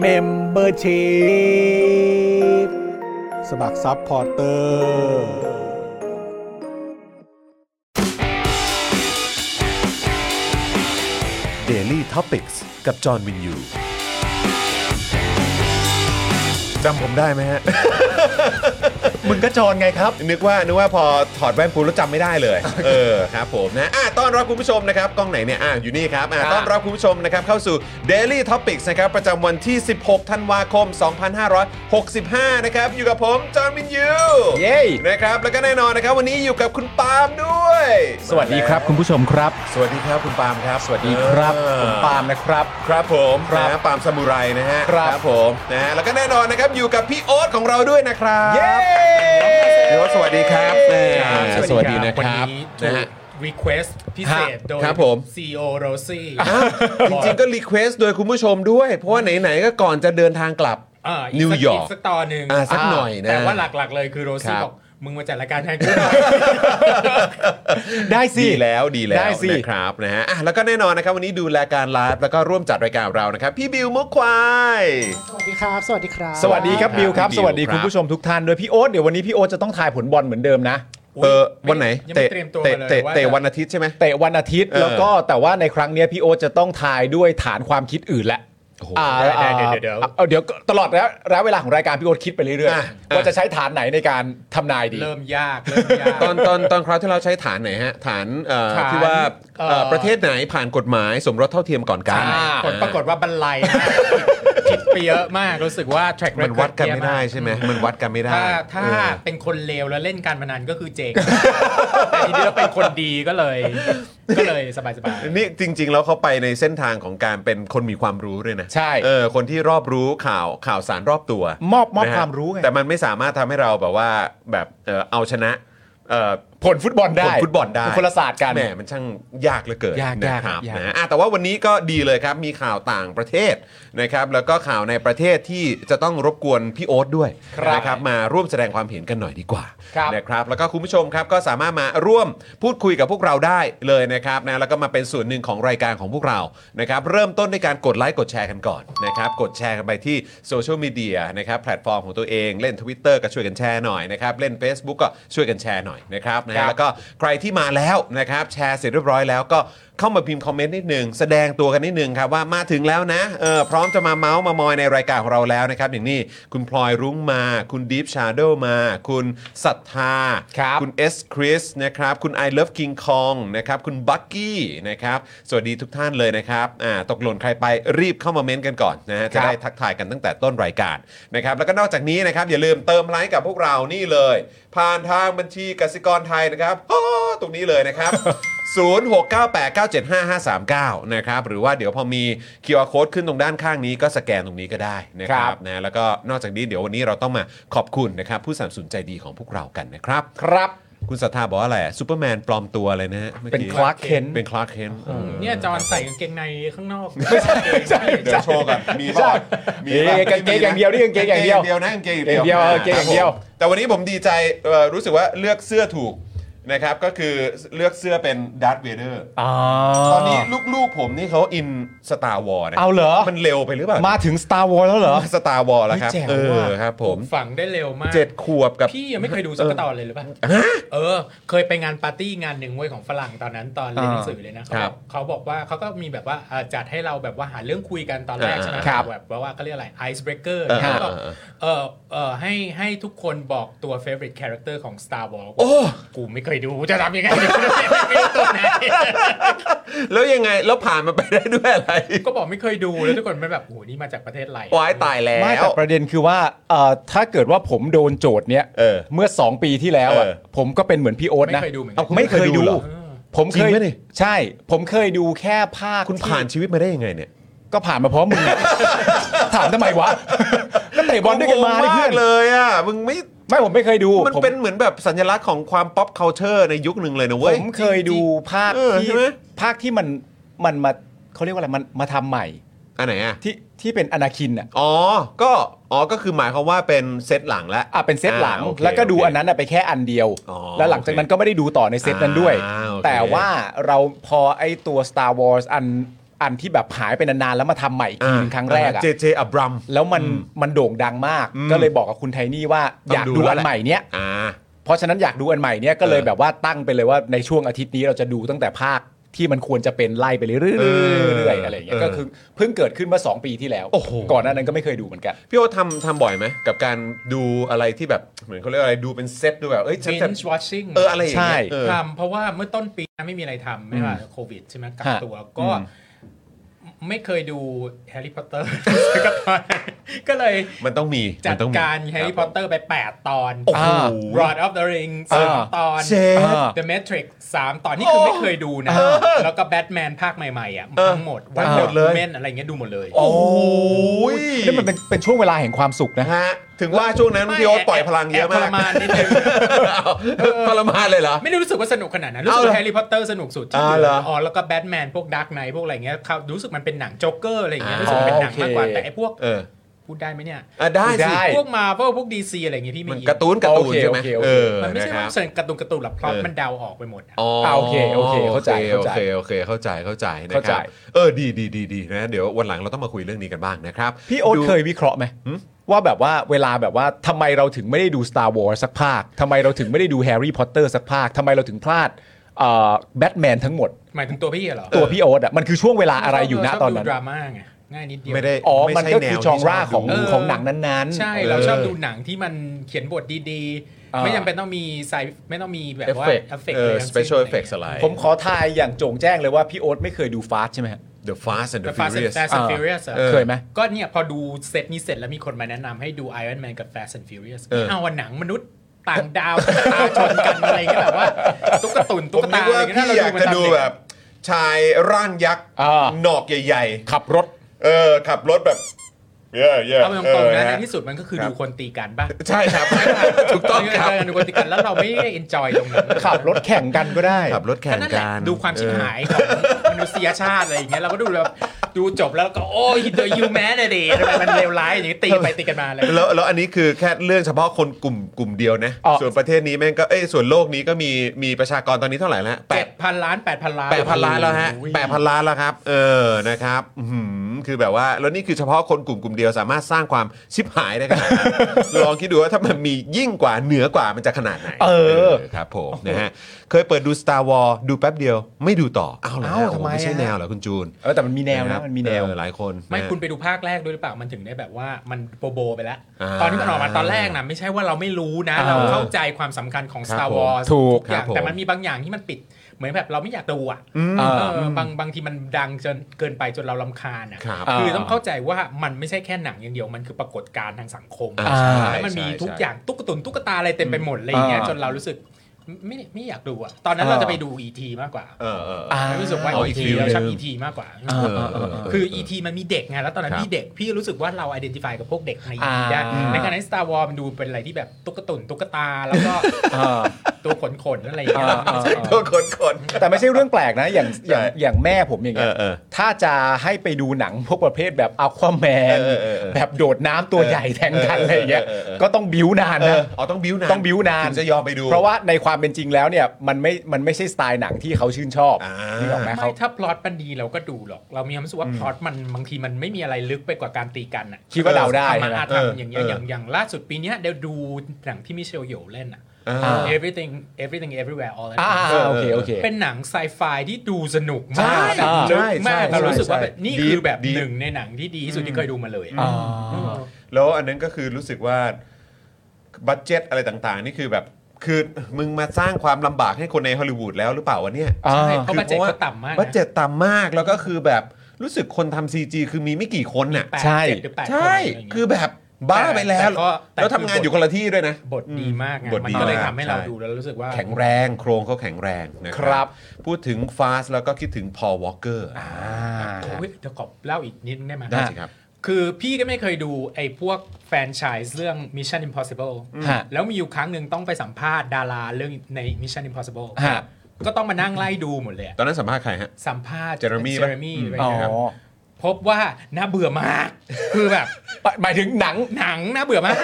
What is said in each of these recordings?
เมมเบอร์ชีพสมัครซัพพอร์เตอร์ Daily t o p i c กกับจอห์นวินยูจำผมได้ไหมฮ ะ มึงก็จรไงครับ นึกว่านึกว่าพอถอดแว่นปุ๊บแล้วจำไม่ได้ เลย เออครับผมนะอ่ะต้อนรับคุณผู้ชมนะครับ กล้องไหนเนี่ยอ่ะอยู่นี่ครับอ่ะ ครับ ต้อนรับคุณผู้ชมนะครับ เข้าสู่ Daily Topics นะครับ ประจำวันที่ 16 ธันวาคม 2565 นะครับ อยู่กับผมจอห์นวินยู เย้ นะครับ แล้วก็แน่นอนนะครับ วันนี้อยู่กับคุณปาล์มด้วย สวัสดีครับคุณผู้ชมครับ สวัสดีครับคุณปาล์มครับ สวัสดีครับ เออ ผมปาล์มนะครับ ครับผม ครับ นะปาล์มซามูไรนะฮะ ครับ ผมนะฮะแล้วก็แน่นอนนะครับอยู่กับพี่โอ๊ตของเราด้วยนะครับ เย้ พี่โอ๊ตสวัสดีครับ ครับ แหม สวัสดีครับ ค วัน รับ นี้ นะ ถู ฮะ ก request พิเศษโดย ครับผม CEO Rosie จริงๆก็รีเควสต์โดยคุณผู้ชมด้วย เพราะว่าไหนๆก็ก่อนจะเดินทางกลับ เอ่อ นิวยอร์ก สัสักตอนหนึ่ง อ่าสักหน่อยนะ แต่ว่าหลักๆเลยคือโร ค ซี่ รับ บอก มึงมาจัดรายการแทนกู ได้สิ ดีแล้วดีแล้ว ได้สิ นะครับนะฮะอ่ะแล้วก็แน่นอนนะครับวันนี้ดูรายการไลฟ์แล้วก็ร่วมจัดรายการเรานะครับ พี่บิวมุกควาย สวัสดีครับ สวัสดีครับ สวัสดีครับบิวครับ ครับ สวัสดี บิวครับ คุณผู้ชมทุกท่านด้วยพี่โอ๊ตเดี๋ยววันนี้พี่โอ๊ตจะต้องทายผลบอลเหมือนเดิมนะ อุ๊ย เออวันไหน ยังไม่เตรียมตัว เตะ เลย เตะ ว่า เตะ จะ วันอาทิตย์ใช่ไหม เตะวันอาทิตย์ เออ แล้วก็แต่ว่าในครั้งเนี้ยพี่โอ๊ตจะต้องทายด้วยฐานความคิดอื่นละ โอ้โห อ่า ได้ได้ อ่า เดี๋ยวเดี๋ยว อาเดี๋ยวตลอดแล้วระยะเวลาของรายการพี่โอ๊ตคิดไปเรื่อย อ่ะ ๆว่าจะใช้ฐานไหนในการทำนายดี เริ่มยาก เริ่มยาก ตอนตอนตอนคราวที่เราใช้ฐานไหนฮะ ฐานเอ่อ ฐาน ที่ว่า เอ่อ เอ่อประเทศไหนผ่านกฎหมายสมรสเท่าเทียมก่อนกัน ใช่ผลปรากฏว่าบันไลนะผิดไปเยอะมากรู้สึกว่า track มัน record วัดกัน แย่ ไม่ได้ใช่ไหมมันวัดกันไม่ได้ ถ้าถ้า เออ เป็นคนเลวแล้วเล่นการพนันก็คือเจ๊งแต่ทีนี้เราเป็นคนดีก็เลย ก็เลยสบายๆ นี่จริง ๆ แล้วเขาไปในเส้นทางของการเป็นคนมีความรู้ด้วยนะ ใช่ เออคนที่รอบรู้ข่าวข่าวสารรอบตัว มอบมอบ นะฮะ ความรู้ไง แต่มันไม่สามารถทำให้เราแบบว่าแบบเอ่อเอาชนะเอ่อ ผลฟุตบอลได้ ผลฟุตบอลได้ คนละศาสตร์กัน แหมมันช่างยากเหลือเกิน ยาก นะ ยาก ครับ ยาก นะอ่ะแต่ว่าวันนี้ก็ดีเลยครับ มีข่าวต่างประเทศนะครับ แล้วก็ข่าวในประเทศที่จะต้องรบกวนพี่โอ๊ตด้วย ครับ นะครับมาร่วมแสดงความเห็นกันหน่อยดีกว่า ครับ นะครับ แล้วก็คุณผู้ชมครับก็สามารถมาร่วมพูดคุยกับพวกเราได้เลยนะครับนะแล้วก็มาเป็นส่วนหนึ่งของรายการของพวกเรานะครับ เริ่มต้นด้วยการกดไลค์กดแชร์กันก่อนนะครับกดแชร์กันไปที่โซเชียลมีเดียนะครับแพลตฟอร์มของตัวเองเล่น Twitter ก็ช่วยกันแชร์หน่อยนะครับเล่น Facebook ก็ช่วยกันแชร์หน่อยนะครับนะ ครั ฮะ บ แล้วก็ใครที่มาแล้วนะครับแชร์เสร็จเรียบร้อยแล้วก็เข้ามาพิมพ์คอมเมนต์นิดนึงแสดงตัวกันนิดนึงครับว่ามาถึงแล้วนะเออพร้อมจะมาเมาส์มามอยในรายการของเราแล้วนะครับอย่างนี้คุณพลอยรุ้งมา คุณดีฟชาโดมา คุณศรัทธา ครับ คุณเอสคริสนะครับ คุณ I Love King Kong นะครับ คุณบักกี้นะครับ สวัสดีทุกท่านเลยนะครับอ่าตกหล่นใครไปรีบเข้ามาเม้นต์กันก่อนนะฮะ ครั จะ บ ได้ทักทายกันตั้งแต่ต้นรายการนะครับ แล้วก็นอกจากนี้นะครับ อย่าลืมเติมไลค์กับพวกเรานี่เลย ผ่านทางบัญชีกสิกรไทยนะครับอ้อตรงนี้เลย นะครับ 0698975539 นะครับ หรือว่าเดี๋ยวพอมี QR Code ขึ้นตรงด้านข้างนี้ก็สแกนตรงนี้ก็ได้นะค ค รั รั บบ นะแล้วก็นอกจากนี้เดี๋ยววันนี้เราต้องมาขอบคุณนะครับผู้สนับสนุนใจดีของพวกเรากันนะครับ ครับ คุณศรัทธาบอกว่าอะไรอะซูเปอร์แมนปลอมตัวอะไรนะฮะมื่อ เป็น กี้ Clark Kent เป็นคลาร์กเคน เนี่ยจอนใส่กางเกงในข้างนอก ใช่ เดี๋ยวโชว์กันมี ใช่ ป่ะมีป่ะ เอ้ยกางเกงอย่างเดียวนี่กางเกงอย่างเดียว กางเกงอย่างเดียวนะกางเกงอย่างเดียว กางเกงอย่างเดียวเออกางเกงอย่างเดียว ครับผมแต่วันนี้ผมดีใจเอ่อรู้สึกว่าเลือกเสื้อถูก นะครับก็คือเลือกเสื้อเป็นดาร์ธเวเดอร์ อ๋อ ตอนนี้ลูกๆผมนี่เขาอินสตาร์วอร์นะ เอาเหรอ มันเร็วไปหรือเปล่า มาถึง Star Wars แล้วเหรอ สตาร์วอร์แล้วครับ เฮ้ยแจ๋ เอ วอว่ะครับผม ฝังได้เร็วมาก เจ็ดขวบกับ พี่ยังไม่เคยดูสกตอนเลยหรือเปล่าเออ เคยไปงานปาร์ตี้งานหนึ่งเว้ยของฝรั่งตอนนั้นตอนเรียน อ่า หนังสือเลยนะเขา ครับ อกเขาบอกว่าเขาก็มีแบบว่าอ่าจัดให้เราแบบว่าหาเรื่องคุยกันตอนแรก อ่า ใช่ไหม ครับ แบบว่าเขาเรียกอะไรไอซ์เบรกเกอร์ เออ แล้วก็ เออ เออเออให้ให้ทุกคนบอกตัว favorite character ของ Star Wars โอ้ กูไม่เคยดูจะทำยังไงไม่รู้ตัวไหน แล้วยังไงแล้วผ่านมาไปได้ด้วยอะไร ก็บอกไม่เคยดูแล้วทุกคนไม่แบบโอ้โหนี่มาจากประเทศอะไร วายตายแล้ ไม่ ว แต่ประเด็นคือว่าเอ่อถ้าเกิดว่าผมโดนโจทย์เนี้ย เออ อ2 ปีที่แล้วอะ เออ ผมก็เป็นเหมือนพี่โอ๊ตนะ ไม่เคยดูเหมือนกัน ไม่เคยดู เอาคุณเคยดูเหรอ ผมจเคริ ย งไหมนี่ ใช่ ผมเคยดูแค่ภาค คุณผ่าน ที่ ชีวิตมาได้ยังไงเนี่ย ก็ผ่านมาเพราะมึง ถามทำไมวะ ก็เตะบอลด้วยกันมา โง นี่ ง เพื่อน เลยอ่ะมึงไม่ ไม่ผมไม่เคยดู มัน ผม เป็นเหมือนแบบสัญลักษณ์ของความ pop culture ในยุคหนึ่งเลยนะเว้ย ผมเคยดูภาค เออ ที่ ใช่ไหม ภาคที่มันมันมาเขาเรียกว่าอะไรมันมาทำใหม่ อันไหนอ่ะ ที่ที่เป็นอนาคินอ่ะ อ๋อ ก็ อ๋อ ก็คือหมายความว่าเป็นเซตหลังแล้ว อ่ะเป็นเซตหลัง อ่าโเค แล้วก็ดู โเค อันนั้นอ่ะไปแค่อันเดียว อ๋อ แล้วหลังจากนั้นก็ไม่ได้ดูต่อในเซตนั้นด้วย อ่าโอเค แต่ว่าเราพอไอตัว Star Wars อันอันที่แบบหายไปนานๆแล้วมาทำใหม่อีกทีหนึงครั้งแรกอ่ะ เจเจอับรัม แล้วมันมันโด่งดังมาก อืม ก็เลยบอกกับคุณไทนี่ว่า ต้อง อยาก ดู ดู แล้ว อั แห น ละ ใหม่เนี้ย อ่า เพราะฉะนั้นอยากดูอันใหม่เนี้ยก็เลยแบบว่าตั้งไปเลยว่าในช่วงอาทิตย์นี้เราจะดูตั้งแต่ภาคที่มันควรจะเป็นไล่ไปเรื่อยๆ เออ เรื่อยๆอะไรอย่างเงี้ยก็คือเพิ่งเกิดขึ้นเมื่อสองปีที่แล้ว โอ้โห ก่อนหน้านั้นก็ไม่เคยดูเหมือนกัน พี่โอตทำทำบ่อยไหม กับการดูอะไรที่แบบ เหมือนเขาเรียกอะไร ดูเป็นเซตดูแบบ เอ้ยฉันจะ binge watching เออ อะไรอย่างเงี้ย ใช่ เออ ทำเพราะว่าเมื่อต้นปีนะไม่มีอะไรทำไม่ว่าโควิดใช่ไหมกัก ฮะ ตัวก็ อืม ไม่เคยดูแฮร์รี่พอตเต อร์ ก็ตอนก็เลย มันต้องมี จั มั ด นต้องมี การแฮร์รี่พอตเตอร์ไป 8 ตอน โอ้โห Lord of the Rings สาม อ่า ตอน เชฟ อ่า The Matrix สามตอนนี่คือไม่เคยดูนะ แล้วก็แบทแมนภาคใหม่ๆอ่ะ เออ ทั้งหมด ทั้งหมดเลย เมนอะไรเงี้ยดูหมดเลย โอ้โห นี่มันเป็นเป็นช่วงเวลาแห่งความสุขนะฮะ ฮะ ถึงว่าช่วงนั้น ไม่ พี่โอ๊ตปล่อย แอบ พลังเยอะมาก แอบทรมานนิดนึง เอาทรมาน เลยเหรอ ไม่ได้รู้สึกว่าสนุกขนาดนั้น รู้ เอา สึ เหร ก อ แฮร์รี่พอตเตอร์สนุกสุดที่ อ่า เห เหร ลื อ ออ๋อแล้วก็แบทแมนพวกดักไนพวกอะไรเงี้ยครับรู้สึกมันเป็นหนังโจ๊กเกอร์อะไรเงี้ย อ่า รู้สึกเป็นหนังมากกว่า โอเค แต่ไอ้พวก เออ พูดได้ไหมเนี่ย อ่ะได้สิ ได้ พวกมาพวกพวกดีซีอะไรเงี้ยพี่ไมี มันการ์ตูนการ์ตูน โอเค ใช่ไหม โอเคโอเค เออ มันไม่ใช่ นะค ว่า รับ เสนการ์ตูนการ์ตูนหรอกพล็อต เออ มันเดาออกไปหมดอะ อ๋อ อ่ะโอเคโอเคเข้าใจ โอ เข้าใจ เคโอเคเข้าใจเข้าใจนะ เข้า ค ใจ รับเออดีดีดีดีนะเดี๋ยววันหลังเราต้องมาคุยเรื่องนี้กันบ้างนะครับ พี่โอ๊ต ดู เคยวิเคราะห์ไหมว่าแบบว่าเวลาแบบว่าทำไมเราถึงไม่ได้ดู Star Wars สักภาคทำไมเราถึงไม่ได้ดูแฮร์รี่พอตเตอร์สักภาคทำไมเราถึงพลาดแบทแมนทั้งหมด หมายถึงตัวพี่เหรอ ตัวพี่โอ๊ตอ่ะมันคือช่วงเวลาอะไรอยู่นะ ชบ ตอนนั้น ดูดราม่าไงง่ายนิดเดียว ไม่ได้ อ๋อ ไ มันก็คือจองร่าของ เออ ของหนังนั้นๆ ใช่เราชอบดูหนังที่มันเขียนบทดี เออ ๆ ไม่จำเป็นต้องมีใส่ไม่ต้องมีแบบว่า Effect เอฟเฟกต์ เอออะไรทั้งสิ้น special effects อะไร ผมขอทายอย่างโจ่งแจ้งเลยว่าพี่โอ๊ตไม่เคยดูฟาสใช่ไหมฮะ The Fast and the The Fast and Furious Fast and Furious อะ ออ เคยไหม ก็เนี่ยพอดูเซตนี้เสร็จแล้วมีคนมาแนะนำให้ดู Iron Man กับ Fast and Furious เออ เอาวันหนังมนุษย์ต่างดาวตาชนกันอะไรอย่างเงี้ยแบบว่า ตุ๊กตุน ผ ตุ๊ ม ก นึ ตาก อะไร ว่า เงี้ยถ้า พี่อเราดู ยาก มัน จะ ตอน ดู เด็ก แบบชายร่างยักษ์ อ่า หนอกใหญ่ ขับรถ ๆ เออ ขับรถแบบเยอะๆ เอาตรงๆนะใน ฮ ที่สุดมันก็คือ ครับ ดูคนตีกันป่ะ ใช่ ครับ ถูกต้องครับ ดูคนตีกันแล้วเราไม่ได้ enjoy ตรงนั้น ขับรถแข่งกันก็ได้ ขับรถแข่ง นั่นแห กั ละ น ดูความชิบหายของมนุษยชาติอะไรอย่างเงี้ยเราก็ดูแบบดูจบแล้วก็โอ้ย the humanity ทำไมมันเลวร้ายอย่างนี้ตีไปตีกันมาอะไรอย่างเงี้ย แล้วแล้วอันนี้คือแค่เรื่องเฉพาะคนกลุ่มกลุ่มเดียวนะ อ๋อ ส่วนประเทศนี้แม่งก็เอ้ยส่วนโลกนี้ก็มีมีประชากรตอนนี้เท่าไหร่แล้วแป เจ็ ด ดพันล้านแปดพันล้าน แปดพันล้านแล้วฮะ โอ้ย แปดพันล้านแล้วครับ เออนะครับอื้อหือคือแบบว่าแล้วนี่คือเฉพาะคนกลุ่มกลุ่มเดียวสามารถสร้างความชิบหายได้ขนาดนั้นลองคิดดูว่าถ้ามันมียิ่งกว่าเหนือกว่ามันจะขนาดไหน เออ ครับผมนะฮะเคยเปิดดู Star Wars ดูแป๊บเดียว ไม่ดูต่ออ้าวเหรอ อ้าว โอ้ ทำไม ไม่ใช่ อะ แนวเหรอคุณจูน เออแต่มันมีแนว ครั นะ บ มันมีแนว เออหลายคน ไม่ นะ คุณไปดูภาคแรกด้วยหรือเปล่ามันถึงได้แบบว่ามันโปรโบไปแล้ว อ่า ตอนที่มันออกมาตอนแรกนะไม่ใช่ว่าเราไม่รู้นะ อ่า เราเข้าใจความสำคัญของ ครั Star บผม Wars ถูก อคย่างรับผม แต่มันมีบางอย่างที่มันปิด เหมือนแบบเราไม่อยากดูอ่ะ เออ เออบางบางทีมันดังจนเกินไปจนเราลำคาญอ่ะ ครับ อ่า คือต้องเข้าใจว่ามันไม่ใช่แค่หนังอย่างเดียวมันคือปรากฏการณ์ทางสังคม อ่า อ่า ใช่ แล้วมันมี ใช่ ทุก ใช่ อย่างตุ๊กตุนตุ๊กตาอะไรเต็มไปหมดอะไรอย่างเงี้ย อ่า จนเรารู้สึกไม่ไม่อยากดูอ่ะตอนนั้นเรา อ่า จะไปดูอีทีมากกว่า เออเออ อ่า รู้สึกว่า อ๋ออี อี ก ที ฟิล เราชอบ หนึ่ง อีทีมากกว่า อ่า เออเออเ คือ ET มันมีเด็กไงแล้วตอนนั้ คน รับ พี่เด็ก พี่รู้สึกว่าเรา identify กับพวกเด็กใน อ่า ET ได้ในขณะที่ Star Wars มันดูเป็นอะไรที่แบบตุ๊กตุนตุ๊กตาแล้วก็ ตัวขนขนๆอะไรอย่างเงี้ย อ่า ตัวคนคนๆ แต่ไม่ใช่เรื่องแปลกนะ อย่างอย่าง ใช่ อย่างแม่ผมอย่างเงี้ย เออเออ ถ้าจะให้ไปดูหนังพวกประเภทแบบอัควาแมน เออเออเออ แบบโดดน้ำตัวใหญ่แทงกัน เออ อะไรอย่างเงี้ย เออเออ ก็ต้องบิวนาน เอ นะ ออ๋อต้องบิ้วนาน ต้องบิวนาน ถึงจะยอมไปดู เพราะว่าในความเป็นจริงแล้วเนี่ยมันไม่มันไม่ใช่สไตล์หนังที่เขาชื่นชอบ อ่านึ นี่ออกไหม ไม่ เขา ถ้าพล็อตมันดีเราก็ดูหรอก เรามีความรู้สึกว่าพล็อตมันบางทีมันไม่มีอะไรลึกไปกว่าการตีกันอ่ะ คิดว่าเดาได้ใช่ทำมาไหม อา เออ ทำอย่างเงี้ย เออ อ อย่าง อย่างล่าสุดปีเนี้ยเดี๋ยวดูหนังที่มิเชลโยเล่นอ่ะ อ่า everything everything everywhere all at อ่า once โอเคโอเค เป็นหนังไซไฟที่ดูสนุก ใช่ มาก ใช่ แบบลึกมาก ใช่ เรารู้สึกว่า ใช่ แบบนี่ ดี คือแบบ ดี หนึ่งในหนังที่ดีที่สุดที่เคยดูมาเลย อ่า แล้วอันนั้นก็คือรู้สึกว่าบัตเจ็ตอะไรต่างๆ นี่คือแบบคือมึงมาสร้างความลำบากให้คนในฮอลลีวูดแล้วหรือเปล่าวะเนี่ย อ่า ใช่เพราะบัตเจ็ตเขาต่ำมากนะ บัตเจ็ตต่ำมากแล้วก็คือแบบรู้สึกคนทำซีจีคือมีไม่กี่คนน่ะ แปด ใช่ เจ็ดหรือแปด ใช่ นอะไรย่างเงี้ย คือแบบบ้าไปแล้ว แต่ก็แต่ แล้วทำงานอยู่คนละที่ด้วยนะ บทดีมากไง บท มั ดี นก็เลย มาก ทำให้เรา ใช่ ดูแล้วรู้สึกว่า แข็งแรงโครงเขาแข็งแรงนะค ครั รับ บ พูดถึงฟาสแล้วก็คิดถึงพอวอลเกอร์ อ่า เฮ้ยเดี๋ยวขอเล่าอีกนิดนึงได้ไหม ได้สิครับ คือพี่ก็ไม่เคยดูไอ้พวกแฟรนไชส์เรื่อง Mission Impossible ฮะ แล้วมีอยู่ครั้งหนึ่งต้องไปสัมภาษณ์ดาราเรื่องใน Mission Impossible ฮะ ก็ต้องมานั่งไล่ดูหมดเลยอะ ตอนนั้นสัมภาษณ์ใครฮะ สัมภาษณ์ Jeremy เจ ปะ อร์มี่ อ๋อ พบว่าน่าเบื่อมาก คือแบบ หมายถึงหนัง หนังน่าเบื่อมาก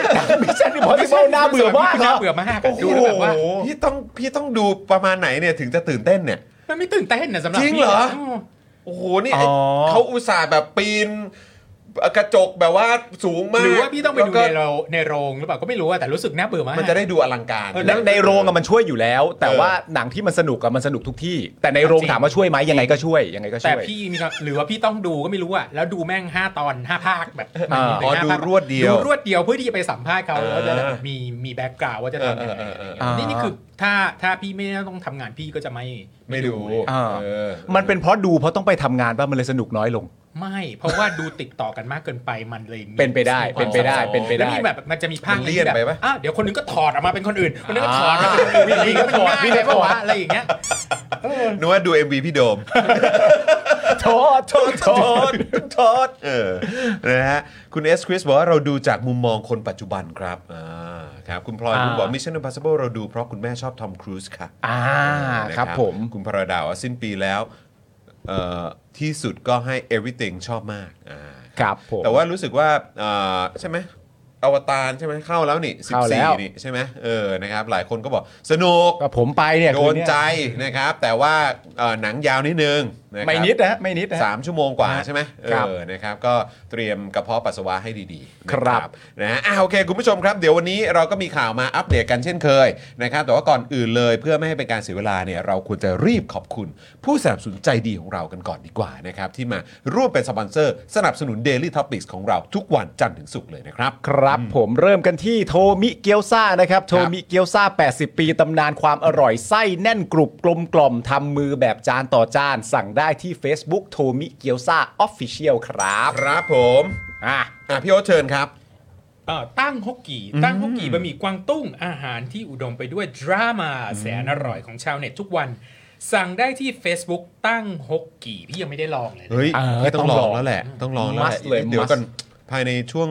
มิชชั่นอิมพอสิเบิลน่าเบื่อมากเหร น่า อ เบื่อมากอะดูแล้วแบบว่า โอ้โหพี่ต้องพี่ต้องดูประมาณไหนเนี่ยถึงจะตื่นเต้นเนี่ย มันไม่ตื่นเต้นนะสำหรับ จริง พี่ เหรอ ะ โอ้โหนี่ อ๋อ เขาอุตส่าห์แบบปีนกระจกแบบว่าสูงมาก หรือว่าพี่ต้องไปดู แล้วก็ ในโรงในโรงหรือเปล่าก็ไม่รู้อะแต่รู้สึกน่าเบื่อมาก มันจะได้ดูอลังการ ในในโรงอะมันช่วยอยู่แล้ว แต่ เออ ว่าหนังที่มันสนุกอะมันสนุกทุกที่ แต่ในโรง จริง ถามว่าช่วยไหมยังไงก็ช่วยยังไงก็ แต่ ช่วย พี่มีความหรือว่าพี่ต้องดูก็ไม่รู้อะแล้วดูแม่ง 5 ตอน 5 ภาคแบบ อ่า หรือ อ๋อ ห้า ดู ภาค รวดเดียว ดูรวดเดียวเพื่อที่จะไปสัมภาษณ์เขา อ่า แล้วจะแบบมีมีแบ็กกราวว่าจะทำยังไงอะไรอย่างเงี้ย อ่านี่ นี่นี่คือถ้าถ้าพี่ไม่ต้องทำงานพี่ก็จะไม่ ไม่ดู เลย อ่า เออ มันเป็นเพราะดูเพราะต้องไปทำงานป่ะมันเลยสนุกน้อยลง ไม่ เพราะว่าดูติดต่อกันมากเกินไปมันเลยมี เป็นไปได้ ความ เป็นไปได้ ซับซ้อ เป็นไป แล้ว ได้ มีแบบมันจะมีภาค มันเลี่ ที่ ยน แบบ ไปปะ อ่ะเดี๋ยวคนนึงก็ถอดออกมาเป็นคนอื่นคนนึงก็ถอด อ่า มาเป็นคนอื่นวิ่งก็ถอดวิ่งก็ถอดอะไรอย่างเงี้ยเออ นึกว่าดู MV พี่โดม โทษโทษโทษโทษ เออ นะฮะ คุณเอสคริสบอกว่าเราดูจากมุมมองคนปัจจุบันครับ อ่า ครับ คุณพลอย อ่า คุณบอก Mission Impossible เราดูเพราะคุณแม่ชอบทอมครูซค่ะ อ่า นะครับ ผม คุณพระดาวว่าสิ้นปีแล้วเอ่อที่สุดก็ให้ everything ชอบมาก อ่า ครับผม แต่ว่ารู้สึกว่าอ่าใช่ไหมอวตารใช่ไหมเข้าแล้วนี่ เข้าแล้ว 14 นี่ ใช่ไหมเออ นะครับ หลายคนก็บอกสนุก ก็ผมไปเนี่ย โดน คืเย ใจนะครับ แต่ว่าเอ่อหนังยาวนิดนึงนะครับ ไม่นิดนะฮะไม่นิดนะฮะ สามชั่วโมงกว่าใช่ไหม ครับ เออนะครับก็เตรียมกระเพาะปัสสาวะให้ดีๆนะครับ นะฮะอ่ะโอเค คุณผู้ชมครับ เดี๋ยววันนี้เราก็มีข่าวมาอัปเดตกันเช่นเคยนะครับแต่ว่าก่อนอื่นเลยเพื่อไม่ให้เป็นการเสียเวลาเนี่ยเราควรจะรีบขอบคุณ ผู้สนับสนุนใจดีของเรากันก่อนดีกว่านะครับที่มาร่วมเป็นสปอนเซอร์ สนับสนุน Daily Topics ของเราทุกวันจันทร์ถึงศุกร์เลยนะครับ ครับผมเริ่มกันที่โทมิเกียวซานะครับ โทมิเกียวซา80 ปีตำนานความอร่อยไส้แน่นกรุบกลมกล่อมทำมือแบบจานต่อจาน สั่งได้ที่ Facebook โทมิเกียวซาออฟฟิเชียลครับ ครับผม อ่ะ อ่ะพี่โอ๊ตเชิญครับ เอ่อตั้งฮกกี่ตั้งฮกกี่บะหมี่กวางตุ้งอาหารที่อุดมไปด้วยดราม่าแสนอร่อยของชาวเน็ตทุกวัน สั่งได้ที่ Facebook ตั้งฮกกี่พี่ยังไม่ได้ลองเลยนะ เฮ้ย เออ พี่ต้องลอ ต้อง งลอง แล้วแหละ ต้องลองแล้วแหละ Must เลย เดี๋ยวก่อน Must ภายในช่วง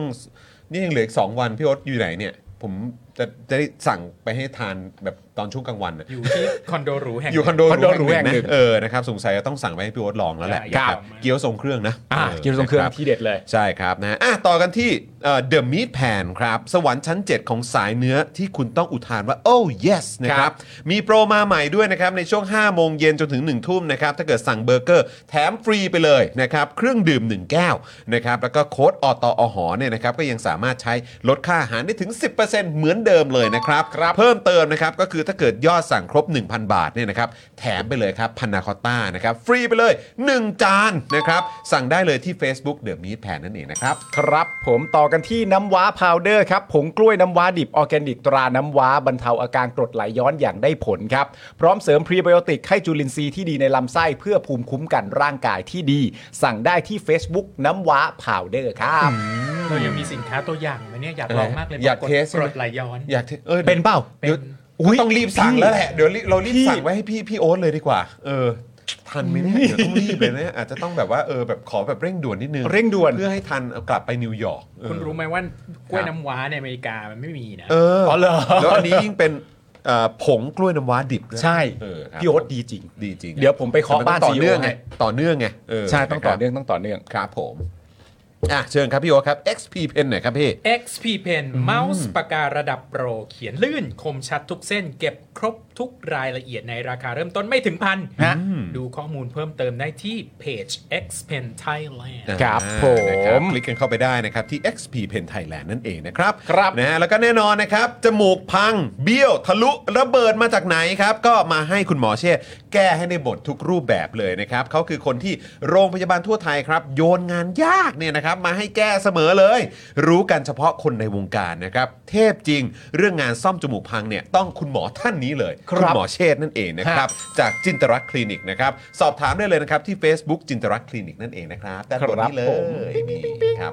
นี่ยังเหลืออีกสองวัน พี่โอ๊ตอยู่ไหนเนี่ย ผมจะจะได้สั่งไปให้ทานแบบตอนช่วงกลางวันน่ะ อยู่ที่คอนโดหรูแห่ง อยู่คอนโด คอนโดหรูแห่งหนึ่ง ะเออนะครับสงสัยจะต้องสั่งไปให้พี่โอ๊ตลองแล้วแหละนะใช่อยากลองมาก เกี๊ยวทรงเครื่องนะ อ่ะ ออ เกี๊ยวทรงเครื่อง นะบ ที่เด็ดเลย ใช่ครับนะฮะอ่ะต่อกันที่เดอะมีทแพนครับ สวรรค์ชั้น 7 ของสายเนื้อที่คุณต้องอุทานว่า oh yes นะค ครั รับ บ มีโปรมาใหม่ด้วยนะครับ ในช่วง 5 โมงเย็นจนถึง 1 ทุ่มนะครับ ถ้าเกิดสั่งเบอร์เกอร์แถมฟรีไปเลยนะครับ เครื่องดื่ม 1 แก้วนะครับ แล้วก็โค้ดอตอหอเนี่ยนะครับ ก็ยังสามารถใช้ลดค่าอาหารได้ถึง 10%เหมือนเดิมเลยนะครับ เพิ่มเติมนะครับ ก็คือถ้าเกิดยอดสั่งครบ 1,000 บาทเนี่ยนะครับ แถมไปเลยครับพันนาคอต้านะครับฟรีไปเลย 1 จานนะครับ สั่งได้เลยที่ Facebook The Meat Pan นั่นเองนะครับ ครับผมต่อกันที่น้ำว้าพาวเดอร์ครับผงกล้วยน้ำว้าดิบออร์แกนิกตราน้ำว้าบรรเทาอาการกรดไหลย้อนอย่างได้ผลครับ พร้อมเสริมพรีไบโอติกให้จุลินทรีย์ที่ดีในลำไส้เพื่อภูมิคุ้มกันร่างกายที่ดี สั่งได้ที่ Facebook น้ำว้าพาวเดอร์ครับ เรายังมีสินค้าตัวอย่างไหมาเนี่ยอยากลองมากเลย อยาก ปรฏ เทสใช่ ก ไหม รดไหลย้อน อยากเออ เป็นเปล่า เป็น ดี๋ยวก็ต้องรีบสั่งแล้วแหละ เดี๋ยวรีบเรารีบสั่งไว้ให้พี่พี่โอ๊ตเลยดีกว่า เออ ทันไหมเนี่ยเดี๋ยวต้องรีบเลยนะอาจจะต้องแบบว่าเออแบบขอแบบเร่งด่วนนิดนึง เร่งด่วน เพื่อให้ทันเอากลับไปนิวยอ ร์กเออ คุณรู้ไหมว่ากล้วยน้ำว้าในอเมริกามันไม่มีนะ เออ อ๋อเหรอ แล้วอันนี้ยิ่งเป็น เอ่อผงกล้วยน้ำว้าดิบด้วย ใช่ เออครับ พี่โอ๊ตดีจริง ดีจริง เดี๋ยวผมไปเคาะ แต่มั บ้าน ต่อ CEO เนื่องไง ให้ ต่อเนื่องไงเ ใช่ต้องต่อเนื่อง ะครับ ต้องต่อเนื่อง ครับผมอ่ะเชิญครับพี่โอ๊ตครับ XP Pen หน่อยครับพี่ XP Pen เมาส์ปากการะดับโปร เขียนลื่น คมชัดทุกเส้น เก็บครบทุกรายละเอียดในราคาเริ่มต้นไม่ถึงพัน ฮะ ดูข้อมูลเพิ่มเติมได้ที่เพจ X Pen Thailand ครับ อ่า ผม นะครับคลิกกันเข้าไปได้นะครับที่ XP Pen Thailand นั่นเองนะครับ ครับ นะฮะแล้วก็แน่นอนนะครับ จมูกพัง เบี้ยว ทะลุระเบิดมาจากไหนครับ ก็มาให้คุณหมอเช่แก้ให้ในบททุกรูปแบบเลยนะครับเขาคือคนที่โรงพยาบาลทั่วไทยครับ โยนงานยากเนี่ยนะครับ มาให้แก้เสมอเลย รู้กันเฉพาะคนในวงการนะครับ เทพจริง เรื่องงานซ่อมจมูกพังเนี่ยต้องคุณหมอท่านนี้เลย ครับ ณหมอเชษฐ์นั่นเองนะครับ จากจินตรักษณ์คลินิกนะครับ สอบถามได้เลยนะครับที่ Facebook จินตรักษณ์คลินิกนั่นเองนะครับ ครับ ด้านนนี้เลย ผม นี่ครับ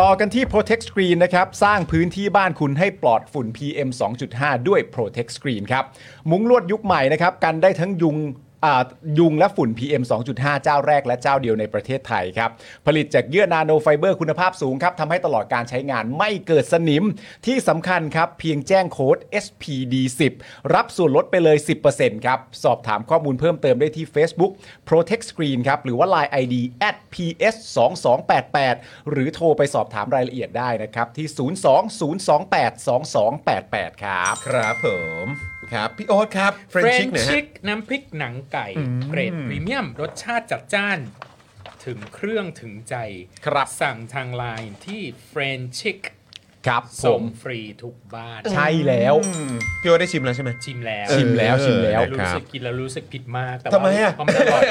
ต่อกันที่ Protect Screen นะครับ สร้างพื้นที่บ้านคุณให้ปลอดฝุ่น PM 2.5 ด้วย Protect Screen ครับ มุ้งลวดยุคใหม่นะครับ กันได้ทั้งยุงอ่ายุงและฝุ่น PM 2.5 เจ้าแรกและเจ้าเดียวในประเทศไทยครับ ผลิตจากเยื่อนาโนไฟเบอร์คุณภาพสูงครับทำให้ตลอดการใช้งานไม่เกิดสนิม ที่สำคัญครับเพียงแจ้งโค้ด SPD10 รับส่วนลดไปเลย 10%ครับ สอบถามข้อมูลเพิ่มเติมได้ที่ Facebook Protect Screen ครับ หรือว่า Line ID at @ps 2 2 8 8หรือโทรไปสอบถามรายละเอียดได้นะครับ ที่ 02028 2288 ครับ ครับผมครับพี่โอ๊ตครับเฟรนชิกนะฮะ Friendship น้ำพริกหนังไก่ เกรดพรีเมียม รสชาติจัดจ้าน ถึงเครื่องถึงใจ ครับ สั่งทางไลน์ที่ Friendship ครับผ ส่ง ม ฟรีทุกบ้าน ใช่แล้ว พี่โอ๊ตได้ชิมแล้วใช่ไหม ชิมแล้ว เออ ชิมแล้วชิมแล้ว รู้สึกกินแล้วรู้สึกผิดมากแต่ว่า ทำไมอะ ความอร่อย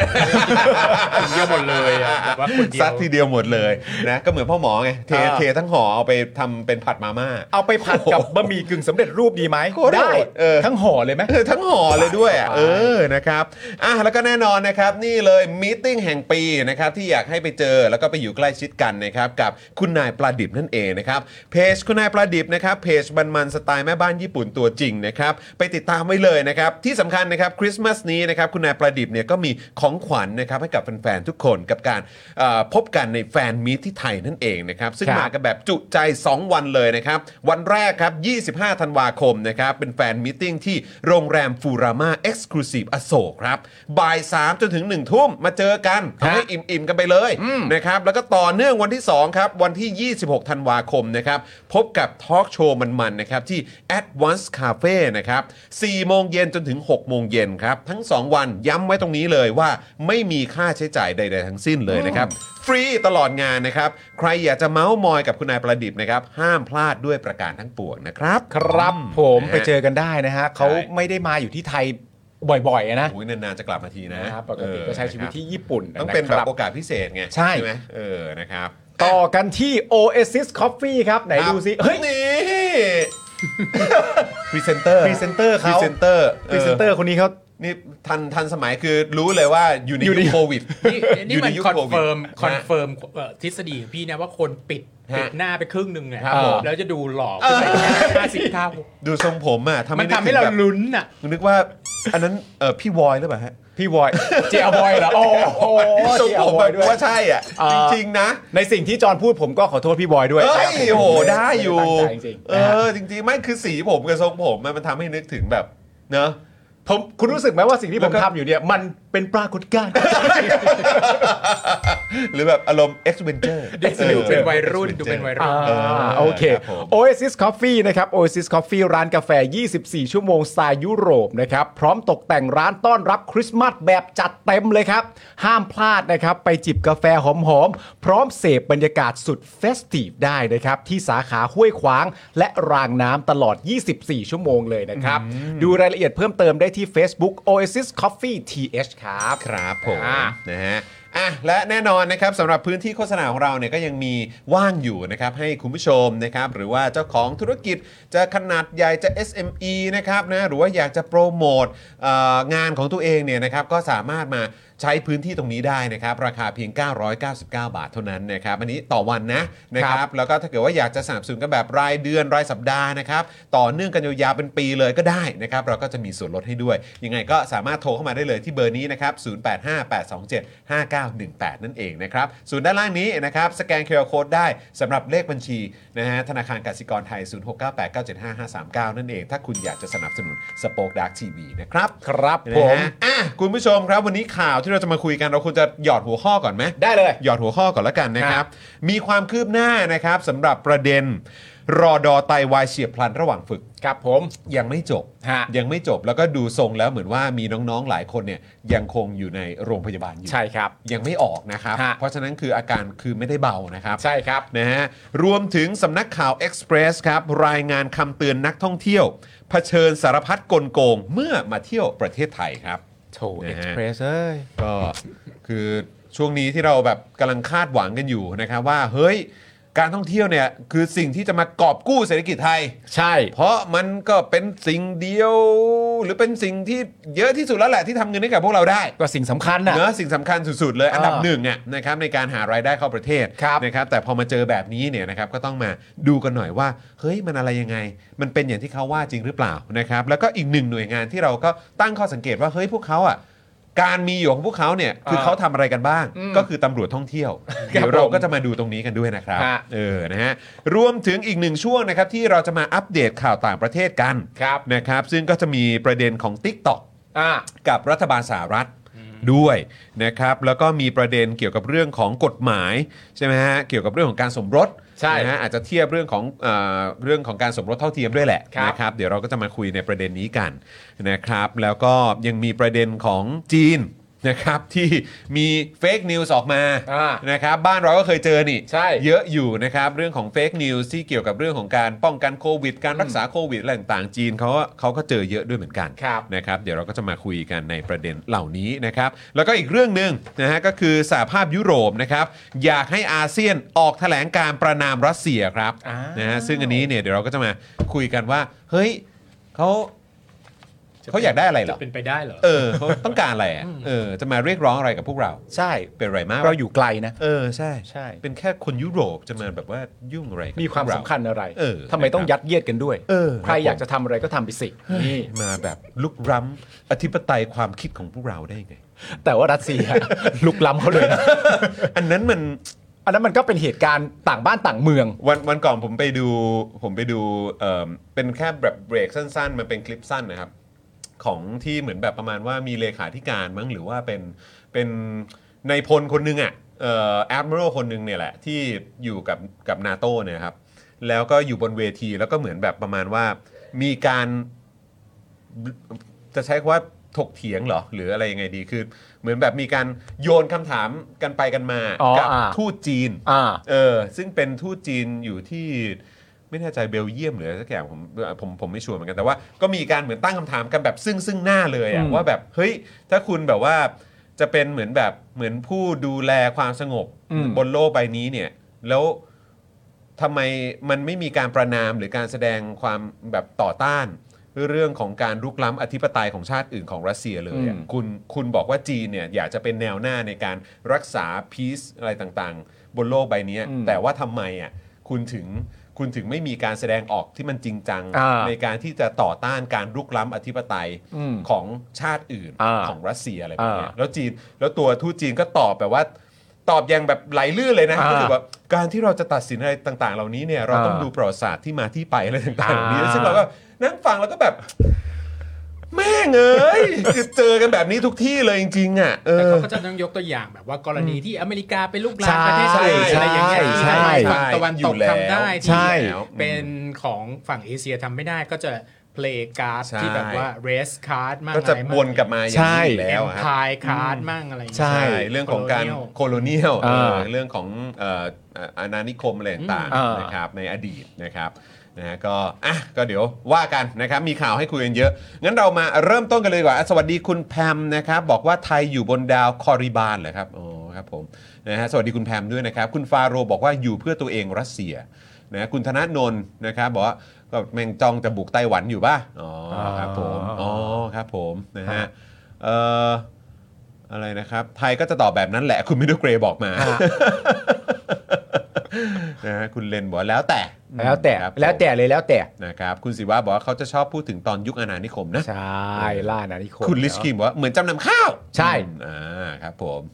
คนเดียวหมดเลยอะแบบว่าคนเดียว ซัดทีเดียวหมดเลยนะก็เหมือนพ่อหมอไงเท อ่า เททั้งห่อเอาไปทำเป็นผัดมาม่า เอาไปผัดกับบะหมี่กึ่งสำเร็จรูปดีไหม โคตร ได้ โหดเออ ทั้งห่อเลยไหม เออ ทั้งห่อเลยด้วยอ่ะเออนะครับอ่ะแล้วก็แน่นอนนะครับนี่เลยมีติ้งแห่งปีนะครับที่อยากให้ไปเจอแล้วก็ไปอยู่ใกล้ชิดกันนะครับกับคุณนายปลาดิบนั่นเองนะครับเพจคุณนายปลาดิบนะครับเพจมันมันๆสไตล์แม่บ้านญี่ปุ่นตัวจริงนะครับไปติดตามไว้เลยนะครับที่สำคัญนะครับคริสต์มาสนี้นะครับคุณนายปลาดิบเนี่ยก็มีของขวัญนะครับให้กับแฟนๆทุกคนกับการเอ่อพบกันในแฟนมีตที่ไทยนั่นเองนะครับซึ่ง ครับ มา กันแบบจุใจ 2 วันเลยนะครับ วันแรกครับ 25 ธันวาคมนะครับ เป็นแฟนมิทติ้งที่โรงแรมฟูรามาเอ็กซ์คลูซีฟอโศกครับ บ่าย 3 จนถึง 1 ทุ่มมาเจอกันเอาให้อิ่ม ๆ กันไปเลยนะครับ แล้วก็ต่อเนื่องวันที่ 2 ครับ วันที่ 26 ธันวาคมนะครับ พบกับทอล์กโชว์มัน ๆ นะครับ ที่ Advance Cafe นะครับ 4 โมงเย็นจนถึง 6 โมงเย็นครับ ทั้ง 2 วันย้ำไว้ตรงนี้เลยว่าไม่มีค่าใช้จ่ายใด ๆ ทั้งสิ้นเลยนะครับ ฟรีตลอดงานนะครับ ใครอยากจะเมาส์มอยกับคุณนายประดิษฐ์นะครับ ห้ามพลาดด้วยประการทั้งปวงนะครับ ครับผม นะฮะ ไปเจอกันได้นะฮะเขา ใช่ ไม่ได้มาอยู่ที่ไทยบ่อยๆอะนะ โอ้ยนานๆจะกลับมาทีนะ นะครับปกติก็ใช้ชีวิตที่ญี่ปุ่นนะ ต้องเป็นแบ ครับ บ โอกาสพิเศษไง ใช่ ไหมเออนะครับ ต่อกันที่ Oasis Coffee ครับ ไหนดูซิ เฮ้ย นี่พรีเซนเตอร์ Presenter พ เขา รีเซนเตอร์ พรีเซนเตอร์คนนี้เขา นี่ทันทันสมัยคือรู้เลยว่าอยู่ใน อยู่ ยุ ใน คโควิด นี่นี่มัน ยู่ ค ใยุ อน โวิด เฟิร์ม ะ คอนเฟิร์มเอ่อทฤษฎีของพี่นะว่าคนปิด ฮะ ปิดหน้าไปครึ่งหนึ่งเนี่ย ครับผม แล้วจะดูหล่อขึ้นไปห้าสิบเท่า ดูทรงผมอ่ะทำ มัน ให้ ทำให้เรา นึกถึงแบบ ลุ้นอ่ะ นึกว่าอันนั้นเออพี่วอยหรือเปล่าฮะ พี่ บอย เจียบอยเหรอ โอ้โห ทรง เจีย ผม บ แบ อย บ ด้วย ว่าใช่อ่ะ อ่า จริงๆนะ ในสิ่งที่จอห์นพูดผมก็ขอโทษพี่บอยด้วย เอ้ย นะครับ โอ้โหได้อยู่ ม่ตั้งใจจริงๆ เอ นะฮะ อจริงๆไม่คือสีผมกับทรงผมอะมันทำให้นึกถึงแบบเนอะ ผมคุณรู้สึกไหมว่าสิ่งที่ แล้ ผ ว ม ก็ ทำอยู่เนี่ย มันเป็นปรากฏการณ์ หรือแบบอารมณ์ X Venture ดูเป็นวัยรุ่นดูเป็นวัยรุ่น เออ อ่าโอเค รับผม Oasis Coffee นะครับ Oasis Coffee ร้านกาแฟ 24 ชั่วโมงสไตล์ยุโรปนะครับ พร้อมตกแต่งร้านต้อนรับคริสต์มาสแบบจัดเต็มเลยครับ ห้ามพลาดนะครับ ไปจิบกาแฟหอมๆ พร้อมเสพบรรยากาศสุดเฟสทีฟได้นะครับ ที่สาขาห้วยขวาง และรางน้ำตลอด 24 ชั่วโมงเลยนะครับ ดูรายละเอียดเพิ่มเติมได้ที่ Facebook Oasis Coffee TH ครับ ครับผม อ่า นะฮะอ่ะและแน่นอนนะครับสำหรับพื้นที่โฆษณาของเราเนี่ยก็ยังมีว่างอยู่นะครับให้คุณผู้ชมนะครับหรือว่าเจ้าของธุรกิจจะขนาดใหญ่จะ SME นะครับนะหรือว่าอยากจะโปรโมทเอ่องานของตัวเองเนี่ยนะครับก็สามารถมา ใช้พื้นที่ตรงนี้ได้นะครับ ราคาเพียง 999 บาทเท่านั้นนะครับอันนี้ต่อวันนะนะครับ แล้วก็ถ้าเกิดว่าอยากจะสนับสนุนกันแบบรายเดือนรายสัปดาห์นะครับ ต่อเนื่องกันยาวๆเป็นปีเลยก็ได้นะครับ เราก็จะมีส่วนลดให้ด้วย ยังไงก็สามารถโทรเข้ามาได้เลยที่เบอร์นี้นะครับ 0858275918 นั่นเองนะครับส่วนด้านล่างนี้นะครับ สแกน QR Code ได้สำหรับเลขบัญชีนะฮะธนาคารกสิกรไทย 0698975539 นั่นเอง ถ้าคุณอยากจะสนับสนุนสปอคดักทีวีนะครับ ครับผ นะ ม ฮะอ่ะคุณผู้ชมครับวันนี้ข่าวที่เราจะมาคุยกันเราควรจะหยอดหัวข้อก่อนไหม ได้เลย หยอดหัวข้อก่อนละกันนะครับ มีความคืบหน้านะครับสำหรับประเด็น รอดอไตวายเฉียบพลันระหว่างฝึก ครับผม ยังไม่จบ ฮะ ยังไม่จบแล้วก็ดูทรงแล้วเหมือนว่ามีน้องๆหลายคนเนี่ยยังคงอยู่ในโรงพยาบาลอยู่ ใช่ครับ ยังไม่ออกนะครับ ฮะ เพราะฉะนั้นคืออาการคือไม่ได้เบานะครับ ใช่ครับ นะฮะรวมถึงสำนักข่าว Express ครับ รายงานคำเตือนนักท่องเที่ยวเผชิญสารพัดกลโกงเมื่อมาเที่ยวประเทศไทยครับ โถ นะฮะ เอ็กซ์เพรสเอ้ย ก็คือช่วงนี้ที่เราแบบกำลังคาดหวังกันอยู่นะครับว่าเฮ้ยการท่องเที่ยวเนี่ยคือสิ่งที่จะมากอบกู้เศรษฐกิจไทย ใช่ เพราะมันก็เป็นสิ่งเดียว หรือเป็นสิ่งที่เยอะที่สุดแล้วแหละที่ทำเงินให้กับพวกเราได้ ก็สิ่งสำคัญน่ะ เนื้อะสิ่งสำคัญสุดๆเลย อันดับ อ่า หนึ่งเนี่ยนะครับในการหารายได้เข้าประเทศ ครับ นะครับแต่พอมาเจอแบบนี้เนี่ยนะครับก็ต้องมาดูกันหน่อยว่า เฮ้ยมันอะไรยังไง มันเป็นอย่างที่เขาว่าจริงหรือเปล่านะครับแล้วก็อีกหนึ่งหน่วยงานที่เราก็ตั้งข้อสังเกตว่าเฮ้ยพวกเขาอ่ะการมีอยู่ของพวกเขาเนี่ยคือเขาทำอะไรกันบ้าง ก็คือตำรวจท่องเที่ยวเดี๋ยวเราก็จะมาดูตรงนี้กันด้วยนะครับ ฮะ เออ นะฮะ รวมถึงอีกหนึ่งช่วงนะครับที่เราจะมาอัปเดตข่าวต่างประเทศกัน ครับ นะครับซึ่งก็จะมีประเด็นของ TikTok อ่า กับรัฐบาลสหรัฐด้วยนะครับแล้วก็มีประเด็นเกี่ยวกับเรื่องของกฎหมายใช่ไหมฮะเกี่ยวกับเรื่องของการสมรส ใช่ นะฮะอาจจะเทียบเรื่องของเออเรื่องของการสมรสเท่าเทียมด้วยแหละ ครับ นะครับเดี๋ยวเราก็จะมาคุยในประเด็นนี้กันนะครับแล้วก็ยังมีประเด็นของจีนนะครับที่มีเฟกนิวส์ออกมา อ่า นะครับบ้านเราก็เคยเจอนี่ ใช่ เยอะอยู่นะครับเรื่องของเฟกนิวส์ที่เกี่ยวกับเรื่องของการป้องกันโควิด การรักษาโควิดอะไรต่างๆจีนเขาก็เขาก็เจอเยอะด้วยเหมือนกัน ครับ นะครับเดี๋ยวเราก็จะมาคุยกันในประเด็นเหล่านี้นะครับแล้วก็อีกเรื่องหนึ่งนะฮะก็คือสหภาพยุโรปนะครับอยากให้อาเซียนออกแถลงการประนามรัสเซียครับ อ้าว นะฮะซึ่งอันนี้เนี่ยเดี๋ยวเราก็จะมาคุยกันว่าเฮ้ยเขาเขาอยากได้อะไรเหร จะ อ เป็นไปได้เหรอ เออเขาต้องการอะไรอะเออจะมาเรียกร้องอะไรกับพวกเรา ใช่ เป็นอะไรมากวะ เราอยู่ไกลนะ เออ ใช่ ใช่ เป็นแค่คนยุโรปจะมาแบบว่ายุ่งอะไรกับ มีความ พวกเร สำคัญอะไร เออ ทำไมต้องยัดเยียดกันด้วย เออ ใคครรับ อยากจะทำอะไรก็ทำไปสิ นี่ มาแบบลุกล้ำอธิปไตยความคิดของพวกเราได้ไง แต่ว่ารัสเซีย ลุกล้ำเขาเลยนะ อันนั้นมัน อันนั้นมันก็เป็นเหตุการณ์ต่างบ้านต่างเมือง วันวันก่อนผมไปดูผมไปดูเอ่อเป็นแค่แบบเบรกสั้นๆ มันเป็นคลิปสั้นนะครับ ของที่เหมือนแบบประมาณว่ามีเลขาธิการมั้งหรือว่าเป็นเป็นในายพลคนหนึงอ่ะเอ่อแอดมิรัลคนหนึงเนี่ยแหละ ที่อยู่กับกับนาโตเนี่ยครับ แล้วก็อยู่บนเวทีแล้วก็เหมือนแบบประมาณว่ามีการ จะใช้คำว่าถกเถียงเหรอ หรืออะไรยังไงดีคือ เหมือนแบบมีการโยนคำถามกันไปกันมา อ๋อ กั อ่า ทูตจีน อ่า เออ ซึ่งเป็นทูตจีนอยู่ที่ไม่แน่ใจเบลเยียมหรืออะไรสักอย่างผมผมผมไม่ชัวร์เหมือนกันแต่ว่าก็มีการเหมือนตั้งคำถามกันแบบซึ่งซึ่งหน้าเลยอะ อืม ว่าแบบเฮ้ยถ้าคุณแบบว่าจะเป็นเหมือนแบบเหมือนผู้ดูแลความสงบ อืม บนโลกใบนี้เนี่ย แล้วทำไมมันไม่มีการประนามหรือการแสดงความแบบต่อต้าน เรื่องของการรุกล้ำอธิปไตยของชาติอื่นของรัสเซียเลยอะ อืม คุณคุณบอกว่าจีนเนี่ยอยากจะเป็นแนวหน้าในการรักษาพีซอะไรต่างๆ บนโลกใบเนี้ย อืม แต่ว่าทำไมอ่ะคุณถึงคุณถึงไม่มีการแสดงออกที่มันจริงจัง อ่า ในการที่จะต่อต้านการรุกล้ำอธิปไตย อืม ของชาติอื่น อ่า ของรัสเซียอะไรแบบเนี้ย อ่า แล้วจีนแล้วตัวทูตจีนก็ตอบแบบว่า ตอบอย่างแบบไหลลื่นเลยนะ อ่า ก็คือแบบการที่เราจะตัดสินอะไรต่าง ๆ เหล่านี้เนี่ยเราต้องดูประวัติศาสตร์ที่มาที่ไปอะไรต่างๆเหล่านี้ซึ่งเราก็นั่งฟังแล้วก็แบบ แม่งเอ้ย คือเจอกันแบบนี้ทุกที่เลยจริงๆอ่ะเอ แต่ อ เขาก็จะต้องยกตัวอย่างแบบว่ากรณีที่อเมริกาไปลุกลามประเทศ ใช่ อื่นอะไรอย่างเงี้ย ใช่ ที่ ใช่ ฝั่งตะวัน อ ต ยู่ ก แล้ว ทำได้ ใช่ ที่เป็นของฝั่งเอเชียทำไม่ได้ก็จะเพลย์การ์ด ใช่ ที่แบบว่าเรสการ์ดมั่ง ก็จะ อะไร วนกลับมาอย่างนี้อยู่ แล้ แล้ว ว อะ อะ พายการ์ดมั่งอะไรอย่าง ใช่ เงี้ย เรื่องของการ colonial โคโลเนียล อ่า เรื่องของเอ่ออ่าอาณานิคมอะไรต่าง อืม ๆ อ่าน นะครับในอดีตนะครับนะฮะก็อ่ะก็เดี๋ยวว่ากันนะครับมีข่าวให้คุยกันเยอะ งั้นเรามาเริ่มต้นกันเลยดีกว่าอ่ะสวัสดีคุณแพมนะครับบอกว่าไทยอยู่บนดาวคอริบานเหรอครับโอ้ครับผมนะฮะสวัสดีคุณแพมด้วยนะครับคุณฟาโรบอกว่าอยู่เพื่อตัวเองรัสเซียนะคุณธนาโนนนะครับบอกว่าก็แม่งจ้องจะบุกไต้หวันอยู่ป่ะอ๋อครับผม อ๋ออ๋ อ๋อครับผมนะฮะเอ่อ อะไรนะครับ ไทยก็จะตอบแบบนั้นแหละ คุณมิดเดิลเกรย์บอกมา นะฮะคุณเลนบอกว่าแล้วแต่ แล้วแต่ ครับผม แล้วแต่เลยแล้วแต่ นะครับ คุณศิวะบอกว่าเขาจะชอบพูดถึงตอนยุคอาณานิคมนะ ใช่ล่านานิคม คุณลิชคิมบอกว่าเหมือนจำนำข้าว ใช่ อืมอ่าครับผม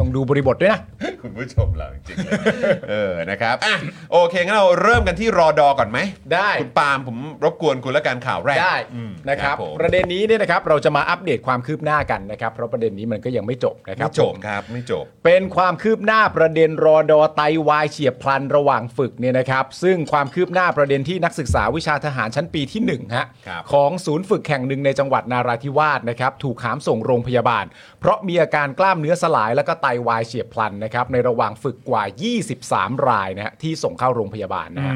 ต้องดูบริบทด้วยนะ คุณผู้ชมเราจริงๆเลย เออนะครับอ่ะโอเคงั้นเราเริ่มกันที่รอดอก่อนไหม ได้ คุณปาล์มผมรบกวนคุณและการข่าวแรก ได้ อืม นะครับ ผม ประเด็นนี้เนี่ยนะครับเราจะมาอัปเดตความคืบหน้ากันนะครับ เพราะประเด็นนี้มันก็ยังไม่จบนะครับ ไม่จบ ผม ครับไม่จบ เป็นความคืบหน้าประเด็นรอดอไตวายเฉียบพลันระหว่างฝึกเนี่ยนะครับ ซึ่งความคืบหน้าประเด็นที่นักศึกษาวิชาทหารชั้นปีที่1ฮะ ครับ ของศูนย์ฝึกแห่งหนึ่งในจังหวัดนาราธิวาสนะครับ ถูกหามส่งโรงพยาบาล เพราะมีอาการกล้ามเนื้อสลายแล้วก็ไตวายเฉียบพลันนะครับ ในระหว่างฝึกกว่า 23 รายนะฮะที่ส่งเข้าโรงพยาบาลนะฮะ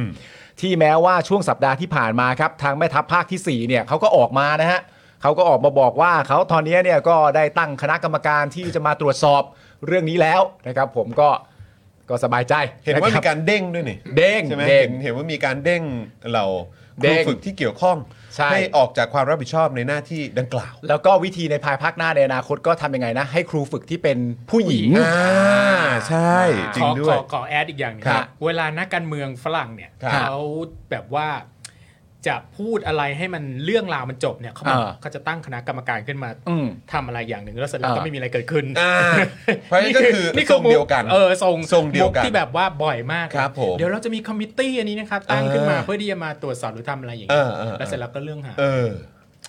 ที่แม้ว่าช่วงสัปดาห์ที่ผ่านมาครับทางแม่ทัพภาคที่สี่เนี่ยเขาก็ออกมานะฮะ เขาก็ออกมาบอกว่าเขาตอนนี้เนี่ยก็ได้ตั้งคณะกรรมการที่จะมาตรวจสอบเรื่องนี้แล้วนะครับ ผมก็ก็สบายใจ เห็นว่า ะค มี บ การเด้งด้วยนี่ เด้ง ใช่ไหม เด้ เห็ ง นเห็นว่ามีการเด้งเราค เด้ รู ง ฝึกที่เกี่ยวข้อง ใช่ ออกจากความรับผิดชอบในหน้าที่ดังกล่าว แล้วก็วิธีในภายภาคหน้าในอนาคตก็ทำยังไงนะ ให้ครูฝึกที่เป็นผู้หญิง อ่าใช่ จริ ข ง อ ด้ว ข ย อขอแอดอีกอย่างหนึง ครับ เวลานักการเมืองฝรั่งเนี่ย ครับ เขาแบบว่าจะพูดอะไรให้มันเรื่องราวมันจบเนี่ยเขาบอก อ่า เขาจะตั้งคณะกรรมการขึ้นมา อืม ทำอะไรอย่างหนึ่งแล้วเสร็จแล้ว อ่า ก็ไม่มีอะไรเกิดขึ้น อ่าเพราะฉะนั้นก็คือ นี่ ทรง มุ เดียวกัน เออทรง ทรงเดียวกัน มุที่แบบว่าบ่อยมาก ครับผม เดี๋ยวเราจะมีคอมมิตตี้อันนี้นะครับตั้งขึ้นมา เออ เพื่อที่จะมาตรวจสอบหรือทำอะไรอย่างเงี้ย เออเออเออ แล้วเสร็จแล้วก็เรื่องหา เออ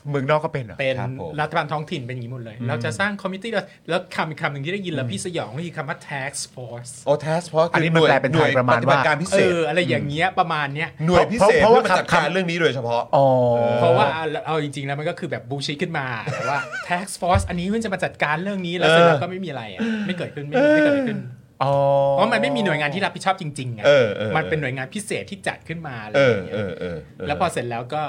เมืองนอกก็เป็นเหรอ เป็น ครับผม รัฐบาลท้องถิ่นเป็นอย่างนี้หมดเลย เราจะสร้างคอมมิตี้แล้วแล้วคำอีกคำหนึ่งที่ได้ยินแล้วพี่สยองก็คือคำว่า tax force โอทัสเพราะ อันนี้มันแปลเป็นไทยประมาณว่า ปฏิบัติการพิ เอ เศษ ออะไรอย่างเงี้ยประมาณเนี้ย หน่วยพิเศษ เพราะ เพื่อว่ามาจัด คำ การเรื่องนี้โดยเฉพาะ อ๋อ เพราะว่าเอาเอาจริงๆแล้วมันก็คือแบบบูชิขึ้นมาแต่ว่า tax force อันนี้มันจะมาจัดการเรื่องนี้แล้วเสร็จแล้วก็ไม่มีอะไรอะไม่เกิดขึ้นไม่ไม่เกิดขึ้น เพราะมันไม่มีหน่วยงานที่รับผิดชอบจริงๆไง เออเออเออ มันเป็นหน่วยงานพิเศษที่จัดขึ้นมาอะไร เอ อ อย่าง เงี้ย เออเออเ แล้วพอเสร็จแล้วก็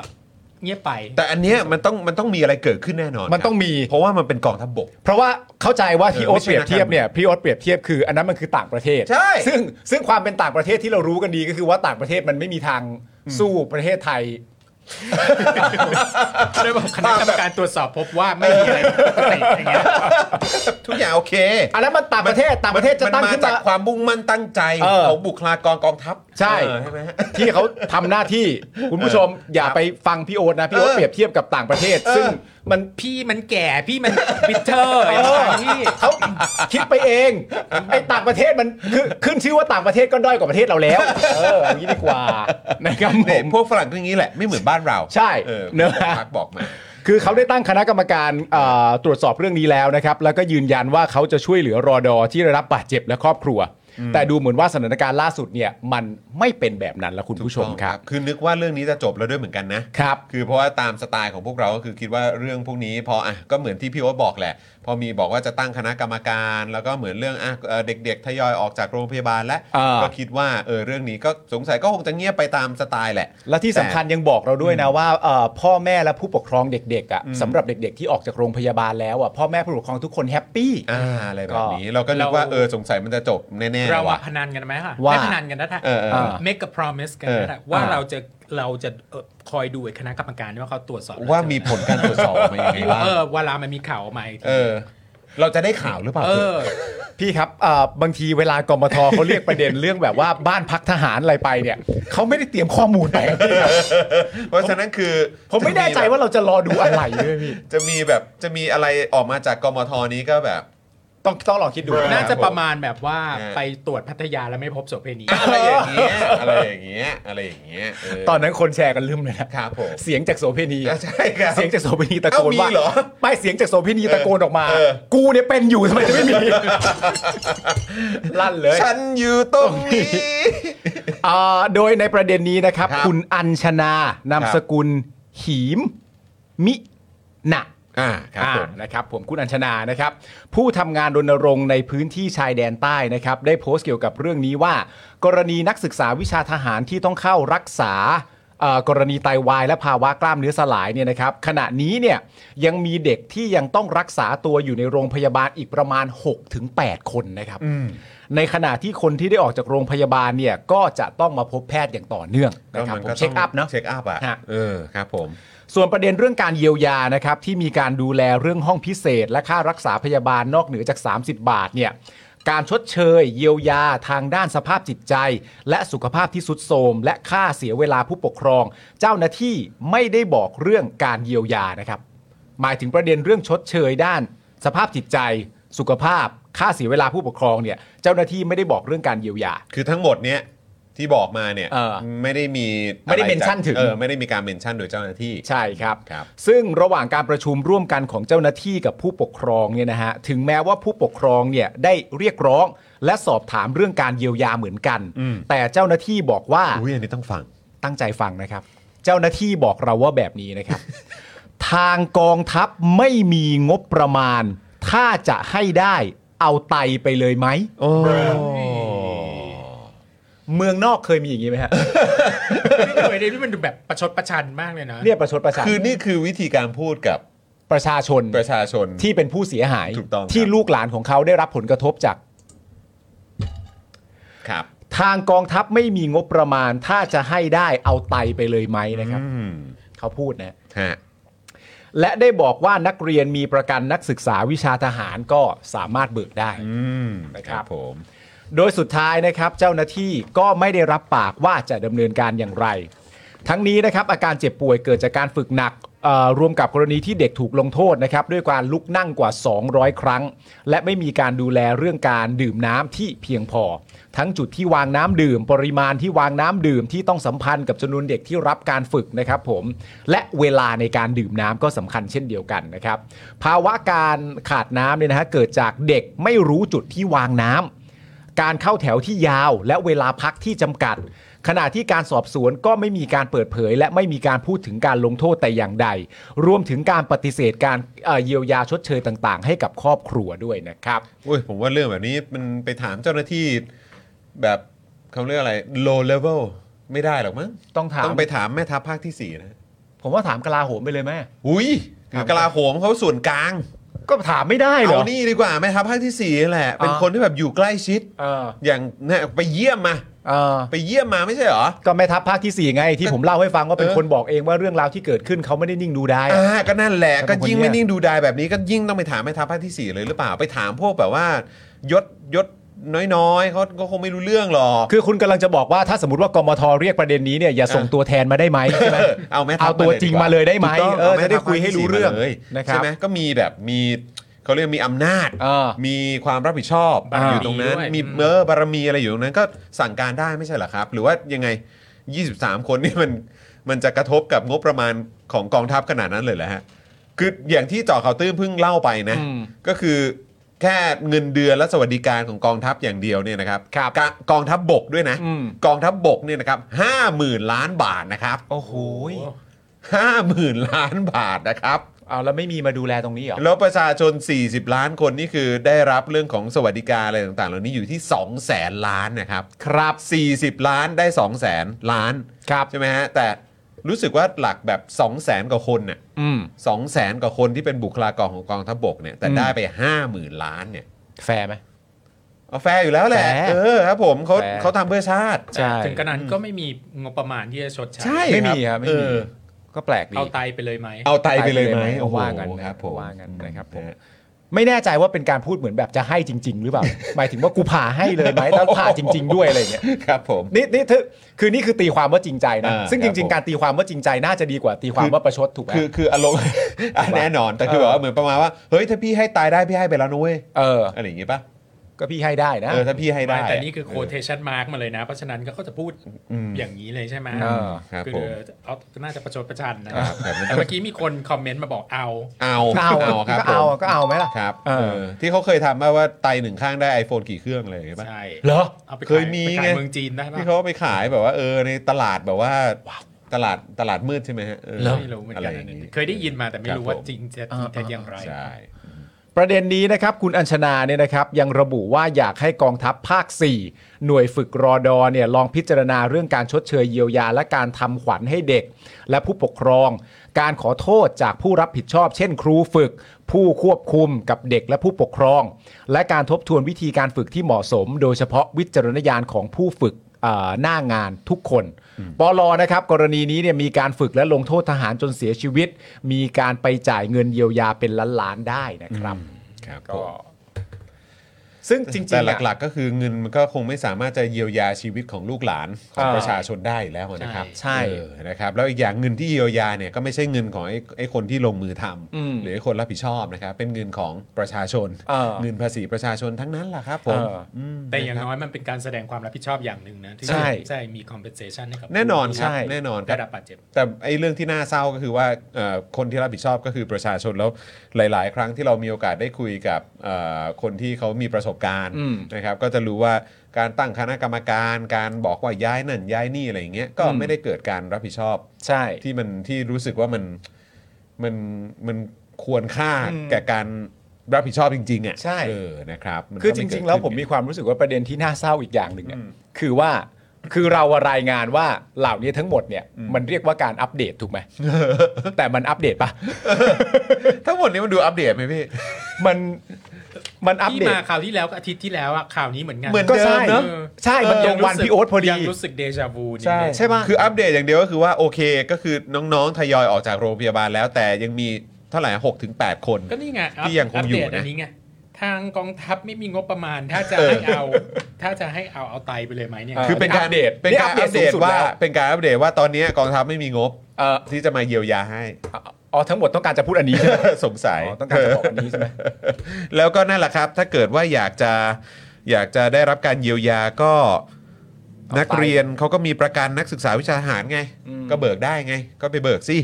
เงียบไป แต่อันเนี้ยมันต้องมันต้องมีอะไรเกิดขึ้นแน่นอน มันต้องมี เพราะว่ามันเป็นกองทัพบก เพราะว่าเข้าใจว่าที่ เอ โอ๊ อไม่ ต ใช่ เปรียบเทียบเนี่ยพี่โอ๊ตเปรียบเทียบคือ อันนั้นมันคือต่างประเทศ ใช่ ซึ่งซึ่งความเป็นต่างประเทศที่เรารู้กันดีก็คือว่าต่างประเทศมันไม่มีทางสู้ประเทศไทย โดยบอกคณะกรรมการตรวจสอบพบว่าไม่มีอะไรผิดปกติอย่างเงี้ย ทุกอย่างโอเค อันนั้นมันต่างประเทศต่างประเทศจะตั้งขึ้จามนาม กความมุ่งมั่นตั้งใจ เออ ของบุคลากรกองทัพ ใช่ เออใช่ไหมฮะ ที่เขาทำหน้าที่คุณผู้ชมอย่าไปฟังพี่โอ๊ตนะพี่โอ๊ต เออ เปรียบเทียบกับต่างประเทศ เออ ซึ่งมัน พี่มันแก่พี่มันบิเทอร์อย่างเงี้ยพี่ เขาคิดไปเองไอ้ต่างประเทศมันคือขึ้นชื่อว่าต่างประเทศก็ด้อยกว่าประเทศเราแล้ว เอออย่างนี้ดีกว่านะครับผ เนี่ย ม พวกฝรั่งก็อย่างนี้แหละไม่เหมือนบ้านเรา ใช่ เออ เนอะ พักบอกมา คือเขาได้ตั้งคณะกรรมการเอ่อตรวจสอบเรื่องนี้แล้วนะครับ แล้วก็ยืนยันว่าเขาจะช่วยเหลือรอดอที่ได้รับบาดเจ็บและครอบครัว แต่ดูเหมือนว่าสถานการณ์ล่าสุดเนี่ยมันไม่เป็นแบบนั้นแล้วคุณผู้ชมครับ คือนึกว่าเรื่องนี้จะจบแล้วด้วยเหมือนกันนะ ครับ คือเพราะว่าตามสไตล์ของพวกเราก็คือคิดว่าเรื่องพวกนี้พออ่ะก็เหมือนที่พี่โอ๊ตบอกแหละ พอมีบอกว่าจะตั้งคณะกรรมการ แล้วก็เหมือนเรื่องอ่ะเอ่อเด็ก ๆ ทยอยออกจากโรงพยาบาลแล้ว อ่า ก็คิดว่าเออเรื่องนี้ก็สงสัยก็คงจะเงียบไปตามสไตล์แหละ และที่สำคัญยังบอกเราด้วยนะว่าเอ่อพ่อแม่และผู้ปกครองเด็กๆอ่ะสำหรับเด็ก ๆ ที่ออกจากโรงพยาบาลแล้วอ่ะพ่อแม่ผู้ปกครองทุกคนแฮปปี้ อ่าอะไรแบบนี้เราก็นึก เรา ว่าเออสงสัยมันจะจบแน่ เรา ๆ มา ว่ะ พนันกันไหมค่ะ ว่า ไม่พนันกันนะท่าน เออเออ อ่า make a promise กันนะท่านว่าเราจะเราจะเอ่อคอยดูไอ้คณะกรรมการว่าเขาตรวจสอบ ว่ามีผลการตรวจสอบออกมายังไงบ้าง เออเวลามันมีข่าวออกมาอีกที เออ เราจะได้ข่าวหรือเปล่า เออ พี่ครับเอ่อบางทีเวลากมทเขาเรียกประเด็นเรื่องแบบว่าบ้านพักทหารอะไรไปเนี่ยเขาไม่ได้เตรียมข้อมูล ไปครับพี่ครับ เพราะฉะนั้นคือ ผมไม่แน่ใจว่าเราจะรอดูอะไรด้วยพี่ จะมีแบบจะมีอะไรออกมาจากกมทนี้ก็แบบ ต้องต้องลองคิดดู ครับ น่าจะประมาณแบบว่า เออ ไปตรวจพัทยาแล้วไม่พบโสเภณี อะไรอย่างเงี้ยอะไรอย่างเงี้ยอะไรอย่างเงี้ยเ ตอนนั้นคนแชร์กันลืมเลยนะครับ ผม เสียงจากโสเพณีอะ ใช่ครับ เสียงจากโสเพณีตะโกน เอ้ามี ว่า เหรอ ไม่เสียงจากโสเพณีตะโกนออกมา เออ กูเนี่ยเป็นอยู่ทำไมจะไม่มี ลั่นเลย ฉันอยู่ตรงนี้ อ่าโดยในประเด็นนี้นะครับ ครับ คุณอัญชนานาม ครับ สกุลหีม มิหนะ อ่าครับผม อ่านะครับผมคุณอัญชนานะครับ ผู้ทำงานรณรงค์ในพื้นที่ชายแดนใต้นะครับ ได้โพสต์เกี่ยวกับเรื่องนี้ว่า กรณีนักศึกษาวิชาทหารที่ต้องเข้ารักษา เอ่อกรณีไตวายและภาวะกล้ามเนื้อสลายเนี่ยนะครับขณะนี้เนี่ยยังมีเด็กที่ยังต้องรักษาตัวอยู่ในโรงพยาบาลอีกประมาณ 6-8 คนนะครับ ในขณะที่คนที่ได้ออกจากโรงพยาบาลเนี่ยก็จะต้องมาพบแพทย์อย่างต่อเนื่องนะครับผมเช็คอัพเนาะ เช็คอัพอ่ะ ฮะ เออครับผม ส่วนประเด็นเรื่องการเยียวยานะครับที่มีการดูแลเรื่องห้องพิเศษ และค่ารักษาพยาบาลนอกเหนือจาก 30 บาทเนี่ยการชดเชย เยียวยาทางด้านสภาพจิตใจ และสุขภาพที่สุดโทรมและค่าเสียเวลาผู้ปกครอง เจ้าหน้าที่ไม่ได้บอกเรื่องการเยียวยานะครับ หมายถึงประเด็นเรื่องชดเชยด้าน สภาพจิตใจ สุขภาพ ค่าเสียเวลาผู้ปกครองเนี่ยเจ้าหน้าที่ไม่ได้บอกเรื่องการเยียวยา คือทั้งหมดเนี้ยที่บอกมาเนี่ย เออ ไม่ได้มี ไม่ได้เมนชั่นถึง เออไม่ได้มีการเมนชั่นโดยเจ้าหน้าที่ ใช่ครับ ครับ ซึ่งระหว่างการประชุมร่วมกันของเจ้าหน้าที่กับผู้ปกครองเนี่ยนะฮะ ถึงแม้ว่าผู้ปกครองเนี่ยได้เรียกร้อง และสอบถามเรื่องการเยียวยาเหมือนกัน แต่เจ้าหน้าที่บอกว่า อุ้ยอันนี้ต้องฟัง ตั้งใจฟังนะครับ เจ้าหน้าที่บอกเราว่าแบบนี้นะครับ ทางกองทัพไม่มีงบประมาณ ถ้าจะให้ได้เอาไตไปเลยไหม โอ้ เมืองนอกเคยมีอย่างนี้ไหม ฮะ ไม่เคยได้ที่มันดูแบบประชดประชันมากเลยนะ เนี่ยประชดประชัน คือนี่คือวิธีการพูดกับ ประชาชน ประชาชน ที่เป็นผู้เสียหาย ถูกต้องครับ ที่ลูกหลานของเขาได้รับผลกระทบจาก ครับ ทางกองทัพไม่มีงบประมาณ ถ้าจะให้ได้เอาไตไปเลยไหมนะครับ อืม เขาพูดนะ ฮะ และได้บอกว่านักเรียนมีประกันนักศึกษาวิชาทหารก็สามารถเบิกได้ อืม นะ ค ครับ รับผม โดยสุดท้ายนะครับ เจ้าหน้าที่ก็ไม่ได้รับปากว่าจะดำเนินการอย่างไร ทั้งนี้นะครับ อาการเจ็บป่วยเกิดจากการฝึกหนักเอ่อรวมกับกรณีที่เด็กถูกลงโทษนะครับ ด้วยการลุกนั่งกว่า 200 ครั้ง และไม่มีการดูแลเรื่องการดื่มน้ำที่เพียงพอ ทั้งจุดที่วางน้ำดื่ม ปริมาณที่วางน้ำดื่มที่ต้องสัมพันธ์กับจำนวนเด็กที่รับการฝึกนะครับผม และเวลาในการดื่มน้ำก็สำคัญเช่นเดียวกันนะครับ ภาวะการขาดน้ำเนี่ยนะฮะเกิดจากเด็กไม่รู้จุดที่วางน้ำ การเข้าแถวที่ยาวและเวลาพักที่จำกัด ขณะที่การสอบสวนก็ไม่มีการเปิดเผย และไม่มีการพูดถึงการลงโทษแต่อย่างใด รวมถึงการปฏิเสธการเอ่อเยียวยาชดเชยต่างๆ ให้กับครอบครัวด้วยนะครับ อุ้ยผมว่าเรื่องแบบนี้มันไปถามเจ้าหน้าที่แบบเขาเรียกอะไร low level ไม่ได้หรอกมั้ง ต้องถาม ต้องไปถามแม่ทัพภาคที่สี่นะ ผมว่าถามกลาโหมไปเลยไหม อุ้ย ครับ กลาโหมเขาส่วนกลาง ก็ถามไม่ได้เหร เอา อ นี่ดีกว่าแม่ทัพภาคที่สี่นั่นแหละ เป็น อ่า คนที่แบบอยู่ใกล้ชิด เออ อย่างเนี่ยไปเยี่ยมมา เออ ไปเยี่ยมมาไม่ใช่เหรอ ก็แม่ทัพภาคที่4ไงที่ผมเล่าให้ฟังว่าเป็นคนบอกเองว่าเรื่องราวที่เกิดขึ้นเขาไม่ได้นิ่งดูได้ อ่าก็นั่นแหละ ครับ ก็ยิ่ง ผมคนเนี้ ไม่ ย นิ่งดูดายแบบนี้ก็ยิ่งต้องไปถามแม่ทัพภาคที่สี่เลยหรือเปล่าไปถามพวกแบบว่ายศยศน้อยๆเขาก็คงไม่รู้เรื่องหรอก คือคุณกำลังจะบอกว่าถ้าสมมติว่ากมทเรียกประเด็นนี้เนี่ยอย่าส่ง เออ ตัวแทนมาได้ไหมใช่ไหม เออเอาแม่ทัพ เอาตัวจริงมาเลยได้ไหม ถูกต้อง เออ อาแม่ จะได้ ทัพ คุยให้รู้เรื่อง ภาคที่สี่มาเลย นะครัใช่บไหมก็มีแบบมีเขาเรียกมีอำนาจ เออ มีความรับผิดชอบ อ่า อยู่ตรงนั้น ด้วย มี อืม เมอบารมีอะไรอยู่ตรงนั้นก็สั่งการได้ไม่ใช่เหรอครับ หรือว่ายังไง 23 คนนี่มันมันจะกระทบกับงบประมาณของกองทัพขนาดนั้นเลยเหรอฮะคืออย่างที่เจ่อข่าวตื้นเพิ่งเล่าไปนะ อืม ก็คือแค่เงินเดือนและสวัสดิการของกองทัพอย่างเดียวเนี่ยนะครับ ครับ กะกองทัพบบกด้วยนะ อืม กองทัพบบกเนี่ยนะครับห้าหมื่นล้านบาทนะครับ โอ้โห ห้าหมื่นล้านบาทนะครับ เอาแล้วไม่มีมาดูแลตรงนี้เหรอ แล้วประชาชน 40 ล้านคนนี่คือได้รับเรื่องของสวัสดิการอะไรต่างๆ เหล่านี้อยู่ที่ 2 0 0แสนล้านนะครับ ครับ 40 ล้านได้ 2 0 0แสนล้าน ครับ ใช่ไหมฮะแต่รู้สึกว่าหลักแบบ 2 0 0แสนกว่าคนน่ะ อืม สองแสนกว่าคนที่เป็นบุคลากรของกองทัพบกเนี่ยแต่ อืม ได้ไป 5 0,000 ล้านเนี่ย แฟร์ไหม เอาแฟร์อยู่แล้วแหละ แฟร์ เออครับผมเขา แฟร์ เขาทำเพื่อชาติ ใช่ ถึงกระนั้นก็ไม่มีงบประมาณที่จะชดใช้ ใช่ ไม่มีครับไม่มี เออ ก็แปลกดี เอาไตไปเลยไหม เอาไตไปเลยไหม เอาว่ากัน โอ้โหครับผม ว่ากันนะครับผม นะ ไม่แน่ใจว่าเป็นการพูดเหมือนแบบจะให้จริง ๆ หรือเป ล่า หมายถึงว่ากูผ่าให้เลยไหมแล้วผ่าจริง ๆ ด้วยอะไรอย่างเงี้ย ครับผม นี่นี่เธอคือนี่คือตีความว่าจริงใจนะ อ่า ซึ่งจ ครั ริ บ ง ผม ๆ การตีความว่าจริงใจน่าจะดีกว่าตีความว่าประชดถูกไหม คือคืออารมณ์ อ่ะแน่นอน แต่คือ เอแบบอว่าเหมือนประมาณว่า เฮ้ย ถ้าพี่ให้ตายได้พี่ให้ไปแล้วนะเว้ย เออ อะไรอย่างงี้ป่ะ ก็พี่ให้ได้นะ เออ ถ้าพี่ให้ได้ ไม่แต่นี่คือ เ quotation mark มาเลยนะ เพราะฉะนั้นก็เขาจะพูดอย่างนี้เลยใช่ไหม เออ ครับ คือ ผม เอาน่าจะประชดประชันนะครับ แบบนั้น แต่เมื่อกี้มีคนคอมเมนต์มาบอกเอา เอา เอา ครับ ก็เอา ผม ก็เอาไหมล่ะ ครับ เออ เออที่เขาเคยทำมาว่าไตหนึ่งข้างได้ iPhone กี่เครื่องอะไรอย่างงี้ป่ะ ใช่ เหรอ เอาไป เค ขาย ย มี ไปขา ไง ยเมืองจีนได้ปะ ที่เขาไปขายแบบว่าเออในตลาดแบบว่าตลาดตลาดมืดใช่ไหมฮะเออ ไม่รู้เหมือน อะไร กัน อ อั ย่าน ง นี้ งี้ เคยได้ยินมาแต่ไม่รู้ ครับผว่าม จริงเท็จจริงเท็จอย่างไร ใช่ ประเด็นนี้นะครับคุณอัญชนาเนี่ยนะครับยังระบุว่าอยากให้กองทัพภาค 4 หน่วยฝึกรอดอเนี่ยลองพิจารณาเรื่องการชดเชยเยียวยาและการทำขวัญให้เด็ก และผู้ปกครอง การขอโทษจากผู้รับผิดชอบ เช่นครูฝึก ผู้ควบคุมกับเด็กและผู้ปกครอง และการทบทวนวิธีการฝึกที่เหมาะสม โดยเฉพาะวิจารณญาณของผู้ฝึก เอ่อหน้างานทุกคนปอลอนะครับ กรณีนี้เนี่ยมีการฝึกและลงโทษทหารจนเสียชีวิต มีการไปจ่ายเงินเยียวยาเป็นล้านล้านๆได้นะครับ ครับ ก็ ซึ่งจริงๆ แต่ อะ หลักๆก็คือเงินมันก็คงไม่สามารถจะเยียวยาชีวิตของลูกหลานของ อ่า ประชาชนได้อยู่แล้วนะครับ ใช่ เออนะครับแล้วอีกอย่างเงินที่เยียวยาเนี่ยก็ไม่ใช่เงินของไอ้ไอ้คนที่ลงมือทำ อืม หรือไอ้คนรับผิดชอบนะครับเป็นเงินของประชาชน เออ เงินภาษีประชาชนทั้งนั้นแหละครับผม เออ ม แต่อย่างน้อยมันเป็นการแสดงความรับผิดชอบอย่างหนึ่งนะที่ ใช่ ใช่มี compensation ให้กับ แน่นอนครับ ใช่ แน่นอนครั ได้ บ รับบาดเจ็บ แต่ไอ้เรื่องที่น่าเศร้าก็คือว่าเอ่อคนที่รับผิดชอบก็คือประชาชนแล้วหลาย ๆ ครั้งที่เรามีโอกาสได้คุยกับเอ่อคนที่เขามีประสบการณ์ อืม นะครับ ก็จะรู้ว่าการตั้งคณะกรรมการ การบอกว่าย้ายนั่นย้ายนี่อะไรอย่างเงี้ยก็ อืม ไม่ได้เกิดการรับผิดชอบ ใช่ ที่มันที่รู้สึกว่ามันมันมันควรค่า อืม แก่การรับผิดชอบจริง ๆอ่ะ ใช่ เออนะครับมันก็ คือจ ไเกิด ริง ๆ แล้วผม ขึ้น มีความรู้สึกว่าประเด็นที่น่าเศร้าอีกอย่างหนึ่งอะคือว่าคือเราอะรายงานว่าเหล่านี้ทั้งหมดเนี่ยมันเรียกว่าการอัปเดตถูกไหม แต่มันอัปเด ตปะ ทั้งหมดนี้มันดูอัปเดตไหมพี่ มันมันอัป ที่ เดต มาคราวที่แล้วก็อาทิตย์ที่แล้วอะข่าวนี้เหมือนกัน เหมือน ก็ใช่ เดิมเนอะ ใช่มันตรงวันพี่โอ๊ตพอดี ยังรู้สึกเดจาวูนิดนึง ใช่ ใช่ปะ คืออัปเดตอย่างเดียวก็คือว่าโอเคก็คือน้องๆทยอยออกจากโรงพยาบาลแล้วแต่ยังมีเท่าไหร่หกถึงแปดคน ก็นี่ไงอัพ ที่ยังคงอยู่ ปเดต นะ อันนี้ไงทางกองทัพไม่มีงบประมาณ ถ้าจะ เออ ให้เอา ถ้าจะให้เอาเอาไตไปเลยไหมเนี่ย คือเป็นการ อัปเดต เป็นการ นี่ อั อั ป ป เด เด ต ต ว่า สูงสุดแล้ว เป็นการอัปเดตว่าตอนนี้กองทัพไม่มีงบ เออ ที่จะมาเยียวยาให้ อ๋อทั้งหมดต้องการจะพูดอันนี้ใช่ไหม สงสัย อ๋อต้องการจะบอกอันนี้ใช่ไหม แล้วก็นั่นแหละครับ ถ้าเกิดว่าอยากจะอยากจะได้รับการเยียวยาก็ เอาไป นักเรียนเขาก็มีประกันนักศึกษาวิชาทหารไง อืม ก็เบิกได้ไง ก็ไปเบิกสิ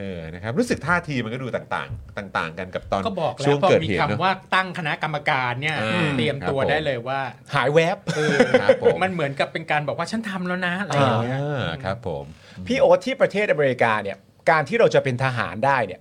เออนะครับรู้สึกท่าทีมันก็ดูต่างๆ ต่าง ๆ กันกับตอน ก็บอกแล้ ช่ว ว ง พอ เกิด มี เหตุเนอะ คำว่าตั้งคณะกรรมการเนี่ย อืม เตรียมตัว ครับผม ได้เลยว่า หายแวบ เออ ครับผม มันเหมือนกับเป็นการบอกว่าฉันทำแล้วนะอะไรอย่างเงี้ย อ่าครับผม พี่โอ๊ตที่ประเทศอเมริกาเนี่ย การที่เราจะเป็นทหารได้เนี่ย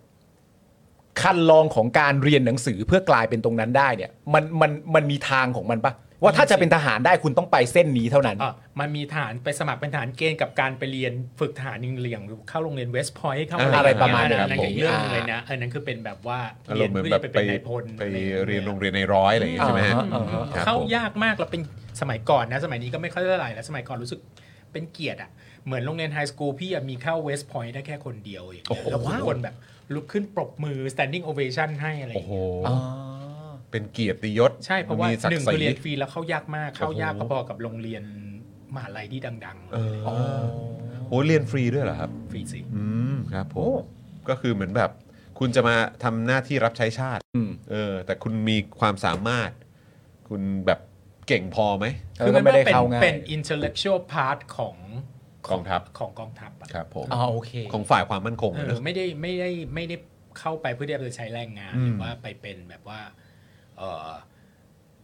คันลองของการเรียนหนังสือเพื่อกลายเป็นตรงนั้นได้เนี่ย มันมันมันมีทางของมันปะว่าถ้าจะเป็นทหารได้คุณต้องไปเส้นนี้เท่านั้น อ่ะมันมีฐานไปสมัครเป็นฐานเกณฑ์กับการไปเรียนฝึกฐานยิงเรียงเข้าโรงเรียนเวสต์พอยต์เข้า อ่า อะไรประมาณ อย่งนั้นเงี้ยอันนั้นอีกเรื่องหคนึรับผม งเลยนะอันนั้นคือเป็นแบบว่า อาร เรี ม น ณ์เหมือน เพื่อ แบบไปจะไปเป็นนายพล ไป อะไรอย่าง เรี เงี้ ยน ย โรงเรียนในร้อยอะไรอย่างเงี้ยใช่ไหมฮะ อ่าฮะ ครับ เข้า ผม ยากมากเราเป็นสมัยก่อนนะ สมัยนี้ก็ไม่ค่อยเท่าไหร่แล้วสมัยก่อนรู้สึกเป็นเกียรติอ่ะ เหมือนโรงเรียนไฮสคูลพี่อะมีเข้าเวสต์พอยต์ได้แค่คนเดียวอย่าง โอ้โหเงี้ยแล้วทุกคนแบบลุกขึ้นปรบมือ standing ovation ให้อะไรอ โอ้ ย่าง โห เงี้ย อ๋อ เป็นเกียรติยศ ใช่เพราะว่า มีศัก หนึ่ง ดิ์ศ คือเรี รี ยนฟรีแล้วเข้ายากมากเข้ายาก โอ้ ก็ โห พอกับโรงเรียนมหาลัยที่ดัง เออโอ้เรียนฟรีด้วยเหรอครับ ๆฟรีสิ อืมครับผ โอ้ มก็คือเหมือนแบบ คุณจะมาทำหน้าที่รับใช้ชาติ อืม เออ แต่คุณมีความสามารถ คุณแบบเก่งพอไหม เออก็ไม่ได้ เป็น เข้าง่าย เป็น intellectual part ของ กองทัพ ของกองทัพอะ ครับผม อ๋อโอเค ของฝ่ายความมั่นคง เอ อะ อ เนอะ ไม่ได้ไม่ได้ไม่ได้เข้าไปเพื่อที่จะไปใช้แรงงาน อืม หรือว่าไปเป็นแบบว่า เอ่อ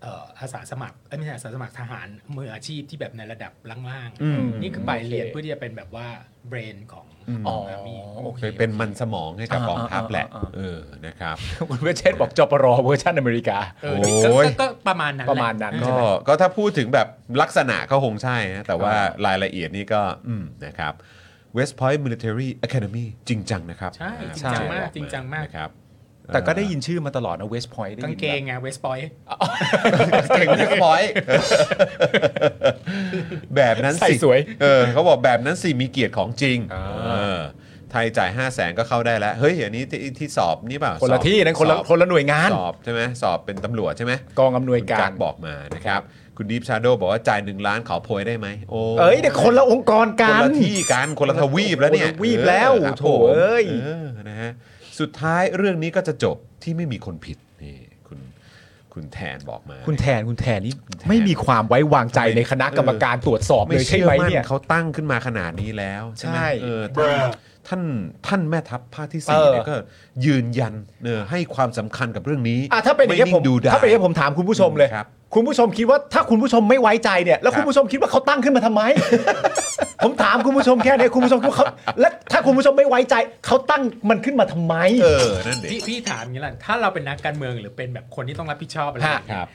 เอ่ออาสาสมัครเอ้ยไม่ใช่อาสาสมัครทหารมืออาชีพที่แบบในระดับล่าง อืม ๆนี่คือไปเรียน โอเค เพื่อที่จะเป็นแบบว่าเบรนของ อ๋อ อาร์มี่ โอเค ไปเป็นมันสมองให้กับ อ่าก องทัพแหละ อ่าอ่าอ่า เออนะครับ คุณเวชเชษฐ์บอกจปรเวอร์ชันอเมริกา เออนี่ก็ โอ้ย ก็ก็ประมาณนั้นแหล ประมาณนั้น เอ ก็ อ ก็ถ้าพูดถึงแบบลักษณะก็คงใช่นะแต่ว่ารายละเอียดนี่ก็อืมนะครับ West Point Military Academy จริงจังนะครับ ใช่จริง ใช่ จังมากจริงจังมาก นะครับ แต่ก็ได้ยินชื่อมาตลอดนะเวสพอยต์ กางเกงไงเวสปอย เก่ง West Point แบบนั้น ใส่ สิ สวย เออเขาบอกแบบนั้นสิมีเกียรติของจริง อ่า เออไทยจ่าย 5 0 0แสนก็เข้าได้แล้ว เฮ้ยอันนี้ที่ที่สอบนี่เปล่า คนละ สอบ ที่นั้นคนละ สอบ คนละหน่วยงาน สอบใช่ไหมสอบเป็นตำรวจใช่ไหม กองอำนวยคุกาณ ร กบอกมานะครับ คุณดีฟชาโดบอกว่าจ่ายหนึ่งล้านขอโพยได้ไหมโอ้ เอ้ยเดี๋ยวคนละองค์กร ค กัน น ละที่กันคนละทวีปแล้วเนี่ย คนละทวีปแล้ว ครับ โถ่ ผม เอ้ย เออนะฮะสุดท้ายเรื่องนี้ก็จะจบที่ไม่มีคนผิดนี่คุณคุณแทนบอกมา คุณแทนคุณแทนนี่ไม่มีความไว้วางใจในคณะกรรมการตรวจสอบเล ไม่ ยใช่ เชื่อ ไหม มั่น เนี่ย เขาตั้งขึ้นมาขนาดนี้แล้วใช่ไหม ใช่ เออท่านท่านท่านแม่ทัพภาคที่สี่ เออ เนี่ยก็ยืนยันเออให้ความสำคัญกับเรื่องนี้ อ่ะถ้าเป็นอย่างเงี้ย ไง ผม ดูดย ถ้าเป็นอย่างเงี้ยผมถามคุณผู้ชมเลย ครับ คุณผู้ชมคิดว่าถ้าคุณผู้ชมไม่ไว้ใจเนี่ยแล้วคุณผู้ชมคิดว่าเขาตั้งขึ้นมาทำไม ผมถามคุณผู้ชมแค่นี้คุณผู้ชมคิดว่าเขาและถ้าคุณผู้ชมไม่ไว้ใจเขาตั้งมันขึ้นมาทำไม เออ นั่นดิ พี่พี่ถามอย่างนี้แหละถ้าเราเป็นนักการเมืองหรือเป็นแบบคนที่ต้องรับผิดชอบอะไร ฮะ ครับ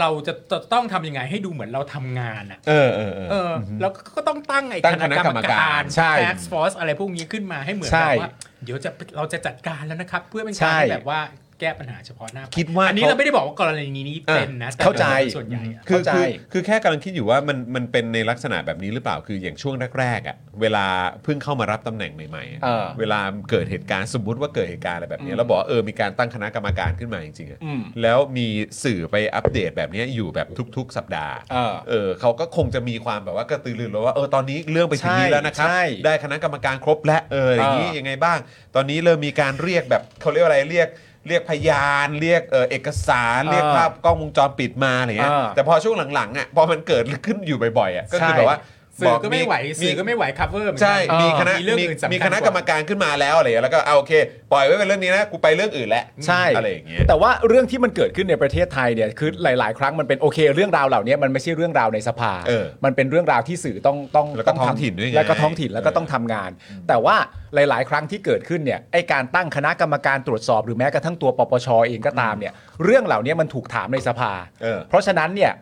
เราจะจะต้องทำยังไงให้ดูเหมือนเราทำงานอ่ะ เออเออเออ เออแล้วก็ต้องตั้งไอ้ ตั้งคณะกรรมการใช่ ใช่ task force อะไรพวกนี้ขึ้นมาให้เหมือน ใช่ แบบว่า เดี๋ยวจะเราจะจัดการแล้วนะครับ เพื่อเป็น ใช่ การที่แบบว่าแก้ปัญหาเฉพาะหน้า คิดว่า อันนี้ เขา เราไม่ได้บอกว่ากรณีนี้เป็นนะแต่ เข้าใจ ส่วนใหญ่อะ คือ เข้าใจ คือคือแค่กำลังคิดอยู่ว่ามันมันเป็นในลักษณะแบบนี้หรือเปล่าคืออย่างช่วงแรกๆอ่ะเวลาเพิ่งเข้ามารับตำแหน่งใหม่ๆอะ เออ เวลาเกิดเหตุการณ์สมมุติว่าเกิดเหตุการณ์อะไรแบบเนี้ยแล้วบอกว่าเออมีการตั้งคณะกรรมการขึ้นมาจริงๆอะ อืม แล้วมีสื่อไปอัปเดตแบบเนี้ยอยู่แบบทุก ๆ สัปดาห์ เออ เออเขาก็คงจะมีความแบบว่ากระตือรือร้นว่าเออตอนนี้เรื่องไปถึงนี้ ใช่ แล้วนะครับ ใช่ ได้คณะกรรมการครบและเอออย่างนี้ เออ ยังไงบ้าง ตอนนี้เริ่มมีการเรียกแบบเขาเรียกว่าอะไรเรียกเรียกพยานเรียกเออเอกสารเรียก เออ ภาพ กล้องวงจรปิดมาอะไรเงี้ย อ่า แต่พอช่วงหลังๆอ่ะพอมันเกิดขึ้นอยู่บ่อยๆอ่ะก็คือ ใช่ แบบว่า สื่ บ อ อก ก็ไม่ไหวสื่อก็ไม่ไหว cover เหมือนกัน ใช่ มีคณะ เรื่อง มี อื่นสำญ มีคณะกรรมการขึ้นมาแล้วอะไรเงี้ยแล้วก็เอาโอเค ปล่อยไว้เป็นเรื่องนี้นะกูไปเรื่องอื่นแล้ว ใช่ อะไรอย่างเงี้ย แต่ว่าเรื่องที่มันเกิดขึ้นในประเทศไทยเนี่ยคือหลาย ๆ ครั้งมันเป็นโอเค เรื่องราวเหล่านี้มันไม่ใช่เรื่องราวในสภา เออ มันเป็นเรื่องราวที่สื่อต้องต้อง แล้วก็ ทำ ท้องถิ่นด้วยไง แล้วก็ท้องถิ่นแล้วก็ เออ ต้องทำงาน แต่ว่าหลาย ๆ ครั้งที่เกิดขึ้นเนี่ยไอการตั้งคณะกรรมการตรวจสอบหรือแม้กระทั่งตัวปปชเองก็ตามเนี่ยเรื่องเหล่านี้มันถูกถามในสภา เออ เพราะฉะนั้นเนี่ย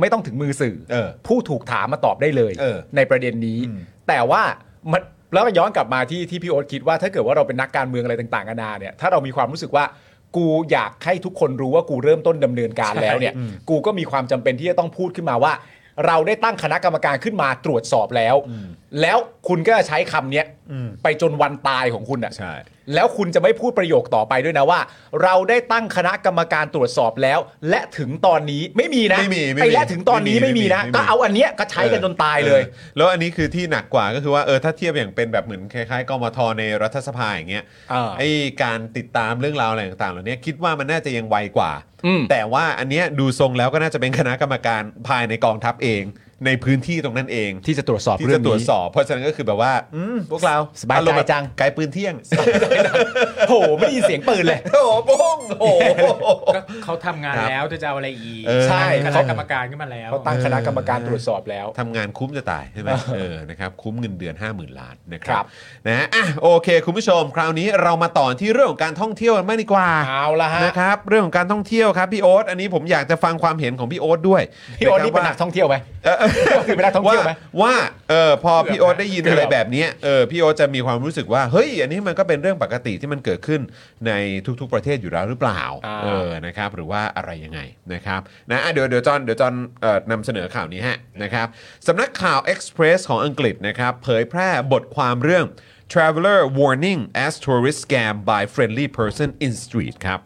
ไม่ต้องถึงมือสื่อ เออ ผู้ถูกถามมาตอบได้เลย เออ ในประเด็นนี้ อืม แต่ว่ามันแล้วก็ย้อนกลับมาที่ที่พี่โอ๊ตคิดว่าถ้าเกิดว่าเราเป็นนักการเมืองอะไรต่างๆนานาเนี่ยถ้าเรามีความรู้สึกว่ากูอยากให้ทุกคนรู้ว่ากูเริ่มต้นดำเนินการแล้วเนี่ย กูก็มีความจำเป็นที่จะต้องพูดขึ้นมาว่า เราได้ตั้งคณะกรรมการขึ้นมาตรวจสอบแล้ว แล้วคุณก็จะใช้คำเนี้ย อืม ไปจนวันตายของคุณอ่ะ ใช่ แล้วคุณจะไม่พูดประโยคต่อไปด้วยนะว่า เราได้ตั้งคณะกรรมการตรวจสอบแล้ว และถึงตอนนี้ไม่มีนะ ไม่มีไม่มี อ้และถึงตอนนี้ ไม่ ไม่ มี มีนะ ไม่มี ก็เอาอันเนี้ยก็ใช้กันจนตายเลย ออแล้วอันนี้คือที่หนักกว่าก็คือว่าเออถ้าเทียบอย่างเป็นแบบเหมือนคล้ายๆกมทในรัฐสภาอย่างเงี้ย เออ ไอการติดตามเรื่องราวอะไรต่างๆเหล่านี้คิดว่ามันน่าจะยังไวกว่า อืม แต่ว่าอันเนี้ยดูทรงแล้วก็น่าจะเป็นคณะกรรมการภายในกองทัพเอง ในพื้นที่ตรงนั้นเอง ที่จะตรวจสอบ ที่ เรื่อ จะ ง ตรวจ นี้ สอบเพราะฉะนั้นก็คือแบบว่าอืมพวกเรา สบายใจ อรมณ์แ จัง ไกลปืนเที่ยง โอ้โหไม่ได้ยินเสียงปืนเลย โอ้โหโป้งโอ้โห ก็เขาทำงาน ครับ แล้วจะจะเอาอะไรอีก เออ ใช่ คณะกรรมการขึ้นมาแล้ว เขาตั้งคณะกรรมการตรวจสอบแล้ว ทำงานคุ้มจะตายใช่ไหมเออนะครับคุ้มเงินเดือน 50,000 ล้านนะค ครั รับบ นะฮะอ่ะโอเค คุณผู้ชม คราวนี้เรามาต่อที่เรื่องของการท่องเที่ยวกันมากดีกว่า เอาละฮะ นะครับเรื่องของการท่องเที่ยวครับพี่โอ๊ตอันนี้ผมอยากจะฟังความเห็นของพี่โอ๊ตด้วย พี่โอ๊ตนี่เป็ ะ น ครับว่านักท่องเที่ยวไหมพี่โอ๊ตคือเป็นนักท่อง ว่า เที่ยวไหม ว่าเออพอ เกือบ พี่โอ๊ต นะ ได้ยิน เกือบ อะไรแบบเนี้ยเออพี่โอ๊ตจะมีความรู้สึกว่าเฮ้ยอันนี้มันก็เป็นเรื่องปกติที่มันเกิดขึ้นในทุกๆประเทศอยู่แล้วหรือเปล่า อ่า เออนะครับหรือว่าอะไรยังไงนะครับนะอ่ะเดี๋ยวเดี๋ยวจอนเดี๋ยวจอนเอ่อนำเสนอข่าวนี้ฮะนะครับสำนักข่าว Express ของอังกฤษนะครับเผยแพร่บทความเรื่อง Traveler Warning as Tourist Scam by Friendly Person in Street ครับ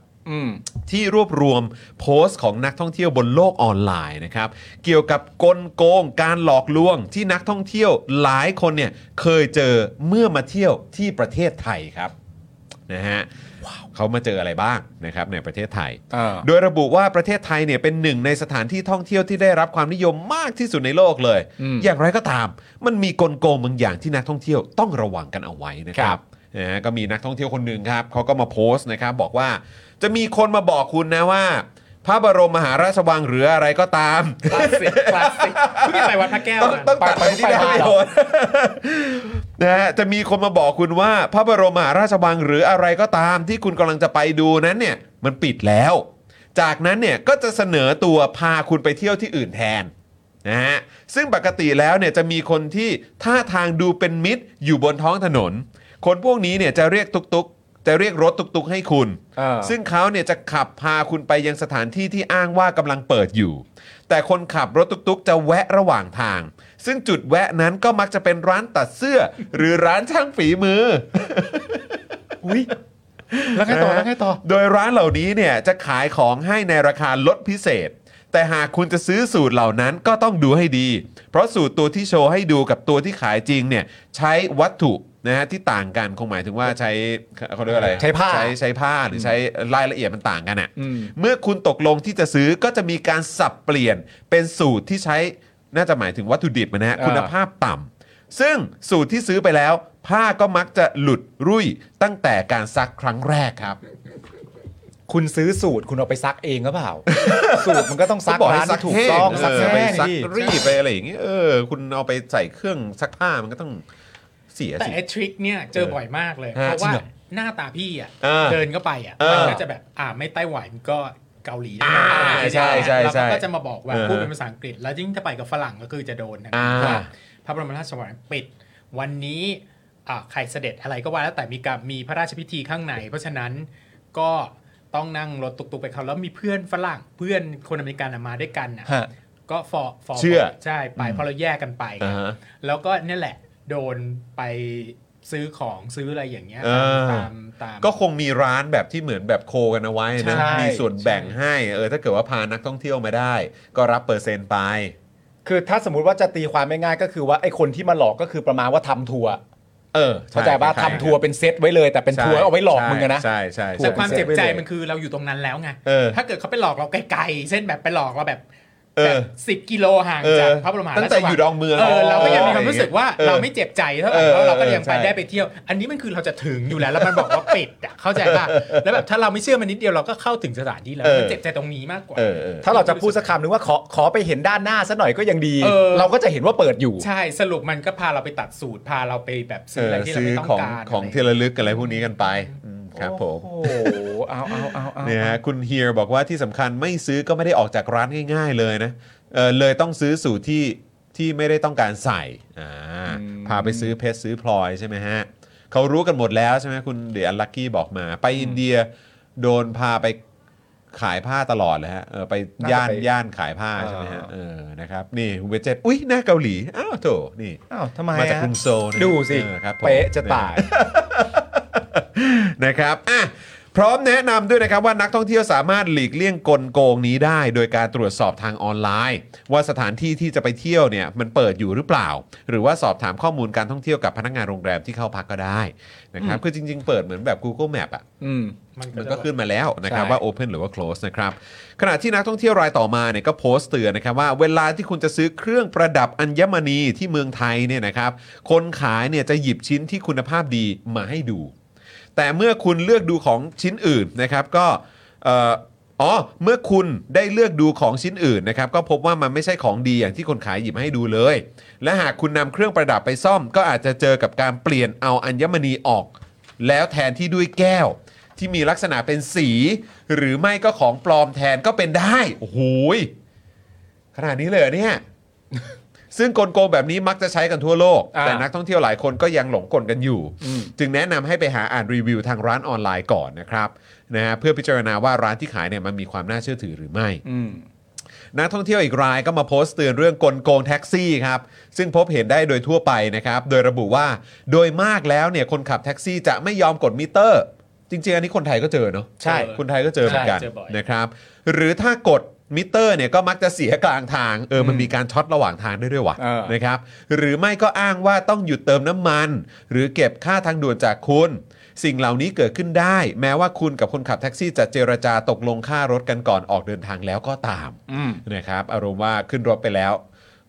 ที่รวบรวมโพสต์ของนักท่องเที่ยวบนโลกออนไลน์นะครับเกี่ยวกับกลโกงการหลอกลวงที่นักท่องเที่ยวหลายคนเนี่ยเคยเจอเมื่อมาเที่ยวที่ประเทศไทยครับนะฮะเขามาเจออะไรบ้างนะครับในประเทศไทย อ่า โดยระบุว่าประเทศไทยเนี่ยเป็นหนึ่งในสถานที่ท่องเที่ยวที่ได้รับความนิยมมากที่สุดในโลกเลย อย่างไรก็ตาม มันมีกลโกงบางอย่างที่นักท่องเที่ยวต้องระวังกันเอาไว้นะค ค รั รับ บ นะฮะก็มีนักท่องเที่ยวคนหนึ่งครับเขาก็มาโพสต์นะครับบอกว่าจะมีคนมาบอกคุณนะว่า พระบรมมหาราชวังหรืออะไรก็ตาม คลาสสิกคลาสสิกเพิ่งไปวัดพระแก้ว ต้อง มา ต้องตัดไปที่ได้ไม่โดน นะฮะจะมีคนมาบอกคุณว่า พระบรมมหาราชวังหรืออะไรก็ตามที่คุณกำลังจะไปดูนั้นเนี่ยมันปิดแล้ว จากนั้นเนี่ยก็จะเสนอตัวพาคุณไปเที่ยวที่อื่นแทนนะฮะซึ่งปกติแล้วเนี่ยจะมีคนที่ท่าทางดูเป็นมิตรอยู่บนท้องถนน คนพวกนี้เนี่ยจะเรียกตุกตุกๆจะเรียกรถตุกตุกๆให้คุณ เออ ซึ่งเขาเนี่ยจะขับพาคุณไปยังสถานที่ที่อ้างว่ากำลังเปิดอยู่ แต่คนขับรถตุ๊กๆ จะแวะระหว่างทาง ซึ่งจุดแวะนั้นก็มักจะเป็นร้านตัดเสื้อ หรือร้านช่างฝีมือ อุ้ยแล้วไงต่อแล้วไงต่อ โดยร้านเหล่านี้เนี่ยจะขายของให้ในราคาลดพิเศษ แต่หากคุณจะซื้อสูตรเหล่านั้นก็ต้องดูให้ดี เพราะสูตรตัวที่โชว์ให้ดูกับตัวที่ขายจริงเนี่ยใช้วัตถุนะฮะที่ต่างกันคงหมายถึงว่าใช้เขาเรียกว่าอะไร ใช้ผ้า ใช้ใช้ผ้าหรือใช้รายละเอียดมันต่างกันอ่ะเมื่อคุณตกลงที่จะซื้อก็จะมีการสับเปลี่ยนเป็นสูตรที่ใช้น่าจะหมายถึงวัตถุดิบนะฮะคุณภาพต่ำ ซึ่งสูตรที่ซื้อไปแล้ว ผ้าก็มักจะหลุดรุ่ยตั้งแต่การซักครั้งแรกครับ คุณซื้อสูตรคุณเอาไปซักเองหรือเปล่า สูตรมันก็ต้องซัก บอกให้ ร้าน ซัก ที่ถูก แห้ ต้อง เ ซักแห้ง ไปซัก ดิ รีดไปอะไรอย่างเงี้ยเออคุณเอาไปใส่เครื่องซักผ้ามันก็ต้องเสีย แต่ สิ ไอ้ทริคเนี่ยเจอบ่อยมากเลย ฮะ เพราะว่า จริงเหรอ หน้าตาพี่อ่ะ เออ เดินเข้าไปอ่ะ เออ มันก็จะแบบอ่าไม่ไต้หวันก็เกาหลี อ่าใช่ใช่ แล้ว ใช่ เขาก็จะมาบอกว่า เออ พูดเป็นภาษาอังกฤษ แล้วยิ่งถ้าไปกับฝรั่งก็คือจะโดนนะ อ่า เพราะว่าพระบรมราชวังปิดวันนี้อ่าใครเสด็จอะไรก็ว่าแล้วแต่มีการมีพระราชพิธีข้างใน เพราะฉะนั้นก็ต้องนั่งรถตุกๆไปเขาแล้วมีเพื่อนฝรั่งเพื่อนคนอเมริกันอะมาด้วยกันอ่ะ ฮะ ก็ฟอฟอ เชื่อ ใช่ไปเพราะเราแยกกันไป อ่าฮะ แล้วก็เนี่ยแหละ โดนไปซื้อของซื้ออะไรอย่างเงี้ย เออ ตามตาม ก็คงมีร้านแบบที่เหมือนแบบโคกันเอาไว้นะ ใช่ มีส่วนแบ่งให้เออถ้าเกิดว่าพานักท่องเที่ยวมาได้ ก็รับเปอร์เซ็นต์ไป คือถ้าสมมติว่าจะตีความง่ายๆก็คือว่าไอ้คนที่มาหลอกก็คือประมาณว่าทำทัวร์ เออช่ เข้าใจป่ะ ช่ ทำทัวร์เป็นเซตไว้เลย แต่เป็น ใช่ ทัวร์เอาไว้หลอกมึงอะนะ ใช่ใช่ใช่ แต่ความ ผมเสี เจ็ ย บ ไปเลย ใจมันคือเราอยู่ตรงนั้นแล้วไง เออ ถ้าเกิดเขาไปหลอกเราไกลๆ เช่นแบบไปหลอกเราแบบ เออ แบบสิบกิโลห่าง เออ จากพระบรมหาราชวัง ตั้งแต่อยู่ดอนเมือง เออเราก็ยังมีความรู้สึกว่า เออ เราไม่เจ็บใจเท่าไหร่ เออ เพราะเราก็ยังไป ใช่ ได้ไปเที่ยว อันนี้มันคือเราจะถึงอยู่แล้วแล้วมันบอกว่าปิดอ่ะเข้าใจป่ะแล้วแบบถ้าเราไม่เชื่อมันนิดเดียวเราก็เข้าถึงสถานที่แล้ว เออ มันเจ็บใจตรงนี้มากกว่า เออเออ ถ้าเราจะพูดสักคำนึงว่าขอขอไปเห็นด้านหน้าซะหน่อยก็ยังดี เออ เราก็จะเห็นว่าเปิดอยู่ ใช่สรุปมันก็พาเราไปตัดสูตรพาเราไปแบบซื้ออะไรที่เรา ซื้อ ไม่ต้อง ของ การ ของ ะไร ที่ระลึกอะไรพวกนี้กันไปอืมครับผม โอ้โหเอาเอาเอาเอา เนี่ยฮะคุณเฮียบอกว่าที่สำคัญไม่ซื้อก็ไม่ได้ออกจากร้านง่าย ๆ เลยนะเออเลยต้องซื้อสูตรที่ที่ไม่ได้ต้องการใส่อ่าพาไปซื้อเพชรซื้อพลอยใช่ไหมฮะเขารู้กันหมดแล้วใช่ไหมคุณเดียลักกี้บอกมา ไปอินเดียโดนพาไปขายผ้าตลอดเลยฮะเออไปย่านย่านขายผ้าใช่ไหมฮะเออนะครับนี่คุณเวจเจตอุ้ยหน้าเกาหลีอ้าวโถนี่ อ้าวทำไม มาจาก อะ กรุงโซลนะ ดูสิ ออครับผม เป๊ะจะตาย นะครับอ่ะพร้อมแนะนำด้วยนะครับว่านักท่องเที่ยวสามารถหลีกเลี่ยงกลโกงนี้ได้ โดยการตรวจสอบทางออนไลน์ ว่าสถานที่ที่จะไปเที่ยวเนี่ยมันเปิดอยู่หรือเปล่า หรือว่าสอบถามข้อมูลการท่องเที่ยวกับพนักงานโรงแรมที่เข้าพักก็ได้นะครับคือจริง ๆ เปิดเหมือนแบบ Google Map อะ อืม มัน มันก็ก็คื ขึ้ อน มาแล้วนะครับ ใช่ ว่า Open หรือว่า Close นะครับขณะที่นักท่องเที่ยวรายต่อมาเนี่ยก็โพสต์เตือนนะครับว่าเวลาที่คุณจะซื้อเครื่องประดับอัญมณีที่เมืองไทยเนี่ยนะครับคนขายเนี่ยจะหยิบชิ้นที่คุณภาพดีมาให้ดู แต่เมื่อคุณเลือกดูของชิ้นอื่นนะครับก็เอ่ออ๋อเมื่อคุณได้เลือกดูของชิ้นอื่นนะครับก็พบว่ามันไม่ใช่ของดีอย่างที่คนขายหยิบมาให้ดูเลย และหากคุณนำเครื่องประดับไปซ่อม ก็อาจจะเจอกับการเปลี่ยนเอาอัญมณีออก แล้วแทนที่ด้วยแก้ว ที่มีลักษณะเป็นสี หรือไม่ก็ของปลอมแทนก็เป็นได้ โอ้โหยขนาดนี้เลยเหรอเนี่ย ซึ่งกลโกงแบบนี้มักจะใช้กันทั่วโลก อ่า แต่นักท่องเที่ยวหลายคนก็ยังหลงกลกันอยู่ จึงแนะนำให้ไปหาอ่านรีวิวทางร้านออนไลน์ก่อนนะครับนะฮะเพื่อพิจารณาว่าร้านที่ขายเนี่ยมันมีความน่าเชื่อถือหรือไม่ อืม นักท่องเที่ยวอีกรายก็มาโพสต์เตือนเรื่องกลโกงแท็กซี่ครับซึ่งพบเห็นได้โดยทั่วไปนะครับ โดยระบุว่าโดยมากแล้วเนี่ยคนขับแท็กซี่จะไม่ยอมกดมิเตอร์ จริงๆ อันนี้คนไทยก็เจอเนาะ ใช่ คนไทยก็เจอเหมือนกัน ใช่จบ่อย นะครับ หรือถ้ากดมิเตอร์เนี่ยก็มักจะเสียกลางทางเออมันมีการช็อตระหว่างทางด้วยด้วยวะ เออ นะครับหรือไม่ก็อ้างว่าต้องหยุดเติมน้ำมัน หรือเก็บค่าทางด่วนจากคุณ สิ่งเหล่านี้เกิดขึ้นได้ แม้ว่าคุณกับคนขับแท็กซี่จะเจรจาตกลงค่ารถกันก่อนออกเดินทางแล้วก็ตาม อืม นะครับอารมณ์ว่าขึ้นรถไปแล้ว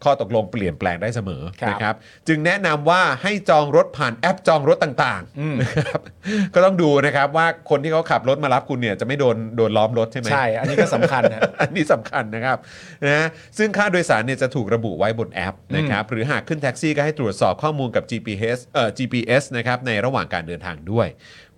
ข้อตกลงเปลี่ยนแปลงได้เสมอ ครับ นะครับจึงแนะนำว่าให้จองรถผ่านแอปจองรถต่าง อืม ๆนะครับ ก็ต้องดูนะครับว่าคนที่เขาขับรถมารับคุณเนี่ยจะไม่โดนโดนล้อมรถใช่ไหม ใช่ อันนี้ก็สำคัญนะ อันนี้สำคัญนะครับนะซึ่งค่าโดยสารเนี่ยจะถูกระบุไว้บนแอปนะครับหรือหากขึ้นแท็กซี่ก็ให้ตรวจสอบข้อมูลกับ GPS เอ่อ GPS นะครับในระหว่างการเดินทางด้วย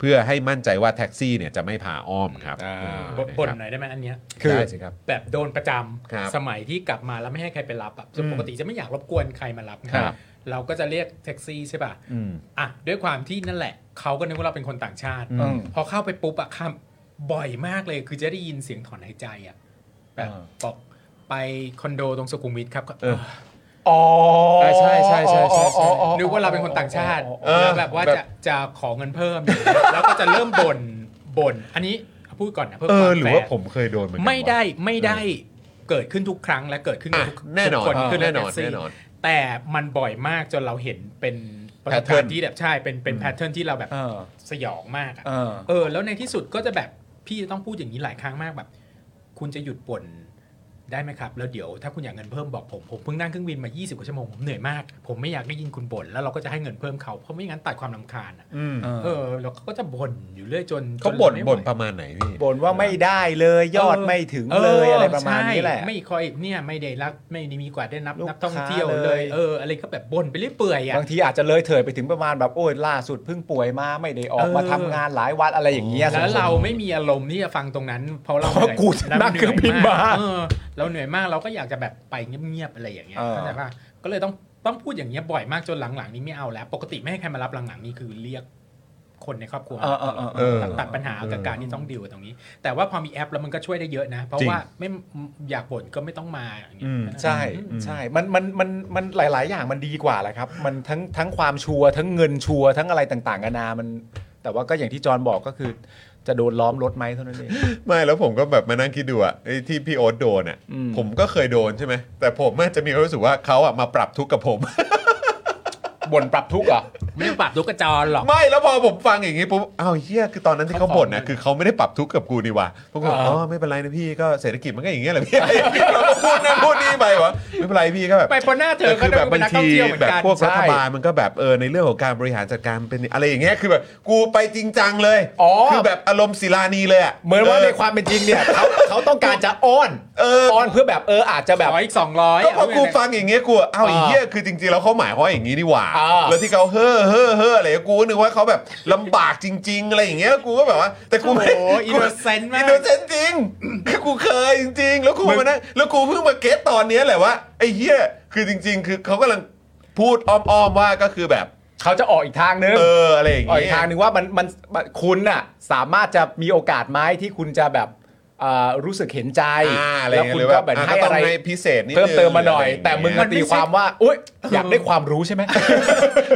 เพื่อให้มั่นใจว่าแท็กซี่เนี่ยจะไม่พาอ้อมครับ อ่า เออ บ่ ะ บ่น ครับ หน่อยได้ไหมอันเนี้ย คือ ได้สิครับ แบบโดนประจำ ครับ สมัยที่กลับมาแล้วไม่ให้ใครไปรับอ่ะ อืม ปกติจะไม่อยากรบกวนใครมารับ ครับ เราก็จะเรียกแท็กซี่ใช่ป่ะ อืม อ่ะด้วยความที่นั่นแหละ เขาก็นึกว่าเราเป็นคนต่างชาติ อืม พอเข้าไปปุ๊บอ่ะคำบ่อยมากเลยคือจะได้ยินเสียงถอนหายใจอ่ะแบบ อ่า บอกไปคอนโดตรงสุขุมวิทครับก็ เออ อ๋อ อ่าใช่ใช่ใช่ใช่ใช่ อ๋ออ๋ออ๋อ นึกว่าเราเป็นคนต่างชาติ เออ แล้วแบบว่า แบบ จะจะขอเงินเพิ่ม แล้วก็จะเริ่มบ่นบ่นอันนี้พูดก่อนนะเพื่อ เอ ค อ วาม หรือ แฟ ว่า ร์ ผมเคยโดนเหมือนกัน ไม่ได้ วะ ไม่ได้เกิดขึ้นทุกครั้งและเกิดขึ้นกับ อ่ะ ทุก แน่นอน ทุกค อ่า ขึ้ แน่นอน ใท็กซี่ แน่นอน แต่มันบ่อยมากจนเราเห็นเป็นประสบ Pattern การณ์ที่แบบใช่เป็นเป็นแพทเทิร์นที่เราแบบ เออ สยองมากอะ เออ เออ แล้วในที่สุดก็จะแบบพี่จะต้องพูดอย่างนี้หลายครั้งมากแบบ คุณจะหยุดบ่น ได้ไหมครับ แล้วเดี๋ยวถ้าคุณอยากเงินเพิ่มบอกผม ผมเพิ่งนั่งเครื่องบินมา 20 กว่าชั่วโมง ผมเหนื่อยมาก ผมไม่อยากได้ยินคุณบ่นแล้วเราก็จะให้เงินเพิ่มเขา เพราะไม่งั้นตัดความลำคาญอะ อืม เออแล้วเขาก็จะบ่นอยู่เรื่อยจน เขา จ บ่น ไม่ไหว บ่นประมาณไหนพี่ บ่นว่าไม่ได้เลยยอดไม่ถึงเลยอะไรประมาณนี้แหละ ใช่ไม่ค่อยเนี่ยไม่ได้รับไม่ได้มีกว่าได้นับ ลูก นักท่องเที่ยว ค้า เล เลย ย เอออะไรก็แบบบ่นไปเรื่อยเปื่อยอ่ะ บางทีอาจจะเลยเถิดไปถึงประมาณแบบโอ้ยล่าสุดเพิ่งป่วยมาไม่ได้ออกมา เออ ทำงานหลายวันอะไรอย่างเงี้ย แล้วเราไม่มีอารมณ์ที่จะฟังตรงนั้นเพราะเรา เพราะ หนื่อย กูจะนั่งเครื่องบินมา เออเราเหนื่อยมากเราก็อยากจะแบบไปเงียบๆอะไรอย่างเงี้ย เออ เข้าใจป่ะก็เลยต้องต้องพูดอย่างเงี้ยบ่อยมากจนหลังๆนี้ไม่เอาแล้ว ปกติไม่ให้ใครมารับหลังๆนี้คือเรียกคนในครอบครัว เออเออเออ เอ เอ อ อ ตัดปัญหากับการที่ต้องดิวกับตรงนี้ แต่ว่าพอมีแอปแล้วมันก็ช่วยได้เยอะนะ เพราะ จริง ว่าไม่อยากบ่นก็ไม่ต้องมาอย่างเงี้ อื ย ม ใช่ อืม ใช่ มันมันมันมันหลาย ๆ อย่างมันดีกว่าแหละครับ มันทั้งทั้งความชัวร์ทั้งเงินชัวร์ทั้งอะไรต่างๆกันานามัน แต่ว่าก็อย่างที่จอนบอกก็คือ จะโดนล้อมรถไหมเท่านั้นเอง ไม่แล้วผมก็แบบมานั่งคิดดูอะไอ้ที่พี่โอ๊ตโดนอะ อืม ผมก็เคยโดนใช่ไหมแต่ผมอาจจะมีความรู้สึกว่าเขาอะมาปรับทุกข์กับผม บ่นปรับทุกข์เหรอ ไม่ได้ปรับลูกกระจรหรอก ไม่แล้วพอผมฟังอย่างนี้ปุ๊บอ้าวเฮียคือตอนนั้นที่เขาบ่นนะคือเขาไม่ได้ปรับทุกข์กับกูนี่หว่าผมก็บอก อ่า อ๋อไม่เป็นไรนะพี่ก็เศรษฐกิจมันก็อย่างเงี้ยแหละพี่ เราก็พูดนั่นพูดนี่ไปวะไม่เป็นไรพี่ก็แบบ ไปบนหน้าเธอก็ คือ ได้ แบบ เป็ บาน ง นักท่ ที องเที่ยวเหมือ แบ น บ กัน พวกรัฐ ใช่ บาลมันก็แบบเออในเรื่องของการบริหารจัดการเป็นอะไรอย่างเงี้ยคือแบบกูไปจริงจังเลย อ๋อ คือแบบอารมณ์ศิลานีเลยอะ เหมือนว่าในความเป็นจริงเนี่ยเขาเขาต้องการจะอ้อน เออ อ้อนเพื่อแบบเอออาจจะแบบ ขออีกสองร้อย ก็พอกูฟังอย่างเงี้ยกูเอ้าไอ้เหี้ยคือจริงๆแล้วเขาหมายความว่าอย่างนี้นี่หว่า อ่า แล้วที่เขาเฮ้อเฮ้อเฮ้ออะไรกูนึกว่าเขาแบบลำบากจริง ๆ อะไรอย่างเงี้ยกูก็แบบว่า แต่กูไม่ โอ้โห innocent มาก อินโนเซนจริงคือกูเคยจริง ๆ แล้วกูมานะแล้วกูเพิ่งมาเก็ตตอนเนี้ยแหละว่าไอ้เหี้ยคือจริง ๆ คือเขากำลังพูดอ้อมๆว่าก็คือแบบ เขาจะออกอีกทางนึง เอออะไรอย่าง ออก เงี้ อี ย กทางหนึ่งว่ามันมันมันคุณน่ะสามารถจะมีโอกาสไหมที่คุณจะแบบเอ่อรู้สึกเห็นใจ อ่าอะไร แล้วคุณ เงี้ยหรือ ก็ ว่า แบบ อ่า ให้ ก็ต้อ อะ ง ไร ให้พิเศษนิดนึง เพิ่มเติมมาหน่อย หรืออะไรอย่างเงี้ย แต่มึงก็ตีความว่าอุ้ยอยากได้ความรู้ใช่ไหม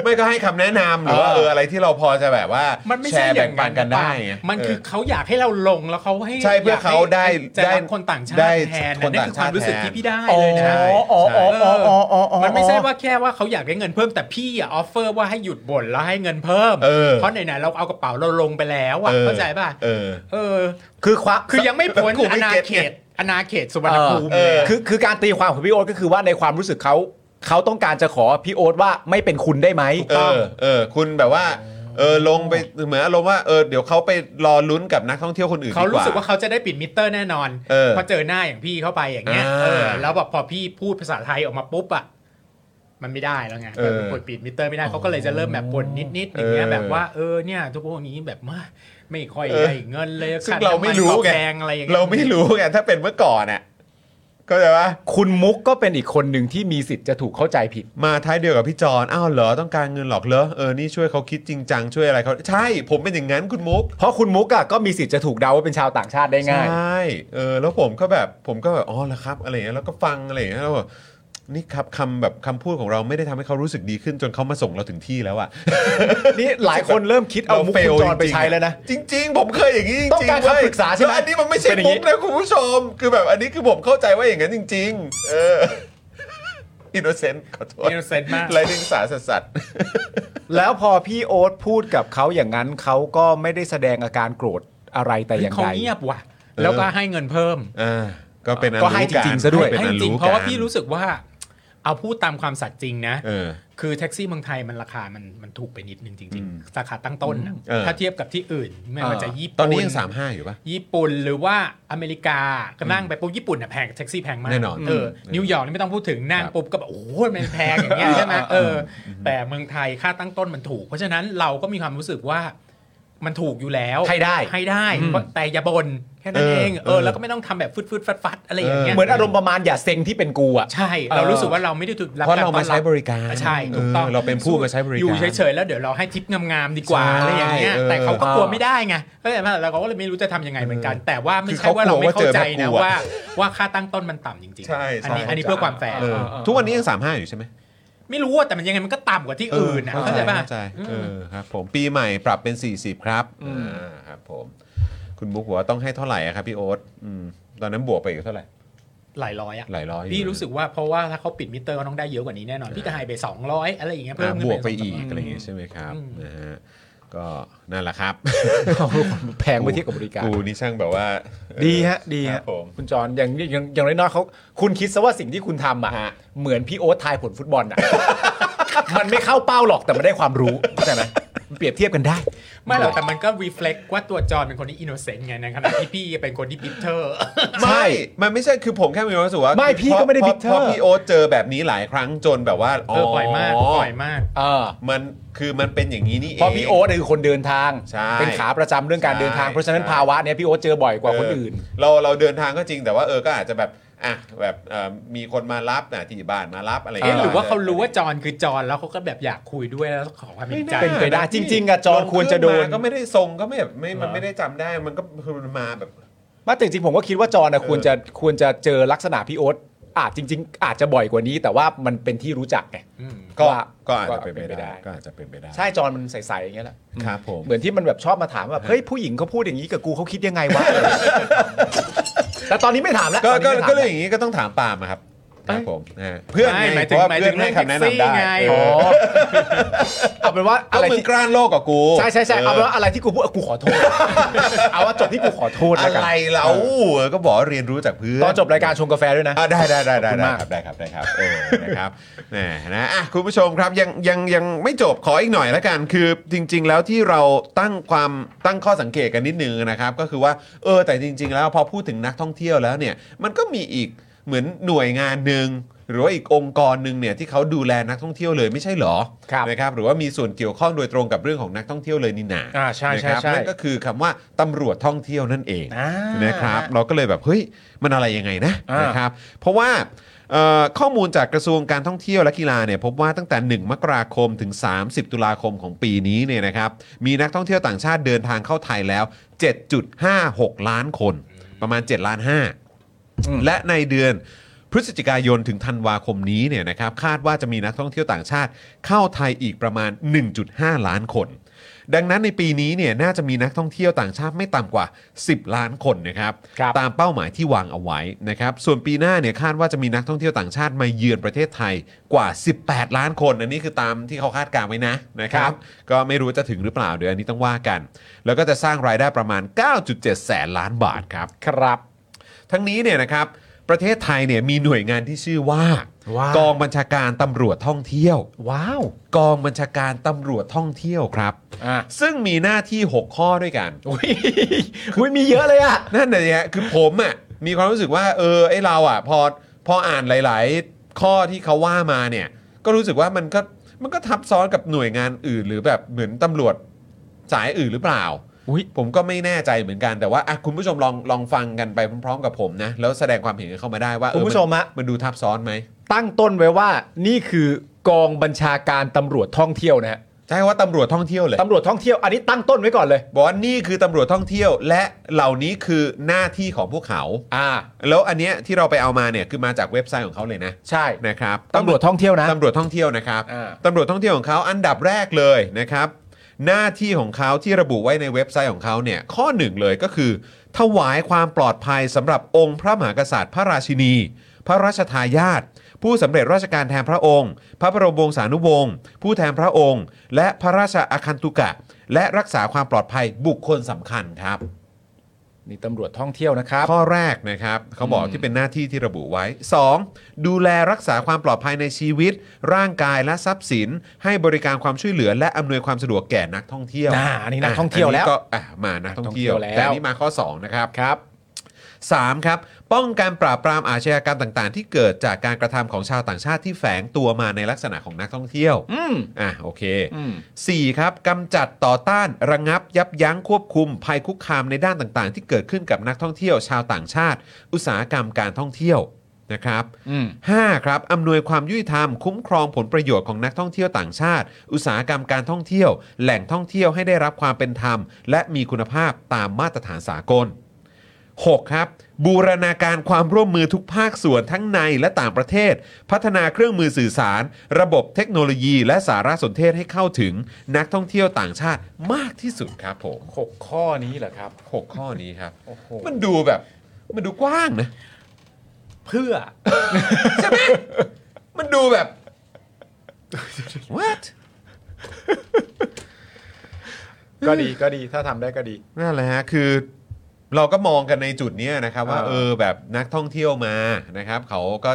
ไม่ก็ให้คำแนะนำหรือว่า เออ เอออะไรที่เราพอจะแบบว่า มันไม่ แช ใช่ ร์ อ แบ่ ย่าง ง ปันกันได้ไง มันคือเขาอยากให้เราลงแล้วเขาให้ ใช่เพื่อเขาได้ จะ ได้ รับคนต่างชาติ ได้ แทน คน นั่น ต่าง คือชาวคา ติ มรู้สึก แทน ที่พี่ได้เลยนะ อ๋ออ๋ออ๋ออ๋ออ๋ออ๋อ มันไม่ใช่ว่าแค่ว่าเขาอยากได้เงินเพิ่มแต่พี่อะออฟเฟอร์ว่าให้หยุดบ่นแล้วให้เงินเพิ่ม เออ ราะไหนๆเราเอากระเป๋าเราลงไปแล้วอะ ออ เข้าใจป่ะ เออ เออ คือความ คือยังไม่พ้น กู อ ไม่ นา เก็ต เข ไง ตอนาเขตสุวรรณภูมิ เอ เลย อ อะ คือคือการตีความของพี่โอ๊ตก็คือว่าในความรู้สึกเขาเขาต้องการจะขอพี่โอ๊ตว่าไม่เป็นคุณได้ไหม เออเออ คุณแบบว่าเออลงไปเหมือนอารมณ์ว่าเออเดี๋ยวเขาไปรอลุ้นกับนักท่องเที่ยวคนอื่น เขา ดีก รู้ ว่า สึกว่าเขาจะได้ปิดมิเตอร์แน่นอน เออ พอเจอหน้าอย่างพี่เข้าไปอย่างเงี้ย อ่า เออแล้วแบบพอพี่พูดภาษาไทยออกมาปุ๊บอ่ะมันไม่ได้แล้วไง เออ เปิดปิดมิเตอร์ไม่ได้เขาก็เลยจะเริ่มแบบบ่นนิดๆอย่างเงี้ย เออ แบบว่าเออเนี่ยทุกพวกนี้แบบว่าไม่ค่อย เออ ได้เงินเลย ซึ่ง ค่ เราไม่ น้ำน รู้ ก็ ไง แพงอะไรอย่างเงี้ย เราไม่รู้ไงถ้าเป็นเมื่อก่อนอ่ะก็จะว่า คุณมุกก็เป็นอีกคนหนึ่งที่มีสิทธิ์จะถูกเข้าใจผิด มาท้ายเดียวกับพี่จอนอ้าวเหรอต้องการเงินหรอกเหรอเออนี่ช่วยเขาคิดจริงจังช่วยอะไรเขาใช่ผมเป็นอย่างนั้นคุณมุก เพราะคุณมุกอะก็มีสิทธิ์จะถูกเดาว่าเป็นชาวต่างชาติได้ ใช ง่าย ่เออแล้วผมก็แบบผมก็แบบอ๋อแล้วครับอะไรอย่างเงี้ยแล้วก็ฟังอะไรอย่างเงี้ยแล้วแบบนี่ครับคำแบบคำพูดของเราไม่ได้ทำให้เขารู้สึกดีขึ้นจนเขามาส่งเราถึงที่แล้วอะ นี่หลายคนเริ่มคิดเอามุกคุณจรไปใช้แล้วนะ จริง ๆ ผมเคยอย่างนี้จริงๆ ต้องการคำ เว้ย ปรึกษาใช่ไหม แล้วอันนี้มันไม่ใช่ เป็นอย่าง มุ นี้ กนะคุณผู้ชม คือแบบอันนี้คือผมเข้าใจว่าอย่างนั้นจริง ๆ เอ ออินโนเซนต์ขอโทษ อินโนเซนต์มาก ไรเดิยงสารสัตว์ แล้วพอพี่โอ๊ตพูดกับเขาอย่างนั้นเขาก็ไม่ได้แสดงอาการโกรธอะไรแต่อย่าง เขา ใด เงียบว่ะ แล้วก็ เออ ให้เงินเพิ่ม อ่าก็เป็นอัน ก็ให้จริงๆซะด้วย เป็น ให้ อัน จริ รู้ ง กัน เพราะว่าพี่รู้สึกว่า เอาพูดตามความสัตย์จริงนะ เออ คือแท็กซี่เมืองไทยมันราคามันมันถูกไปนิดนึงจ อื ริง ม ๆราคาตั้งต้นนะ เออ ถ้าเทียบกับที่อื่นไม่ว่าจะญี่ปุ่น ตอนนี้ยังสามห้าอยู่ปะ ญี่ปุ่นหรือว่าอเมริกาก็นั่งไปปุ๊บญี่ปุ่นน่ะแพงแท็กซี่แพงมาก แน่นอน เออ อืม นิวยอร์กนี่ไม่ต้องพูดถึงนั่ง ครับ ปุ๊บก็แบบโอ้โหมันแพงอย่างเงี้ยใช่ไหมเออ แต่เมืองไทยค่าตั้งต้นมันถูก เพราะฉะนั้นเราก็มีความรู้สึกว่ามันถูกอยู่แล้ว ให้ได้ ให้ได้เพราะแต่อย่าบน่นแค่นั้นเอง เออ เออแล้วก็ไม่ต้องทำแบบฟืดฟืดฟัดฟัดอะไรอย่างเงี้ย เหมือนอารมณ์ประมาณอย่าเซ็งที่เป็นกูอะ ใช่ เรารู้สึกว่าเราไม่ได้ถูกบ เพราะเรา ต้อน มาใช้บริการ ใช่ถูกต้อง เออเราเป็นผู้มาใช้บริการ อยู่เฉยๆแล้วเดี๋ยวเราให้ทิปงามๆดีกว่า ใช่ อะไรอย่างเงี้ย เออ แต่เขาก็กลัวไม่ได้ไงเข้าใจไหมเราก็เลยไม่รู้จะทำยังไงเหมือนกัน แต่ว่าไม่ คือ ใช่ว่าเราไม่เข้าใจนะ เขากลัวว่า ว่าว่าค่าตั้งต้นมันต่ำจริงๆ ใช่ใช่ อันี้อันนี้เพื่อความแฟร์ เออ เออเออ ทุกวันนี้ยังสามห้าอยู่ใช่ไหม ไม่รู้ว่าแต่มันยังไงมันก็ต่ำกว่าที่อื่นนะเข้าใจป่ะ เข้าใจ อืม เออครับ ผมปีใหม่ปรับเป็น 40 ครับอ่าครับ ผม คุณบุ๊กบอกว่าต้องให้เท่าไหร่อะครับพี่โอ๊ตอืมตอนนั้นบวกไปอีกเท่าไหร่ หลายร้อยอะ หลายร้อยอยู่ พี่รู้สึกว่าเพราะว่าถ้าเขาปิดมิเตอร์ก็ต้องได้เยอะกว่านี้แน่นอนพี่ก็ให้ไป 200 อะไรอย่างเงี้ยเพิ่ม อ่ะ ขึ้น บวก ไป ไปอีก 200 อะไรอย่างเงี้ยใช่ไหมครับ อืม นะฮะ ก็นั่นแหละครับ แพงไปเทียบกับบริการ กูนี่ช่างแบบว่า ดีฮะ ดี ครั ฮะ บผม คุณจอนอย่างอย่างอย่างน้อยๆเขาคุณคิดซะว่าสิ่งที่คุณทำอ่ะ ฮะ เหมือนพี่โอ๊ตทายผลฟุตบอลอ่ะ มันไม่เข้าเป้าหรอกแต่มันได้ความรู้เข้าใจไหมมันเปรียบเทียบกันได้ ไม่หรอกแต่มันก็ reflect ว่าตัวจอห์นเป็นคนที่ innocent ไงในขณะที่พี่เป็นคนที่ bitter ใช่ ไม่ มันไม่ใช่คือผมแค่มีความรู้สึกว่า ไม่พี่ พราะ ก็ไม่ได้ พราะ bitter พราะพี่โอ๊ตเจอแบบนี้หลายครั้งจนแบบว่า เออปล่อยมากปล่อยมาก เออ มันคือมันเป็นอย่างนี้นี่เอง เพราะพี่โอ๊ตเนี่ยคือคนเดินทาง ใช่ เป็นขาประจำเรื่องการเดินทาง ใช่ เพราะฉะนั้นภาวะเนี้ยพี่โอ๊ตเจอบ่อยกว่าคนอื่น เเราเราเดินทางก็จริงแต่ว่าเออก็อาจจะแบบอ่ะแบบเอ่อมีคนมารับนะที่บ้านมารับอะไรย่ง เอ๊ะ งี้ย หรือว่าเขารู้ว่าจอห์นคือจอห์นแล้วเขาก็แบบอยากคุยด้วยแล้วขอความเห็นใจ ไม่น่า ป็ด้จริงๆอะจอนควรจะโดน ลงขึ้มาก็ไม่ได้ทรงก็ไม่แบบไม่มัน เหรอ ไม่ได้จำได้มันก็คือมันมาแบบ มาจริงๆผมก็คิดว่าจอนนะควรจะควรจะเจอลักษณะพี่โอ๊ตอาจจริง ๆ อาจจะบ่อยกว่านี้ แต่ว่ามันเป็นที่รู้จักไง อืม ก็ ว่า ก็อาจจะเป็นไปได้ก็อาจจะเป็นไปได้ ใช่จอนมันใสๆอย่างเงี้ยแหละ ครับผม เหมือนที่มันแบบชอบมาถามว่าแบบเฮ้ยผู้หญิงเขาพูดอย่างนี้กับกูเขาคิดยังไงวะ แต่ตอนนี้ไม่ถามแล้ว ก็ ต ก็ อนนี้ไม่ถาม ก็เลยอย่างนี้ก็ต้องถามปาล์มอะครับครับผมนะฮะเพื่อน ไม่ ไง หมาย เพ ถึง ราะว่า หมายถึง เพื่อนให้คำแนะนำได้ เรื่องแท็กซี่ไง เอ อ๋อ อ เอาเป็นว่า ก็ อะไร มึง ที่ กล้านโลกกับกู ใช่ใช่ใช่เอาเป็นว่าอะไรที่กูพูดกูขอโท ษ เอาว่าจบที่กูขอโทษ อะ แล้วกัน ไรเราเออก็บอกว่าเรียนรู้จากเพื่อน ตอนจบรายการชงกาแฟด้วยนะ อ่ะได้ได้ได้ได้ ขอบคุณ ได้ มาก ครับได้ครับได้ครับเออนะครับ แหมนะอ่ะคุณผู้ชมครับยังยังยังไม่จบขออีกหน่อยละกัน คือจริง ๆ แล้วที่เราตั้งความตั้งข้อสังเกตกันนิดนึงนะครับ ก็คือว่าเออแต่จริง ๆ แล้วพอพูดถึงนักท่องเที่ยวแล้วเนี่ยมันก็มีอีกเหมือนหน่วยงานหนึ่งหรือว่าอีกองค์กรหนึ่งเนี่ยที่เขาดูแลนักท่องเที่ยวเลยไม่ใช่เหรอ ครับ นะครับหรือว่ามีส่วนเกี่ยวข้องโดยตรงกับเรื่องของนักท่องเที่ยวเลยนี่นา อ่าใช่นะคใช่รับ ใช่ นั่นก็คือคำว่าตำรวจท่องเที่ยวนั่นเอง อ่า นะครับเราก็เลยแบบเฮ้ยมันอะไรยังไงนะ อ่าน นะครับเพราะว่าเอ่อข้อมูลจากกระทรวงการท่องเที่ยวและกีฬาเนี่ยพบว่าตั้งแต่ 1 มกราคมถึง 30 ตุลาคมของปีนี้เนี่ยนะครับมีนักท่องเที่ยวต่างชาติเดินทางเข้าไทยแล้ว 7.56 ล้านคน ประมาณ 7 ล้าน อืม 5 และในเดือนพฤศจิกายนถึงธันวาคมนี้เนี่ยนะครับคาดว่าจะมีนักท่องเที่ยวต่างชาติเข้าไทยอีกประมาณ 1.5 ล้านคน ดังนั้นในปีนี้เนี่ยน่าจะมีนักท่องเที่ยวต่างชาติไม่ต่ำกว่า 10 ล้านคนนะครับ ครับ ตามเป้าหมายที่วางเอาไว้นะครับส่วนปีหน้าเนี่ยคาดว่าจะมีนักท่องเที่ยวต่างชาติมาเยือนประเทศไทยกว่า 18 ล้านคนอันนี้คือตามที่เขาคาดการณ์ไว้นะนะครับก็ไม่รู้จะถึงหรือเปล่าเดี๋ยวอันนี้ต้องว่ากัน แล้วก็จะสร้างรายได้ประมาณ 9.7 แสนล้านบาทครับ ครับ ทั้งนี้เนี่ยนะครับประเทศไทยเนี่ยมีหน่วยงานที่ชื่อว่า ว่า กองบัญชาการตำรวจท่องเที่ยว ว้าว กองบัญชาการตำรวจท่องเที่ยวครับ อ่ะ ซึ่งมีหน้าที่ 6 ข้อด้วยกัน อุ้ย อุ้ยมีเยอะเลยอ่ะ นั่นน่ะสิฮะคือผมอ่ะมีความรู้สึกว่าเออไอเราอ่ะพอพออ่านหลาย ๆ ข้อที่เขาว่ามาเนี่ย ก็รู้สึกว่ามันก็มันก็ทับซ้อนกับหน่วยงานอื่น หรือแบบเหมือนตำรวจสายอื่นหรือเปล่า อุ๊ย ผมก็ไม่แน่ใจเหมือนกันแต่ว่าอ่ะคุณผู้ชมลองลองฟังกันไปพร้อม ๆ กับผมนะ แล้วแสดงความเห็นกันเข้ามาได้ว่าเอ คุณ อ ผู้ชมฮะ มันดูทับซ้อนไหม ตั้งต้นไว้ว่านี่คือกองบัญชาการตำรวจท่องเที่ยวนะฮะ ใช่ว่าตำรวจท่องเที่ยวเลย ตำรวจท่องเที่ยวอันนี้ตั้งต้นไว้ก่อนเลย บอกว่านี่คือตำรวจท่องเที่ยว และเหล่านี้คือหน้าที่ของพวกเขา อ่า แล้วอันเนี้ยที่เราไปเอามาเนี่ยคือมาจากเว็บไซต์ของเขาเลยนะ ใช่ นะครับ ตำรวจท่องเที่ยวนะ ตำรวจท่องเที่ยวนะครับ อ่า ตำรวจท่องเที่ยวของเขาอันดับแรกเลยนะครับ หน้าที่ของเขาที่ระบุไว้ในเว็บไซต์ของเขาเนี่ยข้อหนึ่งเลยก็คือ ถวายความปลอดภัยสำหรับองค์พระมหากษัตริย์ พระราชินี พระราชทายาทผู้สำเร็จราชการแทนพระองค์ พระบรมวงศานุวงศ์ผู้แทนพระองค์ และพระราชอาคันตุกะ และรักษาความปลอดภัยบุคคลสำคัญครับ นี่ตำรวจท่องเที่ยวนะครับ ข้อแรกนะครับเขาบอกที่เป็นหน้าที่ที่ระบุไว้ 2. ดูแลรักษาความปลอดภัยในชีวิต ร่างกายและทรัพย์สิน ให้บริการความช่วยเหลือ และอำนวยความสะดวกแก่นักท่องเที่ยว อ่าอันนี้นักท่องเที่ยวแล้ว นนี้ก็อ่ะมานักท่องเที่ยว นักท่องเที่ยวแล้ว แต่อันนี้มาข้อ 2 นะครับ ครับ 3ครับป้องกันปราบปรามอาชญากรรมต่างๆ ที่เกิดจากการกระทำของชาวต่างชาติที่แฝงตัวมาในลักษณะของนักท่องเที่ยว อืม อ่ะโอเค อืม 4ครับกำจัดต่อต้านระงับยับยั้งควบคุม ภัยคุกคามในด้านต่างๆ ที่เกิดขึ้นกับนักท่องเที่ยวชาวต่างชาติ อุตสาหกรรมการท่องเที่ยวนะครับ อืม 5ครับอำนวยความยุติธรรมคุ้มครองผลประโยชน์ของนักท่องเที่ยวต่างชาติ อุตสาหกรรมการท่องเที่ยว แหล่งท่องเที่ยวให้ได้รับความเป็นธรรม และมีคุณภาพตามมาตรฐานสากล 6ครับบูรณาการความร่วมมือทุกภาคส่วนทั้งในและต่างประเทศ พัฒนาเครื่องมือสื่อสาร ระบบเทคโนโลยีและสารสนเทศให้เข้าถึงนักท่องเที่ยวต่างชาติมากที่สุดครับผม หกข้อนี้เหรอครับ 6 ข้อนี้ครับ โอ้โห มันดูแบบ มันดูกว้างนะ เพื่อ ใช่ไหมมันดูแบบ what ก็ดีก็ดีถ้าทำได้ก็ดี นั่นแหละฮะคือเราก็มองกันในจุดเนี้ยนะครับ ว่า เออ เออแบบนักท่องเที่ยวมานะครับ เขาก็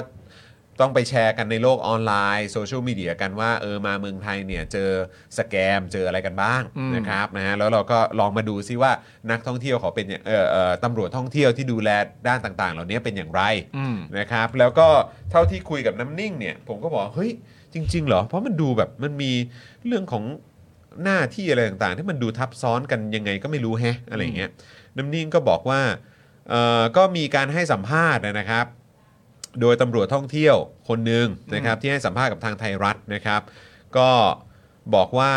ต้องไปแชร์กันในโลกออนไลน์โซเชียลมีเดียกันว่าเออมาเมืองไทยเนี่ยเจอสแกมเจออะไรกันบ้าง อืม นะครับนะฮะแล้วเราก็ลองมาดูซิว่านักท่องเที่ยวเขาเป็นอย่างเออเออตำรวจท่องเที่ยวที่ดูแลด้านต่าง ๆ เหล่านี้เป็นอย่างไร อืม นะครับแล้วก็เท่าที่คุยกับน้ำนิ่งเนี่ย ผมก็บอกเฮ้ยจริง ๆ เหรอ เพราะมันดูแบบมันมีเรื่องของหน้าที่อะไรต่างๆ ที่มันดูทับซ้อนกันยังไงก็ไม่รู้แฮะอะไรอย่างเงี้ยน้ำนิ่งก็บอกว่าเอ่อก็มีการให้สัมภาษณ์นะครับ โดยตำรวจท่องเที่ยวคนหนึ่งนะครับที่ให้สัมภาษณ์กับทางไทยรัฐนะครับ ก็บอกว่า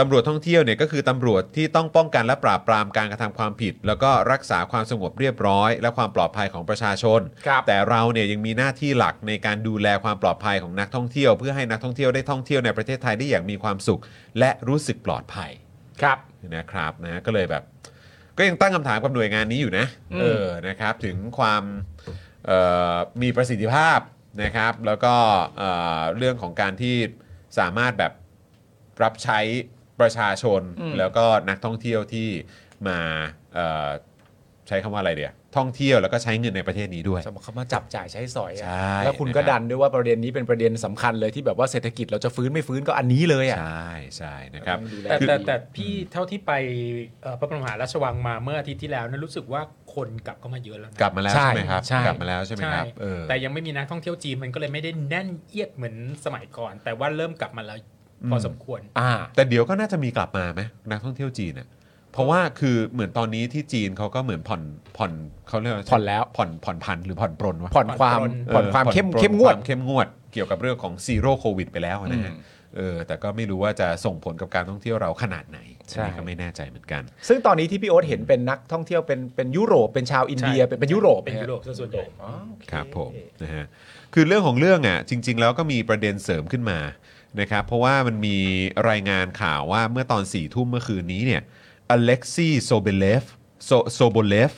ตำรวจท่องเที่ยวเนี่ยก็คือตำรวจที่ต้องป้องกันและปราบปรามการกระทำความผิด แล้วก็รักษาความสงบเรียบร้อย และความปลอดภัยของประชาชน ครับ แต่เราเนี่ยยังมีหน้าที่หลักในการดูแลความปลอดภัยของนักท่องเที่ยว เพื่อให้นักท่องเที่ยวได้ท่องเที่ยวในประเทศไทยได้อย่างมีความสุข และรู้สึกปลอดภัย ครับ นะครับนะก็เลยแบบ ก็ยังตั้งคำถามกับหน่วยงานนี้อยู่นะ อืม เออนะครับถึงความเอ่อมีประสิทธิภาพนะครับ แล้วก็เอ่อเรื่องของการที่สามารถแบบรับใช้ประชาชน อืม แล้วก็นักท่องเที่ยวที่มาเอ่อใช้คำว่าอะไรเดียวท่องเที่ยวแล้วก็ใช้เงินในประเทศนี้ด้วย สมมติเขามาจับจ่ายใช้สอยอะ ใช่ แล้วคุณก็ นะครับ ดันด้วยว่าประเด็นนี้เป็นประเด็นสำคัญเลยที่แบบว่าเศรษฐกิจเราจะฟื้นไม่ฟื้นก็อันนี้เลยอ่ะ ใช่ใช่นะครับ ดูล แต่ คือ แต่แต่พี่เท่าที่ไปเอ่อพระบรมหาราชวังมาเมื่ออาทิตย์ที่แล้วนะรู้สึกว่าคนกลับเข้ามาเยอะแล้วนะ กลับมาแล้วใช่ไหมครับ ใช่ กลับมาแล้วใช่ไหมครับเออ แต่ยังไม่มีนักท่องเที่ยวจีนมันก็เลยไม่ได้แน่นเอียดเหมือนสมัยก่อน แต่ว่าเริ่มกลับมาแล้วพอสมควร อ่า แต่เดี๋ยวก็น่าจะมีกลับมาไหมนักท่องเที่ยวจีนอ่ะเพราะว่าคือเหมือนตอนนี้ที่จีนเขาก็เหมือนผ่อนผ่อนเขาเรียกา ผ่อนแล้ว ผ่อนผ่อนพันหรือผ่อนปรนวะ ผ่อนความ เ ผ่อนความเข้ม ปรน เข้มงวด คาเข้มงวดเกี่ยวกับเรื่องของซีโร่โควิดไปแล้วนะฮะ อืม เออแต่ก็ไม่รู้ว่าจะส่งผลกับการท่องเที่ยวเราขนาดไหนอันใช่นี้ก็ไม่แน่ใจเหมือนกัน ซึ่งตอนนี้ที่พี่โอ๊ตเห็นเป็นนักท่องเที่ยวเป็นเป็นยุโรปเป็นชาวอินเดีย ใช่ เป็นเป็นยุโรป เป็นยุโรปซะส่วนใหญ่ อ๋อโอเ ครับผมนะฮะคือเรื่องของเรื่องอ่ะจริง ๆ แล้วก็มีประเด็นเสริมขึ้นมานะครับเพราะว่ามันมีรายงานข่าวว่าเมื่อตอน4ี่ทุ่มเมื่อคืนนี้เนี่ยอเล็กซี่โซเบเลฟโซโบเลฟ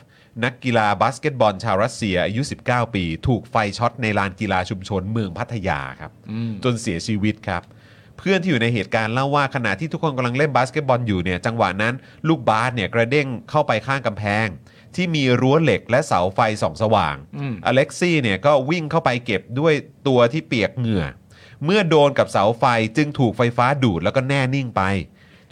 นักกีฬาบาสเกตบอลชาวรัสเซียอายุ 19 ปี ถูกไฟช็อตในลานกีฬาชุมชนเมืองพัทยาครับ อืม จนเสียชีวิตครับ เพื่อนที่อยู่ในเหตุการณ์เล่าว่าขณะที่ทุกคนกำลังเล่นบาสเกตบอลอยู่เนี่ยจังหวะนั้นลูกบาสเนี่ยกระเด้งเข้าไปข้างกำแพง ที่มีรั้วเหล็กและเสาไฟส่องสว่าง อืม อเล็กซี่เนี่ยก็วิ่งเข้าไปเก็บด้วยตัวที่เปียกเหงื่อ เมื่อโดนกับเสาไฟจึงถูกไฟฟ้าดูดแล้วก็แน่นิ่งไป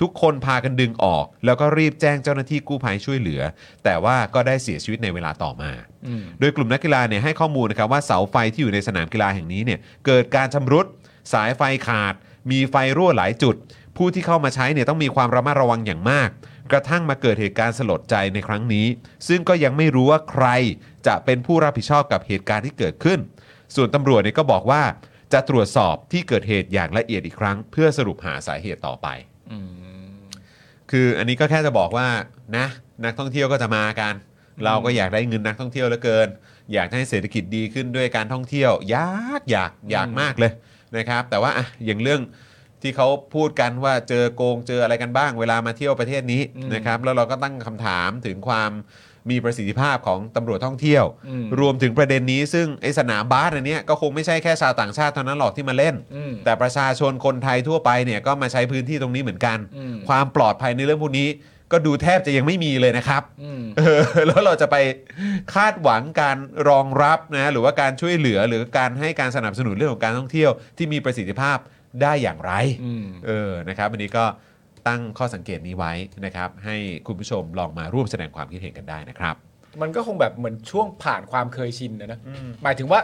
ทุกคนพากันดึงออก แล้วก็รีบแจ้งเจ้าหน้าที่กู้ภัยช่วยเหลือ แต่ว่าก็ได้เสียชีวิตในเวลาต่อมา อืม โดยกลุ่มนักกีฬาเนี่ยให้ข้อมูลนะครับว่าเสาไฟที่อยู่ในสนามกีฬาแห่งนี้เนี่ยเกิดการชำรุดสายไฟขาด มีไฟรั่วหลายจุด ผู้ที่เข้ามาใช้เนี่ยต้องมีความระมัดระวังอย่างมาก กระทั่งมาเกิดเหตุการณ์สลดใจในครั้งนี้ ซึ่งก็ยังไม่รู้ว่าใครจะเป็นผู้รับผิดชอบกับเหตุการณ์ที่เกิดขึ้น ส่วนตำรวจเนี่ยก็บอกว่า จะตรวจสอบที่เกิดเหตุอย่างละเอียดอีกครั้ง เพื่อสรุปหาสาเหตุต่อไป คืออันนี้ก็แค่จะบอกว่านะนักท่องเที่ยวก็จะมากัน เราก็อยากได้เงินนักท่องเที่ยวเหลือเกิน อยากให้เศรษฐกิจดีขึ้นด้วยการท่องเที่ยว อยากอยากอยากมากเลยนะครับ แต่ว่าอะอย่างเรื่องที่เขาพูดกันว่าเจอโกงเจออะไรกันบ้าง เวลามาเที่ยวประเทศนี้ อืม นะครับ แล้วเราก็ตั้งคำถามถึงความมีประสิทธิภาพของตำรวจท่องเที่ยว อืม รวมถึงประเด็นนี้ซึ่งไอสนามบาสอันเนี้ยก็คงไม่ใช่แค่ชาวต่างชาติเท่านั้นหรอกที่มาเล่น อืม แต่ประชาชนคนไทยทั่วไปเนี่ยก็มาใช้พื้นที่ตรงนี้เหมือนกัน อืม ความปลอดภัยในเรื่องพวกนี้ ก็ดูแทบจะยังไม่มีเลยนะครับ อืม เอ อแล้วเราจะไปคาดหวังการรองรับนะหรือว่าการช่วยเหลือหรือการให้การสนับสนุนเรื่องของการท่องเที่ยวที่มีประสิทธิภาพได้อย่างไร อืม เออนะครับวันนี้ก็ตั้งข้อสังเกตนี้ไว้นะครับ ให้คุณผู้ชมลองมาร่วมแสดงความคิดเห็นกันได้นะครับ มันก็คงแบบเหมือนช่วงผ่านความเคยชินนะนะหมายถึงว่า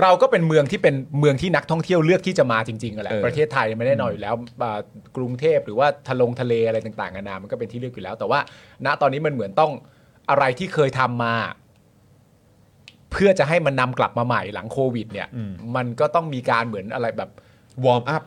เราก็เป็นเมืองที่เป็นเมืองที่นักท่องเที่ยวเลือกที่จะมาจริงๆกันแหละ เออ ประเทศไทยไม่ได้น้อยอยู่แล้วอ่ากรุงเทพหรือว่าทะลงทะเลอะไรต่างๆนานามันก็เป็นที่เลือกอยู่แล้ว แต่ว่า ณตอนนี้มันเหมือนต้องอะไรที่เคยทำมา เพื่อจะให้มันนำกลับมาใหม่หลังโควิด เนี่ย มันก็ต้องมีการเหมือนอะไรแบบ วอร์มอัพ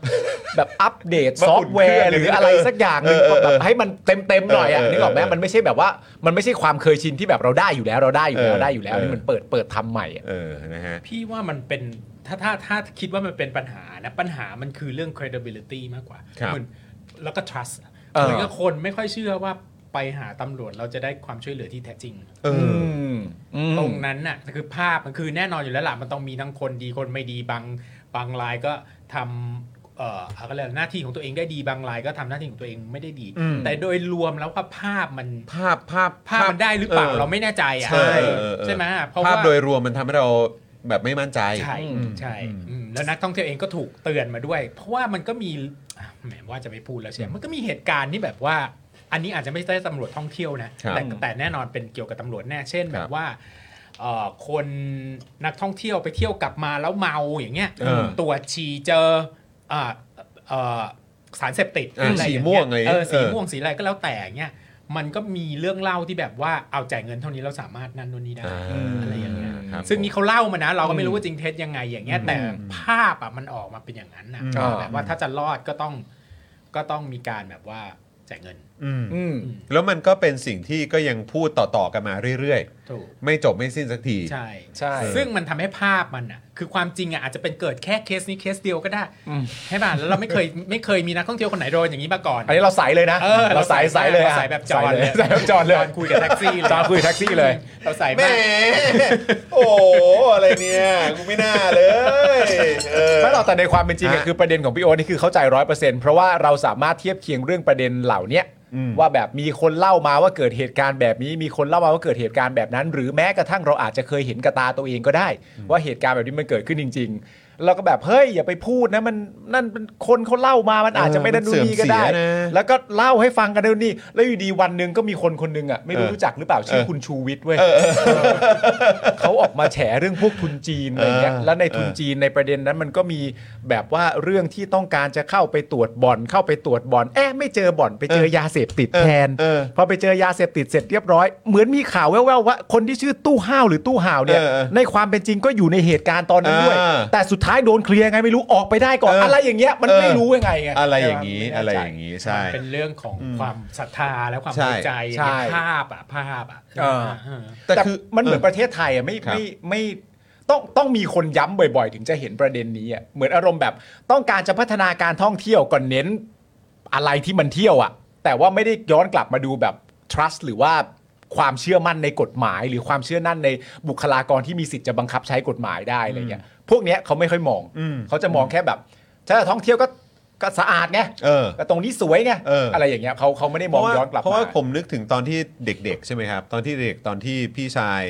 แบบอัปเดต มา ซอ อุ่นฟต์ เค แว รื่อง ร์หรืออะไรสักอย่างหนึ่ง เออเออ แบบให้มันเต็มเต็มๆหน่อยอ่ะ เออเออ นึกออกไหม เออ มันไม่ใช่แบบว่ามันไม่ใช่ความเคยชินที่แบบเราได้อยู่แล้วเราได้อยู่แล้ว เออ ได้อยู่แล้ว เออ นี่มันเปิดเปิดทำใหม่อะ เออนะฮะ พี่ว่ามันเป็นถ้าถ้าถ้าคิดว่ามันเป็นปัญหานะปัญหามันคือเรื่อง credibility มากกว่า ครับ เหมือนแล้วก็ trust อะเหมือนกับคนไม่ค่อยเชื่อว่าไปหาตำรวจเราจะได้ความช่วยเหลือที่แท้จริง มอืม ตรงนั้นน่ะคือภาพมันคือแน่นอนอยู่แล้วล่ะมันต้องมีทั้งคนดีคนไม่ดีบางบางรายก็ทำ เอ่ออะไรยกหน้าที่ของตัวเองได้ดีบางรายก็ทำหน้าที่ของตัวเองไม่ได้ดี อืม แต่โดยรวมแล้วว่าภาพมัน ภาพภาพ ภาพมันได้หรือเปล่าเราไม่แน่ใจอ่ะ ใช่ เอ เอ อ อเออ ใช่ไหมเพราะ ภาพ ว่า โดยรวมมันทำให้เราแบบไม่มั่นใจ ใช่ใช่อืมแล้วนักท่องเที่ยวเองก็ถูกเตือนมาด้วย เพราะว่ามันก็มีอ่ะแหมว่าจะไม่พูดแล้วใช่ไหมมันก็มีเหตุการณ์ที่แบบว่า อันนี้อาจจะไม่ใช่ตำรวจท่องเที่ยวนะครับ แต่แต่แน่นอนเป็นเกี่ยวกับตำรวจแน่เช่น แบ ครับ บ ว่าเอ่อคนนักท่องเที่ยวไปเที่ยวกลับมาแล้วเมาอย่างเงี้ย เออ ตรวจฉี่เจออ่าเอ่อสารเสพติด อ่า หรืออะไร สี อา ม่ เยว งอะไร เออสี เออ ม่วงสีอะไรก็แล้วแต่เงี้ยมันก็มีเรื่องเล่าที่แบบว่าเอาจ่ายเงินเท่านี้เราสามารถนั่นนู่นนี่ได้ อ่า อะไรอย่างเงี้ย ครับ ซึ่งนี่เขาเล่ามานะ เราก็ไม่รู้ว่าจริงเท็จยังไงอย่างเงี้ยแต่ภาพอ่ะมันออกมาเป็นอย่างนั้นนะ อ่า แบบว่าถ้าจะรอดก็ต้องก็ต้องมีการแบบว่าจ่ายเงิน อืม อืม แล้วมันก็เป็นสิ่งที่ก็ยังพูดต่อๆกันมาเรื่อย ถูก ๆ ไม่จบไม่สิ้นสักที ใช่ ใช่ ซึ่งมันทำให้ภาพมันอ่ะ คือความจริงอ่ะอาจจะเป็นเกิดแค่เคสนี้เคสเดียวก็ได้ อืม ใช่ป่ะแล้วเราไม่เคยไม่เคยมีนักท่องเที่ยวคนไหนโดนอย่างนี้มาก่อน อันนี้เราใสเลยนะ เออ เราใสใสเลยอะ ราใสแบบจอห์น ใส เล เลย ยใสแบบจอห์นเลย คุยกับแท็กซี่เลย จอห์นคุยกับแท็กซี่เลย เราใส แหม มาก โอ้โหอะไรเนี่ยกูไม่น่าเลยเออ ไม่หรอกแต่ในความเป็นจริงอะ ฮะ คือประเด็นของพี่โอ๊ตนี่คือเข้าใจร้อยเปอร์เซ็นต์เพราะว่าเราสามารถเทียบเคียงเรื่องประเด็นเหล่าเนี้ย อืม ว่าแบบมีคนเล่ามาว่าเกิดเหตุการณ์แบบนี้ มีคนเล่ามาว่าเกิดเหตุการณ์แบบนั้น หรือแม้กระทั่งเราอาจจะเคยเห็นกับตาตัวเองก็ได้ ว่าเหตุการณ์แบบนี้มันเกิดขึ้นจริง ๆ เราก็แบบเฮ้ยอย่าไปพูดนะมันนั่นเป็นคนเขาเล่ามามันอาจจะไม่ได้นู่นนี่ก็ได้ เสื่อมเสียนะ แล้วก็เล่าให้ฟังกันนู่นนี่แล้วอยู่ดีวันหนึ่งก็มีคนคนหนึงอ่ะไม่รู้ เออ รู้จักหรือเปล่าชื่อ เออ คุณชูวิทย์เว้ยเขาออกมาแฉเรื่องพวกทุนจีนอะไรเงี้ย เออ แล้วในทุน เออ จีน จีนในประเด็นนั้นมันก็มีแบบว่าเรื่องที่ต้องการจะเข้าไปตรวจบ่อนเข้าไปตรวจบ่อนแอะไม่เจอบ่อนไปเจอยาเสพติดแทน เออ พอไปเจอยาเสพติดเสร็จเรียบร้อย เหมือนมีข่าวแว่วๆว่าคนที่ชื่อตู้ห้าวหรือตู้ห่าวเนี่ย เออเออ ในความเป็นจริงก็อยู่ในเหตุการณ์ตอนนั้นด้วย เออ แต่สุดท้ายโดนเคลียร์ไงไม่รู้ออกไปได้ก่อน เอออ อะไรอย่างเงี้ยมัน เออ ไม่รู้ยังไงไง อะไรอย่างนี้อะไรอย่างนี้ใช่ เป็นเรื่องของความศรัทธาและความ ใช่ เข้าใจ ใช่ ภาพอ่ะภาพอ่ะ เออ เออ แต่ แต่ คือ มันเหมือน เอ ป อ ระเทศไทยอ่ะไม่ ครับ ไม่ไม่ต้องต้องมีคนย้ำบ่อยๆ ถึงจะเห็นประเด็นนี้อ่ะเหมือนอารมณ์แบบต้องการจะพัฒนาการท่องเที่ยวก่อนเน้นอะไรที่มันเที่ยวอ่ะ แต่ว่าไม่ได้ย้อนกลับมาดูแบบ trust หรือว่าความเชื่อมั่นในกฎหมาย หรือความเชื่อมั่นในบุคลากรที่มีสิทธิ์จะบังคับใช้กฎหมายได้อะไรเงี้ยพวกเนี้ยเขาไม่ค่อยมอง อืม เขาจะมองแค่แบบถ้าจะท่องเที่ยวก็ก็สะอาดไง เออ ก็ตรงนี้สวยไง เอออ อะไรอย่างเงี้ยเขาเขาไม่ได้ เพ มอง ราะว่า ย้อนกลับมา เพราะว่าผมนึกถึงตอนที่เด็กๆ ใช่ไหมครับ ตอนที่เด็กตอนที่พี่ชาย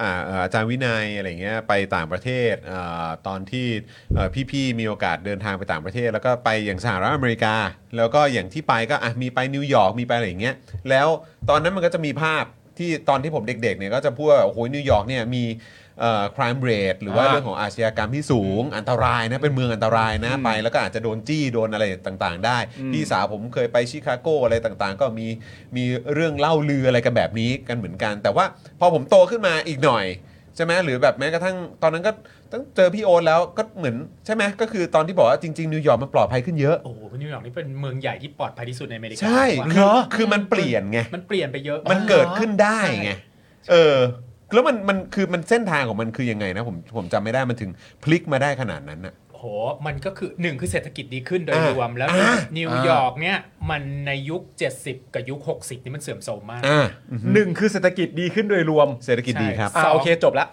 อ่าเอ่ออาจารย์วินัยอะไรเงี้ยไปต่างประเทศอ่าตอนที่เอ่อพี่ๆมีโอกาสเดินทางไปต่างประเทศ แล้วก็ไปอย่างสหรัฐอเมริกา แล้วก็อย่างที่ไปก็อ่ะมีไปนิวยอร์กมีไปอะไรอย่างเงี้ยแล้วตอนนั้นมันก็จะมีภาพที่ตอนที่ผมเด็กๆเนี่ยก็จะพูดว่าโอ้โหนิวยอร์กเนี่ยมีเอ่อ crime rate หรือว่า อ่า เรื่องของอาชญากรรมที่สูงอันตรายนะเป็นเมืองอันตรายนะไป แล้วก็อาจจะโดนจี้โดนอะไรต่างๆ ได้ พี่สาวผมเคยไปชิคาโกอะไรต่างๆ ก็มีมีเรื่องเล่าลืออะไรกันแบบนี้กันเหมือนกัน แต่ว่าพอผมโตขึ้นมาอีกหน่อย ใช่ไหมหรือแบบแม้กระทั่งตอนนั้นก็ตั้งเจอพี่โอ๊ตแล้วก็เหมือนใช่ไหมก็คือตอนที่บอกว่าจริงๆนิวยอร์กมันปลอดภัยขึ้นเยอะ โอ้โหนิวยอร์กนี่เป็นเมืองใหญ่ที่ปลอดภัยที่สุดในอเมริกา ใช่ ว่า คือคือมันเปลี่ยนไง มันเปลี่ยนไปเยอะ มันเกิดขึ้นได้ไง เออ แล้วมันมันคือมันเส้นทางของมันคือยังไงนะผมผมจำไม่ได้มันถึงพลิกมาได้ขนาดนั้นน่ะ โห มันก็คือหนึ่งคือเศรษฐกิจดีขึ้นโดย อ่าร วมแล้ว อ่า นิวยอร์กเนี่ยมันในยุค 70 กับยุค 60 นี่มันเสื่อมโทรมมาก อ่า หนึ่งคือเศรษฐกิจดีขึ้นโดยรวม เศรษฐกิจดีครับ อ่าโอเคจบละ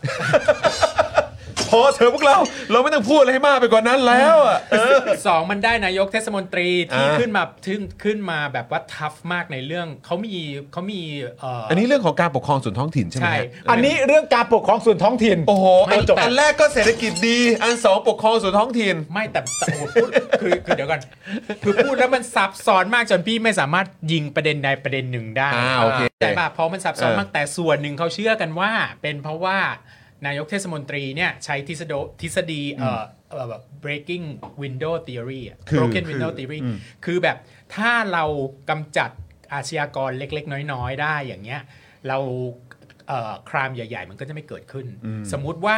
พอเธอะพวกเราเราไม่ต้องพูดอะไรให้มากไปกว่านั้นแล้วอ่ะ สองมันได้นายกเทศมนตรีที่ อ่า ขึ้นมาทึ่งขึ้นมาแบบว่าทัฟมากในเรื่องเขามีเขามีเอ่ออ อันนี้เรื่องของการปกครองส่วนท้องถิ่นใช่ไหม ใช่ ฮะ อันนี้เรื่องการปกครองส่วนท้องถิ่น โอ้โหอัน ไม่จบ อันแรกก็เศรษฐกิจดี อันสองปกครองส่วนท้องถิ่น ไม่แต่แต่โอ้โหพูดคือคือเดี๋ยวก่อนคือพูดแล้วมันซับซ้อนมากจนพี่ไม่สามารถยิงประเด็นใดประเด็นหนึ่งได้ อ่าโอเค แต่ป่ะเพราะมันซับซ้อน เออ มากแต่ส่วนหนึ่งเขาเชื่อกันว่า เป็นเพราะว่านายกเทศมนตรีเนี่ยใช้ทฤษฎีทฤษฎีเอ่อเอ่อแบบ breaking window theory อะ คือ broken window theory คือแบบถ้าเรากำจัดอาชญากรเล็ก ๆ น้อย ๆ ได้อย่างเงี้ยเราครามใหญ่ ๆ มันก็จะไม่เกิดขึ้น สมมุติว่า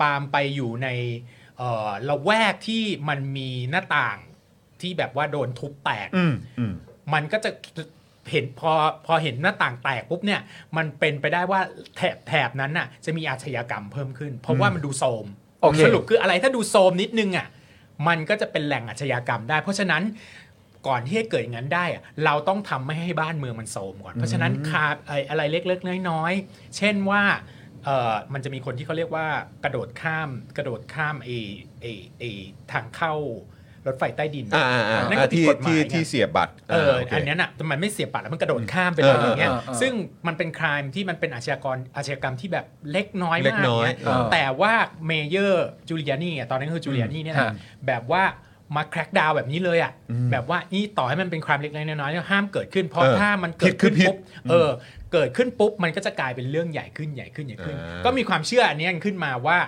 ปาล์มไปอยู่ในเอ่อละแวกที่มันมีหน้าต่างที่แบบว่าโดนทุบแตก อืมอืม มันก็จะเห็นพอพอเห็นหน้าต่างแตกปุ๊บเนี่ยมันเป็นไปได้ว่าแถบแถบนั้นน่ะจะมีอาชญากรรมเพิ่มขึ้น เพราะว่ามันดูโทรม โอเค สรุปคืออะไรถ้าดูโทรมนิดนึงอ่ะมันก็จะเป็นแหล่งอาชญากรรมได้ เพราะฉะนั้นก่อนที่จะเกิดอย่างนั้นได้อะเราต้องทำไม่ให้บ้านเมืองมันโทรมก่อน เพราะฉะนั้นคาไอ้อะไรเล็กๆน้อยๆเช่นว่าเออมันจะมีคนที่เขาเรียกว่ากระโดดข้ามกระโดดข้ามไอ้ไอ้ไอ้ทางเข้า รถไฟใต้ดิน อ่าอ่าอ่า นั่นก็ผิด ที่ กฎหมาย ที่ ไง ที่เสียบบัตร เออ โค อันเนี้ยน่ะแต่มันไม่เสียบบัตรแล้วมันกระโดดข้ามไปเลย เอออ อย่างเงี้ย เออเออ ซึ่งมันเป็นครามที่มันเป็นอาชญากรอาชญากรรมที่แบบเล็กน้อย เล็ มาก ก น้อย เงี้ย เออ แต่ว่าเมเยอร์จูเลียนี่อะตอนนั้นคือจูเลียนี่เนี่ยนะ ฮะ แบบว่ามาแครกดาวแบบนี้เลยอ่ะแบบว่านี่ต่อให้มันเป็นครามเล็กๆน้อยๆเนี่ยห้ามเกิดขึ้นเพราะถ้ามันเกิดขึ้นปุ๊บเออเกิดขึ้นปุ๊บมันก็จะกลายเป็นเรื่องใหญ่ขึ้นใหญ่ขึ้นใหญ่ขึ้น ก็มีความเชื่ออันเนี้ยขึ้นมาว่า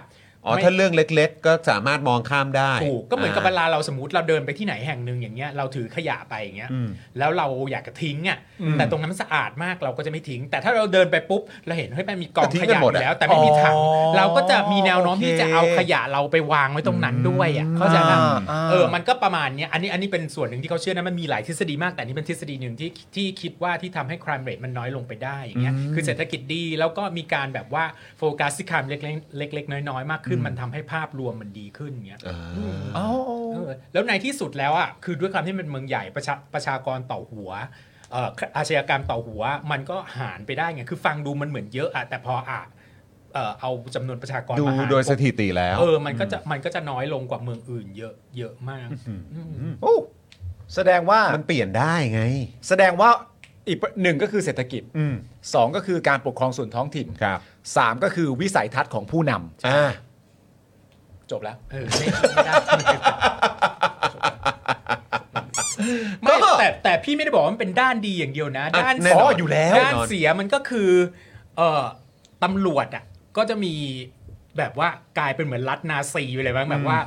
อ๋อถ้าเรื่องเล็ก ๆ ก็สามารถมองข้ามได้ ถูกก็เหมือนกับ า เวลาเราสมมติเราเดินไปที่ไหนแห่งหนึ่งอย่างเงี้ยเราถือขยะไปอย่างเงี้ยแล้วเราอยากจะทิ้งอ่ะแต่ตรงนั้นมันสะอาดมากเราก็จะไม่ทิ้ง แต่ถ้าเราเดินไปปุ๊บเราเห็นเฮ้ยมันมีกอง ก็ทิ้ง ข กัน ยะ หมด อ อะ ยู่แล้ว แต่ไม่มีถัง อ๋อ เราก็จะมีแนวโน้มที่จะเอา โอเค ขยะเราไปวางไว้ตรงนั้นด้วยอ่ะเข้าใจไหม อ่าอ่า เออมันก็ประมาณเนี้ยอันนี้อันนี้เป็นส่วนหนึ่งที่เขาเชื่อนะมันมีหลายทฤษฎีมากแต่อันนี่เป็นทฤษฎีหนึ่งที่ที่คิดว่าที่ทำให้ crime rate มันน้อยลงไปได้อย่างเงี้ยคือเศรษฐกิจดีแล้วก็มีการแบบว่าโฟกัสที่ crime เล็กๆเล็กๆน้อยๆมากขึ้น มันทำให้ภาพรวมมันดีขึ้นเงี้ย อ่า อ๋อ เออแล้วในที่สุดแล้วอ่ะคือด้วยความที่มันเป็นเมืองใหญ่ประชาประชากรต่อหัวเอ่ออาชญากรรมต่อหัวมันก็หารไปได้ไงคือฟังดูมันเหมือนเยอะอะแต่พออ่ะเอ่อเอาจำนวนประชากร ดู มาหาร โดยสถิติแล้ว เออมันก็จะมันก็จะน้อยลงกว่าเมืองอื่นเยอะเยอะมากอืม โอ้แสดงว่าม มันเปลี่ยนได้ไง แสดงว่าอีกประหนึ่งก็คือเศรษฐกิจ อืม สองก็คือการปกครองส่วนท้องถิ่น ครับ สามก็คือวิสัยทัศน์ของผู้นำ อ่า จบแล้ว เออไม่ไม่ได้ไม่แต่แต่พี่ไม่ได้บอกว่ามันเป็นด้านดีอย่างเดียวนะ ด้าน แน่น อ๋ น ออยู่แล้ว ด้าน น่นอน เสียมันก็คือเอ่อตำรวจอ่ะก็จะมีแบบว่ากลายเป็นเหมือนรัฐนาซีไปเลยบ้างแบบว่า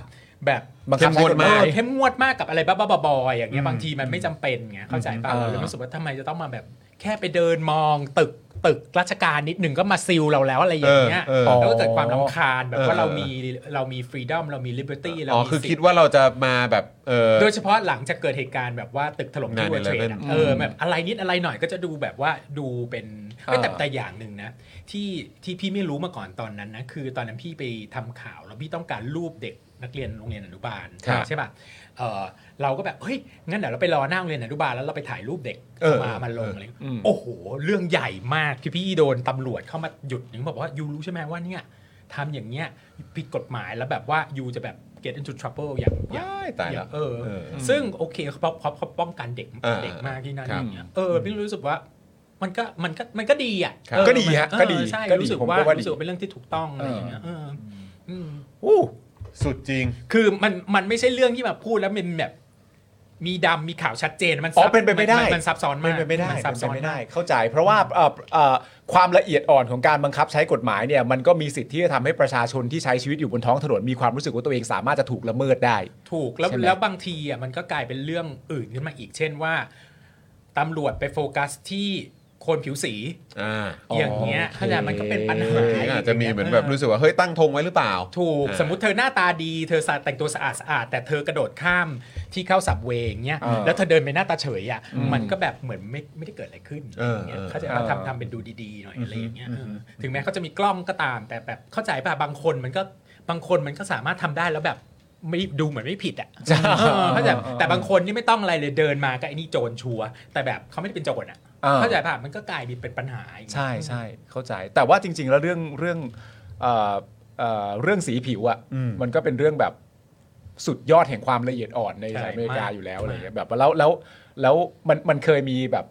แบบ บังคับ เข้มงวดมาก เออเข้มงวดมากกับอะไรบ้าๆบอๆอย่างเงี้ยบางทีมันไม่จำเป็นไงเข้าใจป่ะ เออ เรารู้สึกว่าทำไมจะต้องมาแบบแค่ไปเดินมองตึกตึกราชการนิดหนึ่งก็มาซิลเราแล้วอะไรอย่างเงี้ย เออเออ แล้วก็เกิดความรำคาญแบบว่า เออ เรามีเรามีฟรีดอมเรามีลิเบอร์ตี้เรา อ๋อ มี คือ สิท คิด ธิ์ ว่าเราจะมาแบบเออ โดยเฉพาะหลังจากเกิดเหตุการณ์แบบว่าตึกถล่มที่ 9-11 World Trade อะ อืม เออแบบอะไรนิดอะไรหน่อยก็จะดูแบบว่าดูเป็นเอ้ยแต่แต่อย่างหนึ่งนะ ที่ที่พี่ไม่รู้มาก่อนตอนนั้นนะคือตอนนั้นพี่ไปทำข่าว แล้วพี่ต้องการรูปเด็กนักเรียนโรงเรียนอนุบาล ครับ ใช่ป่ะเออเราก็แบบเฮ้ยงั้นเดี๋ยวเราไปรอหน้าโรงเรียนอนุบาลแล้วเราไปถ่ายรูปเด็ก เออ มา เออ มาลเอองอ อะไรอย่าง อืมเงี้ยโอ้โห เรื่องใหญ่มากที่พี่โดนตำรวจเข้ามาหยุดหนึงบอกว่ายูรู้ใช่ไหมว่าเนี่ยทำอย่างเงี้ยผิดกฎหมายแล้วแบบว่ายูจะแบบ get into trouble อย่างอย่าง ว้ายตายแล้ว เออ ซึ่งโอเคเขาเพราะเพราะเขาป้องกันเด็ก เออ เด็กมากที่นั่น ครับ อย่างเงี้ยเออพี่รู้สึกว่ามันก็มันก็มันก็ดีอ่ะ ครับ เออ ก็ดีฮะ มัน ก็ดี เออใช่ ก็ดี รู้สึก ผม ว่า ก็ว่าดี รู้สึกว่าเป็นเรื่องที่ถูกต้องอะไรอย่างเงี้ยเอออืม อู้ สุดจริง คือมันมันไม่ใช่เรื่องที่แบบพูดแล้วมันแบบ มีดำมีข่าวชัดเจนมัน อ๋อ ซับ เป็นไปไม่ได้ นมันซับซ้อนมาก เป็นไปไม่ได้ ซับซ้อน เป็นไปไม่ มาก ได้เข้าใจ เพราะว่าเอ่อเอ่อความละเอียดอ่อนของการบังคับใช้กฎหมายเนี่ยมันก็มีสิทธิ์ที่จะทำให้ประชาชนที่ใช้ชีวิตอยู่บนท้องถนนมีความรู้สึกว่าตัวเองสามารถจะถูกละเมิดได้ ถูกแล้ว ใช่ไหม แล้วบางทีอ่ะมันก็กลายเป็นเรื่องอื่นขึ้นมาอีก เช่นว่าตำรวจไปโฟกัสที่คนผิวสี อ่า อย่างเงี้ย โอเค เข้าใจมันก็เป็นปัญหา อาจจะมีเหมือนแบบ ออ รู้สึกว่า เฮ้ย ตั้งธงไว้หรือเปล่า ถูก อ่า สมมติเธอหน้าตาดีเธอสะแต่งตัวสะอาดสะอาดแต่เธอกระโดดข้ามที่เข้าสับเวย์อย่างเงี้ย เออ แล้วเธอเดินไปหน้าตาเฉยอ่ะมันก็แบบเหมือนไม่ไม่ได้เกิดอะไรขึ้น เออ อย่างเงี้ย เออ เขาใจะมา เออ ทำทำเป็นดูดีๆหน่อยอะไรอย่างเงี้ยเออถึงแม้เขาจะมีกล้องก็ตาม แต่แบบเข้าใจป่ะบางคนมันก็บางคนมันก็สามารถทำได้แล้วแบบไม่ดูเหมือนไม่ผิดอ่ะเออเข้าใจแต่บางคนนี่ไม่ต้องอะไรเลยเดินมาก็ไอ้นี่โจรชัวร์แต่แบบเขาไม่ได้เป็นโจรอ่ะเข้าใจป่ะมันก็กลายเป็นปัญหาอย่างเงี้ย ใช่ใช่เข้าใจ แต่ว่าจริง ๆ แล้วเรื่องเรื่องเอ่อเอ่อเรื่องสีผิวอะ่ะ อืม มันก็เป็นเรื่องแบบสุดยอดแห่งความละเอียดอ่อนในสใช่หรัฐอเมริกาม าก อยู่แล้ว มาอะกไรเงี้ยแบบว่าแล้วแล้วแล้วมันมันเคยมีแบบ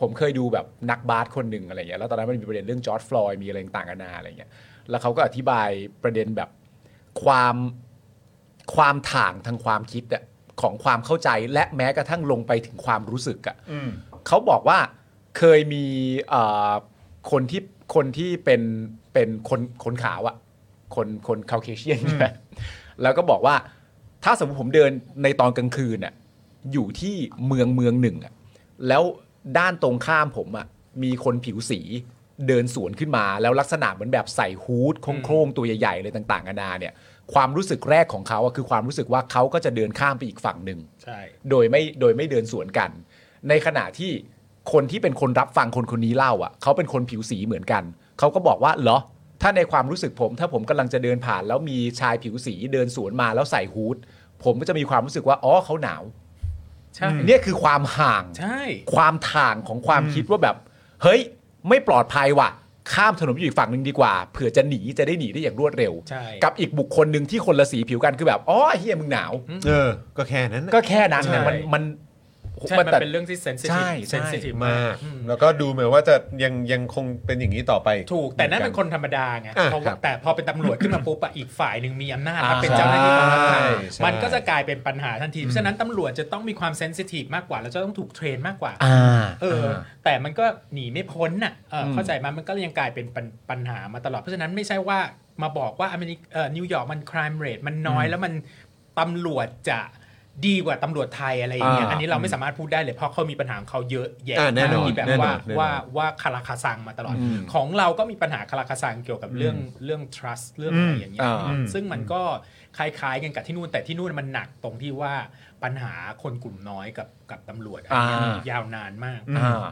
ผมเคยดูแบบนักบาสคนหนึ่งอะไรเงี้ยแล้วตอนนั้นมันมีประเด็นเรื่องจอร์ดฟลอยด์มีอะไรต่างกันานาอะไรเงี้ยแล้วเขาก็อธิบายประเด็นแบบความความถ่างทางความคิดอะของความเข้าใจและแม้กระทั่งลงไปถึงความรู้สึกอะ อืม เขาบอกว่าเคยมีเอ่อคนที่คนที่เป็นเป็นคนคนขาวอะคนคนคาเคเชียนใช่ไหมแล้วก็บอกว่าถ้าสมมติผมเดินในตอนกลางคืนน่ะอยู่ที่เมืองเมืองหนึ่งอะแล้วด้านตรงข้ามผมอะมีคนผิวสีเดินสวนขึ้นมา แล้วลักษณะเหมือนแบบใส่ฮูดโครงๆตัวใหญ่ๆเลยต่างๆนานาเนี่ยความรู้สึกแรกของเขาอะคือความรู้สึกว่าเขาก็จะเดินข้ามไปอีกฝั่งหนึ่ง ใช่ โดยไม่โดยไม่เดินสวนกัน ในขณะที่คนที่เป็นคนรับฟังคนคนนี้เล่าอ่ะเขาเป็นคนผิวสีเหมือนกัน เขาก็บอกว่าเหรอ ถ้าในความรู้สึกผม ถ้าผมกำลังจะเดินผ่าน แล้วมีชายผิวสีเดินสวนมาแล้วใส่ฮูดผมก็จะมีความรู้สึกว่าอ๋อเขาหนาว ใช่ เนี่ยคือความห่าง ใช่ ความถ่างของความคิดว่าแบบ เฮ้ย ไม่ปลอดภัยว่ะ ข้ามถนนอยู่อีกฝั่งหนึ่งดีกว่าเผื่อจะหนีจะได้หนีได้อย่างรวดเร็ว ใช่ กับอีกบุคคลหนึ่งที่คนละสีผิวกันคือแบบอ๋อเฮียมึงหนาว เออ ก็แค่นั้นน่ะ ก็แค่นั้นนะมันมัน ใช่ มั มัน น แต่ เป็นเรื่องที่เซนซิ ใช่ ทีฟ ใช่ เซนซิทีฟ มาม าก กอืม แล้วก็ดูเหมือนว่าจะยังยังคงเป็นอย่างนี้ต่อไป ถูกแต่นั่นเป็นคนธรรมดาไง อ่ะ เพราะ ครั ว่า บ แต่พอเป็นตำรวจขึ้นมาปุ๊บอะอีกฝ่ายหนึ่งมีอำนาจ อ่า ถ้าเป็นเจ้าหน้าที่ของรัฐ ใช่ใช่ มันก็จะกลายเป็นปัญหาทันทีเพราะฉะนั้นตำรวจจะต้องมีความเซนซิทีฟมากกว่า แล้วจะต้องถูกเทรนมากกว่า อ่า เออ า แต่มันก็หนีไม่พ้นน่ะเอออ ม เข้าใจมามันก็ยังกลายเป็นปัญปัญหามาตลอด เพราะฉะนั้นไม่ใช่ว่ามาบอกว่าอเมริกเอ่อนิวยอร์กมัน crime rate มันน้อยแล้วมันตำรวจจะดีกว่าตำรวจไทยอะไรอย่างเงี้ย อ่า อันนี้เราไม่สามารถพูดได้เลย เพราะเขามีปัญหาของเขาเยอะแยะ อ่าแน่นอน ที่แบบ แน่นอน ว่า แน่นอน ว่าว่าคาราคาซังมาตลอด ของเราก็มีปัญหาคาราคาซังเกี่ยวกับเรื่องเรื่อง trust เรื่องอะไรอย่างเงี้ย อ่า ซึ่งมันก็คล้ายๆกันกับที่นู่นแต่ที่นู่นมันหนักตรงที่ว่าปัญหาคนกลุ่มน้อยกับกับตำรวจอันเนี้ยมัน อ่าย ยาวนานมาก อ่า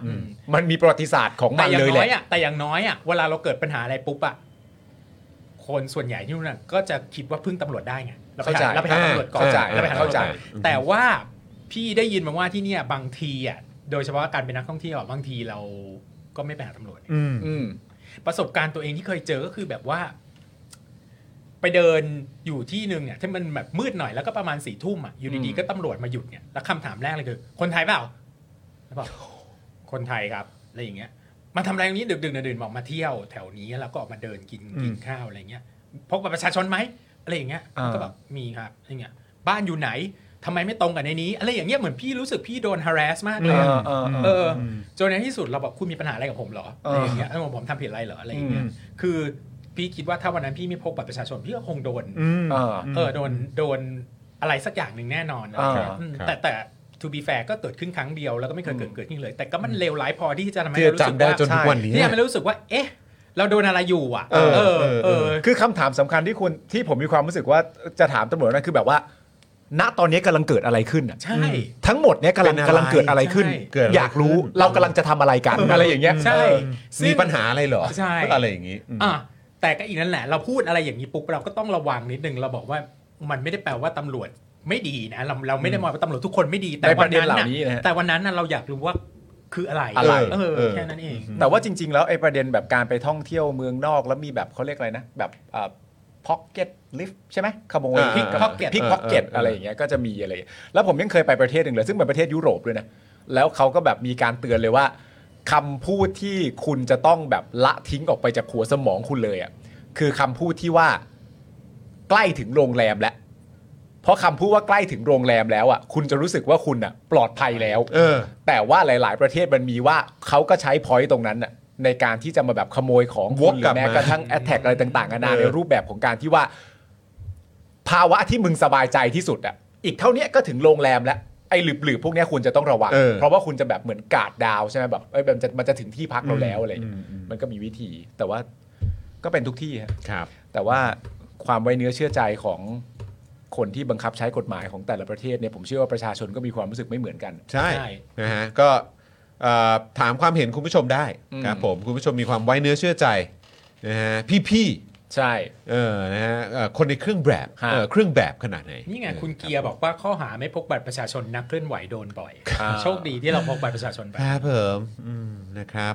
มันมีประวัติศาสตร์ของมั แต่ น อย่า เล ง ยแห น้อ ละ ยอ่ะแต่อย่างน้อยอ่ะเวลาเราเกิดปัญหาอะไรปุ๊บอ่ะคนส่วนใหญ่ที่นู่นนะก็จะคิดว่าพึ่งตำรวจได้ไงเราไป เข้าใจ หาเราไปหาตำรวจก่อน เข้าใจ เราไปหาตำรวจ เข้าใจ ก่อนแต่ว่าพี่ได้ยินมาว่าที่เนี่ยบางทีอ่ะโดยเฉพาะการเป็นนักท่องเที่ยวอะบางทีเราก็ไม่ไปหาตำรวจ อืม อืม ประสบการณ์ตัวเองที่เคยเจอก็คือแบบว่า ไปเดินอยู่ที่หนึ่งเนี่ยที่มันแบบมืดหน่อยแล้วก็ประมาณสี่ทุ่มอ่ะอยู่ดี อืม ๆก็ตำรวจมาหยุดเนี่ยแล้วคำถามแรกเลยคือ คนไทยเปล่าแล้วบอกคนไทยครับอะไรอย่างเงี้ย มาทำอะไรตรงนี้ดึกๆดื่นๆบอกมาเที่ยวแถวนี้แล้วก็ออกมาเดินกินกินข้าวอะไรเงี้ยพกบัตรประชาชนไหมอะไรอย่างเงี้ย อ่า ก็แบบมีครับอะไรเงี้ยบ้านอยู่ไหนทำไมไม่ตรงกับในนี้อะไรอย่างเงี้ยเหมือนพี่รู้สึกพี่โดน harass มากเลยอะ เออเออ เอ เออ อจนในที่สุดเราแบบคุณมีปัญหาอะไรกับผมเหรอ เอ อะ อ ไรอย่างเงี้ยแล้วผมทำผิดอะไรเหรออะไรอย่างเงี้ย อืม คือพี่คิดว่าถ้าวันนั้นพี่ไม่พกบัตรประชาชนพี่ก็คงโดน เออ เออโดนโดนอะไรสักอย่างหนึ่งแน่นอนนะ อ่า ครับอืม ครับ แต่แต่ to be fair ก็เกิดขึ้นครั้งเดียวแล้วก็ไม่เคยเกิด อืม เกิดขึ้นเลย แต่ก็มันเลวร้ายพอที่จะทำให้ ที่ เรา จะ รู้สึก จำได้ ว่า จนทุกวันนี้ เนี่ยมันรู้สึกว่า เอ๊ะ เราโดนอะไรอยู่อ่ะ เออ เออ เอ เอ อ อ คือคำถามสำคัญที่คุณที่ผมมีความรู้สึกว่าจะถามตำรวจนั่นคือแบบว่า ณตอนนี้กำลังเกิดอะไรขึ้นอ่ะ ใช่ ทั้งหมดเนี้ยกำลัง เป็นอะไร กำลังเกิดอะไรขึ้น ใช่ เกิดอะไร อยากรู้ ขึ้น เรากำลังจะทำอะไรกันอะไรอย่างเงี้ย ใช่ เออ ซึ่ง มีปัญหาอะไรเหรอ ใช่ อะไรอย่างนี้อืม อ่ะแต่ก็อีกนั่นแหละเราพูดอะไรอย่างนี้ปุ๊บเราก็ต้องระวังนิดนึงเราบอกว่ามันไม่ได้แปลว่าตำรวจไม่ดีนะเราเราไม่ได้มองว่าตำรวจทุกคนไม่ดี แต่ ในป วั ระ น เด็นเหนั้นล่า น่ะ นี้นะฮะ แต่วันนั้นน่ะเราอยากรู้ว่าคืออะไร อะไร เออ เออ แค่นั้นเอง แต่ว่าจริง ๆ แล้วไอ้ประเด็นแบบการไปท่องเที่ยวเมืองนอกแล้วมีแบบเขาเรียกอะไรนะ แบบพ็อกเก็ตลิฟใช่ไหมขโมย อ่า พิกพ็อกเก็ต pickpocket พิกพ็อกเก็ต เออเออเอออ อะไรอย่างเงี้ยก็จะมีอะไรอย่างเงี้ยแล้วผมยังเคยไปประเทศหนึ่งเลย ซึ่งเป็นประเทศยุโรปด้วยนะ แล้วเขาก็แบบมีการเตือนเลยว่าคำพูดที่คุณจะต้องแบบละทิ้งออกไปจากหัวสมองคุณเลยอ่ะคือคำพูดที่ว่าใกล้ถึงโรงแรมแล้ว เพราะคำพูดว่าใกล้ถึงโรงแรมแล้วอ่ะคุณจะรู้สึกว่าคุณอ่ะ ปลอดภัยแล้ว เออ แต่ว่าหลาย ๆ ประเทศมันมีว่าเขาก็ใช้พอยต์ตรงนั้นน่ะในการที่จะมาแบบขโมยของ วก ณหรื กลับ อแม้ มาก ระทั่งแอตแทกอะไรต่างๆนานา เออ ในรูปแบบของการที่ว่า ภาวะที่มึงสบายใจที่สุดอ่ะ อีกเท่าเนี้ยก็ถึงโรงแรมแล้วไอ้หลืบๆพวกเนี้ยคุณจะต้องระวัง เออ ราะว่าคุณจะแบบเหมือนกาดดาวใช่ไหมแบบเอ้ยแบบจะมันจะถึงที่พักเราแล้วอะไรอย่างเงี้ย อืมอืม มันก็มีวิธี แต่ว่าก็เป็นทุกที่ฮะ ครับ แต่ว่าความไว้เนื้อเชื่อใจของคนที่บังคับใช้กฎหมายของแต่ละประเทศเนี่ยผมเชื่อว่าประชาชนก็มีความรู้สึกไม่เหมือนกัน ใช่ ใช่ นะฮะก็เอ่อถามความเห็นคุณผู้ชมได้ อืม ครับผมคุณผู้ชมมีความไว้เนื้อเชื่อใจนะฮะพี่ ใช่ ๆเออนะฮะเอ่อคนในเครื่องแบบ ฮะ เออเครื่องแบบขนาดไหน นี่ไง เออ คุณเกียร์บอกว่าข้อหาไม่พกบัตรประชาชนนักเคลื่อนไหวโดนบ่อย อ่า โชคดีที่เราพกบัตรประชาชนไป ครับผมอืมนะครับ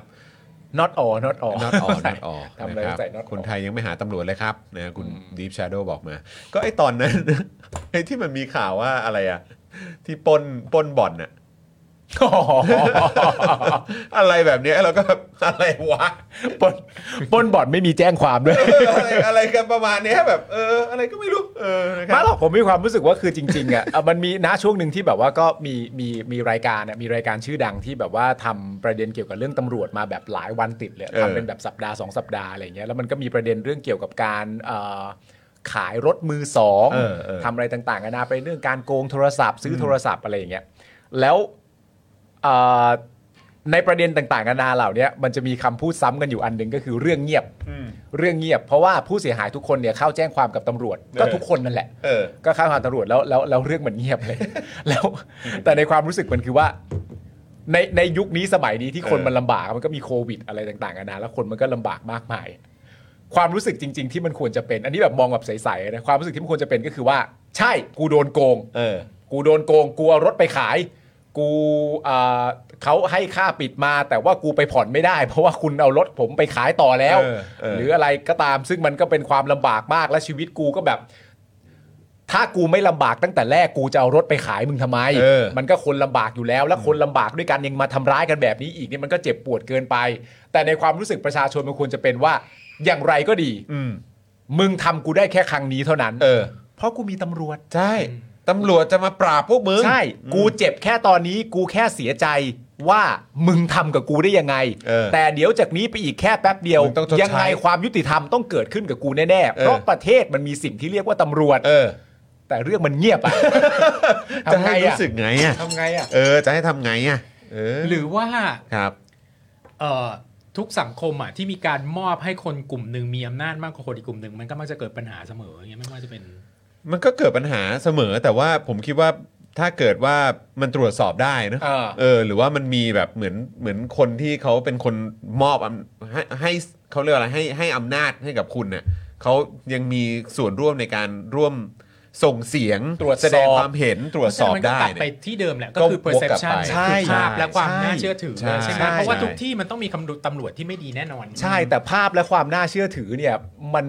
not all not all not all not all ทำอะไร นะครับ ใส่ not all คนไทยยังไม่หาตำรวจเลยครับนะฮะคุณ Deep Shadow บอกมา ก็ไอตอน นั้น ไอที่มันมีข่าวว่าอะไรอะที่ปล้นปล้นบ่อนอะ อ๋ อ อะไรแบบเนี้ยเราก็แบบอะไรวะ ปล้นปล้นบอดไม่มีแจ้งความด้วย เอออะไรอะไรกันประมาณเนี้ยแบบเอออะไรก็ไม่รู้เออนะค มา รับ หรอกผมมีความรู้สึกว่าคือจริงๆอ่ะเอ่อ มันมีนะช่วงหนึ่งที่แบบว่าก็มีมีมีรายการอ่ะมีรายการชื่อดังที่แบบว่าทำประเด็นเกี่ยวกับเรื่องตำรวจมาแบบหลายวันติดเลย เออ ทำเป็นแบบสัปดาห์สองสัปดาห์อะไรอย่างเงี้ยแล้วมันก็มีประเด็นเรื่องเกี่ยวกับการเอ่อขายรถมือสอง เออเออ ทำอะไรต่างๆกันานาไปเรื่องการโกงโทรศัพท์ซื้ออโทรศัพท์อะไรอย่างเงี้ยแล้วเอ่อในประเด็นต่างๆกันานาเหล่าเนี้ยมันจะมีคำพูดซ้ำกันอยู่อันหนึ่งก็คือเรื่องเงียบเรื่องเงียบ เพราะว่าผู้เสียหายทุกคนเนี่ยเข้าแจ้งความกับตำรวจ ก็ทุกคนนั่นแหละ เออ ก็เข้าหาตำรวจแล้วแล้วแล้วเรื่องมันเงียบเลย แล้วแต่ในความรู้สึกมันคือว่า ในในยุคนี้สมัยนี้ที่คน เออ มันลำบากมันก็มีโควิดอะไรต่างๆกันานะแล้วคนมันก็ลำบากมากมาย ความรู้สึกจริง ๆ ที่มันควรจะเป็น อันนี้แบบมองแบบใสๆนะความรู้สึกที่มันควรจะเป็นก็คือว่า ใช่กูโดนโกง เออ กูโดนโกงกลัวรถไปขาย กูอ่าเขาให้ค่าปิดมา แต่ว่ากูไปผ่อนไม่ได้ เพราะว่าคุณเอารถผมไปขายต่อแล้ว เออเออ หรืออะไรก็ตามซึ่งมันก็เป็นความลำบากมากและชีวิตกูก็แบบ ถ้ากูไม่ลำบากตั้งแต่แรกกูจะเอารถไปขายมึงทำไม เออ มันก็คนลำบากอยู่แล้ว แล้วคนลำบากด้วยกันยังมาทำร้ายกันแบบนี้อีกนี่มันก็เจ็บปวดเกินไป แต่ในความรู้สึกประชาชนมันควรจะเป็นว่า อย่างไรก็ดี อืม มึงทำกูได้แค่ครั้งนี้เท่านั้น เออ เพราะกูมีตำรวจ ใช่ ตำรวจจะมาปราบพวกมึง ใช่ กูเจ็บแค่ตอนนี้กูแค่เสียใจว่ามึงทำกับกูได้ยังไง เออ แต่เดี๋ยวจากนี้ไปอีกแค่แป๊บเดียว มึงต้องชดใช้ ยัไงความยุติธรรมต้องเกิดขึ้นกับกูแน่ๆ เออ เพราะประเทศมันมีสิ่งที่เรียกว่าตำรวจ เออ แต่เรื่องมันเงียบอะ จะ ทำไง ให้ อะ รู้สึกไงอ่ะ ทำไงอะ เออ จะให้ทำไงอ่ะ เออ หรือว่า ครับ เอ่อทุกสังคมอ่ะที่มีการมอบให้คนกลุ่มหนึ่งมีอำนาจมากกว่าคนอีกกลุ่มหนึ่งมันก็มักจะเกิดปัญหาเสมออย่างเงี้ยไม่ว่าจะเป็น มันก็เกิดปัญหาเสมอ แต่ว่าผมคิดว่าถ้าเกิดว่ามันตรวจสอบได้นะ เออ เออ หรือว่ามันมีแบบเหมือนเหมือนคนที่เขาเป็นคนมอบอำให้ให้เขาเรียกอะไรให้ให้อำนาจให้กับคุณเนี่ยเขายังมีส่วนร่วมในการร่วมส่งเสียง ตรวจสอบ แสดงความเห็นตรวจสอบ เพาะฉะ ได้ นั้นมันก็กลับไป เนี่ย ที่เดิมแหละก็ ก็ คือ วกกลับ perception ไป คือ ใช่ ภาพและความ ใช่ น่าเชื่อถือ ใช่ ใช่ไหม ใช่ เพราะว่าทุกที่มันต้องมีคำดูตำรวจที่ไม่ดีแน่นอน ใช่แต่ภาพและความน่าเชื่อถือเนี่ย มัน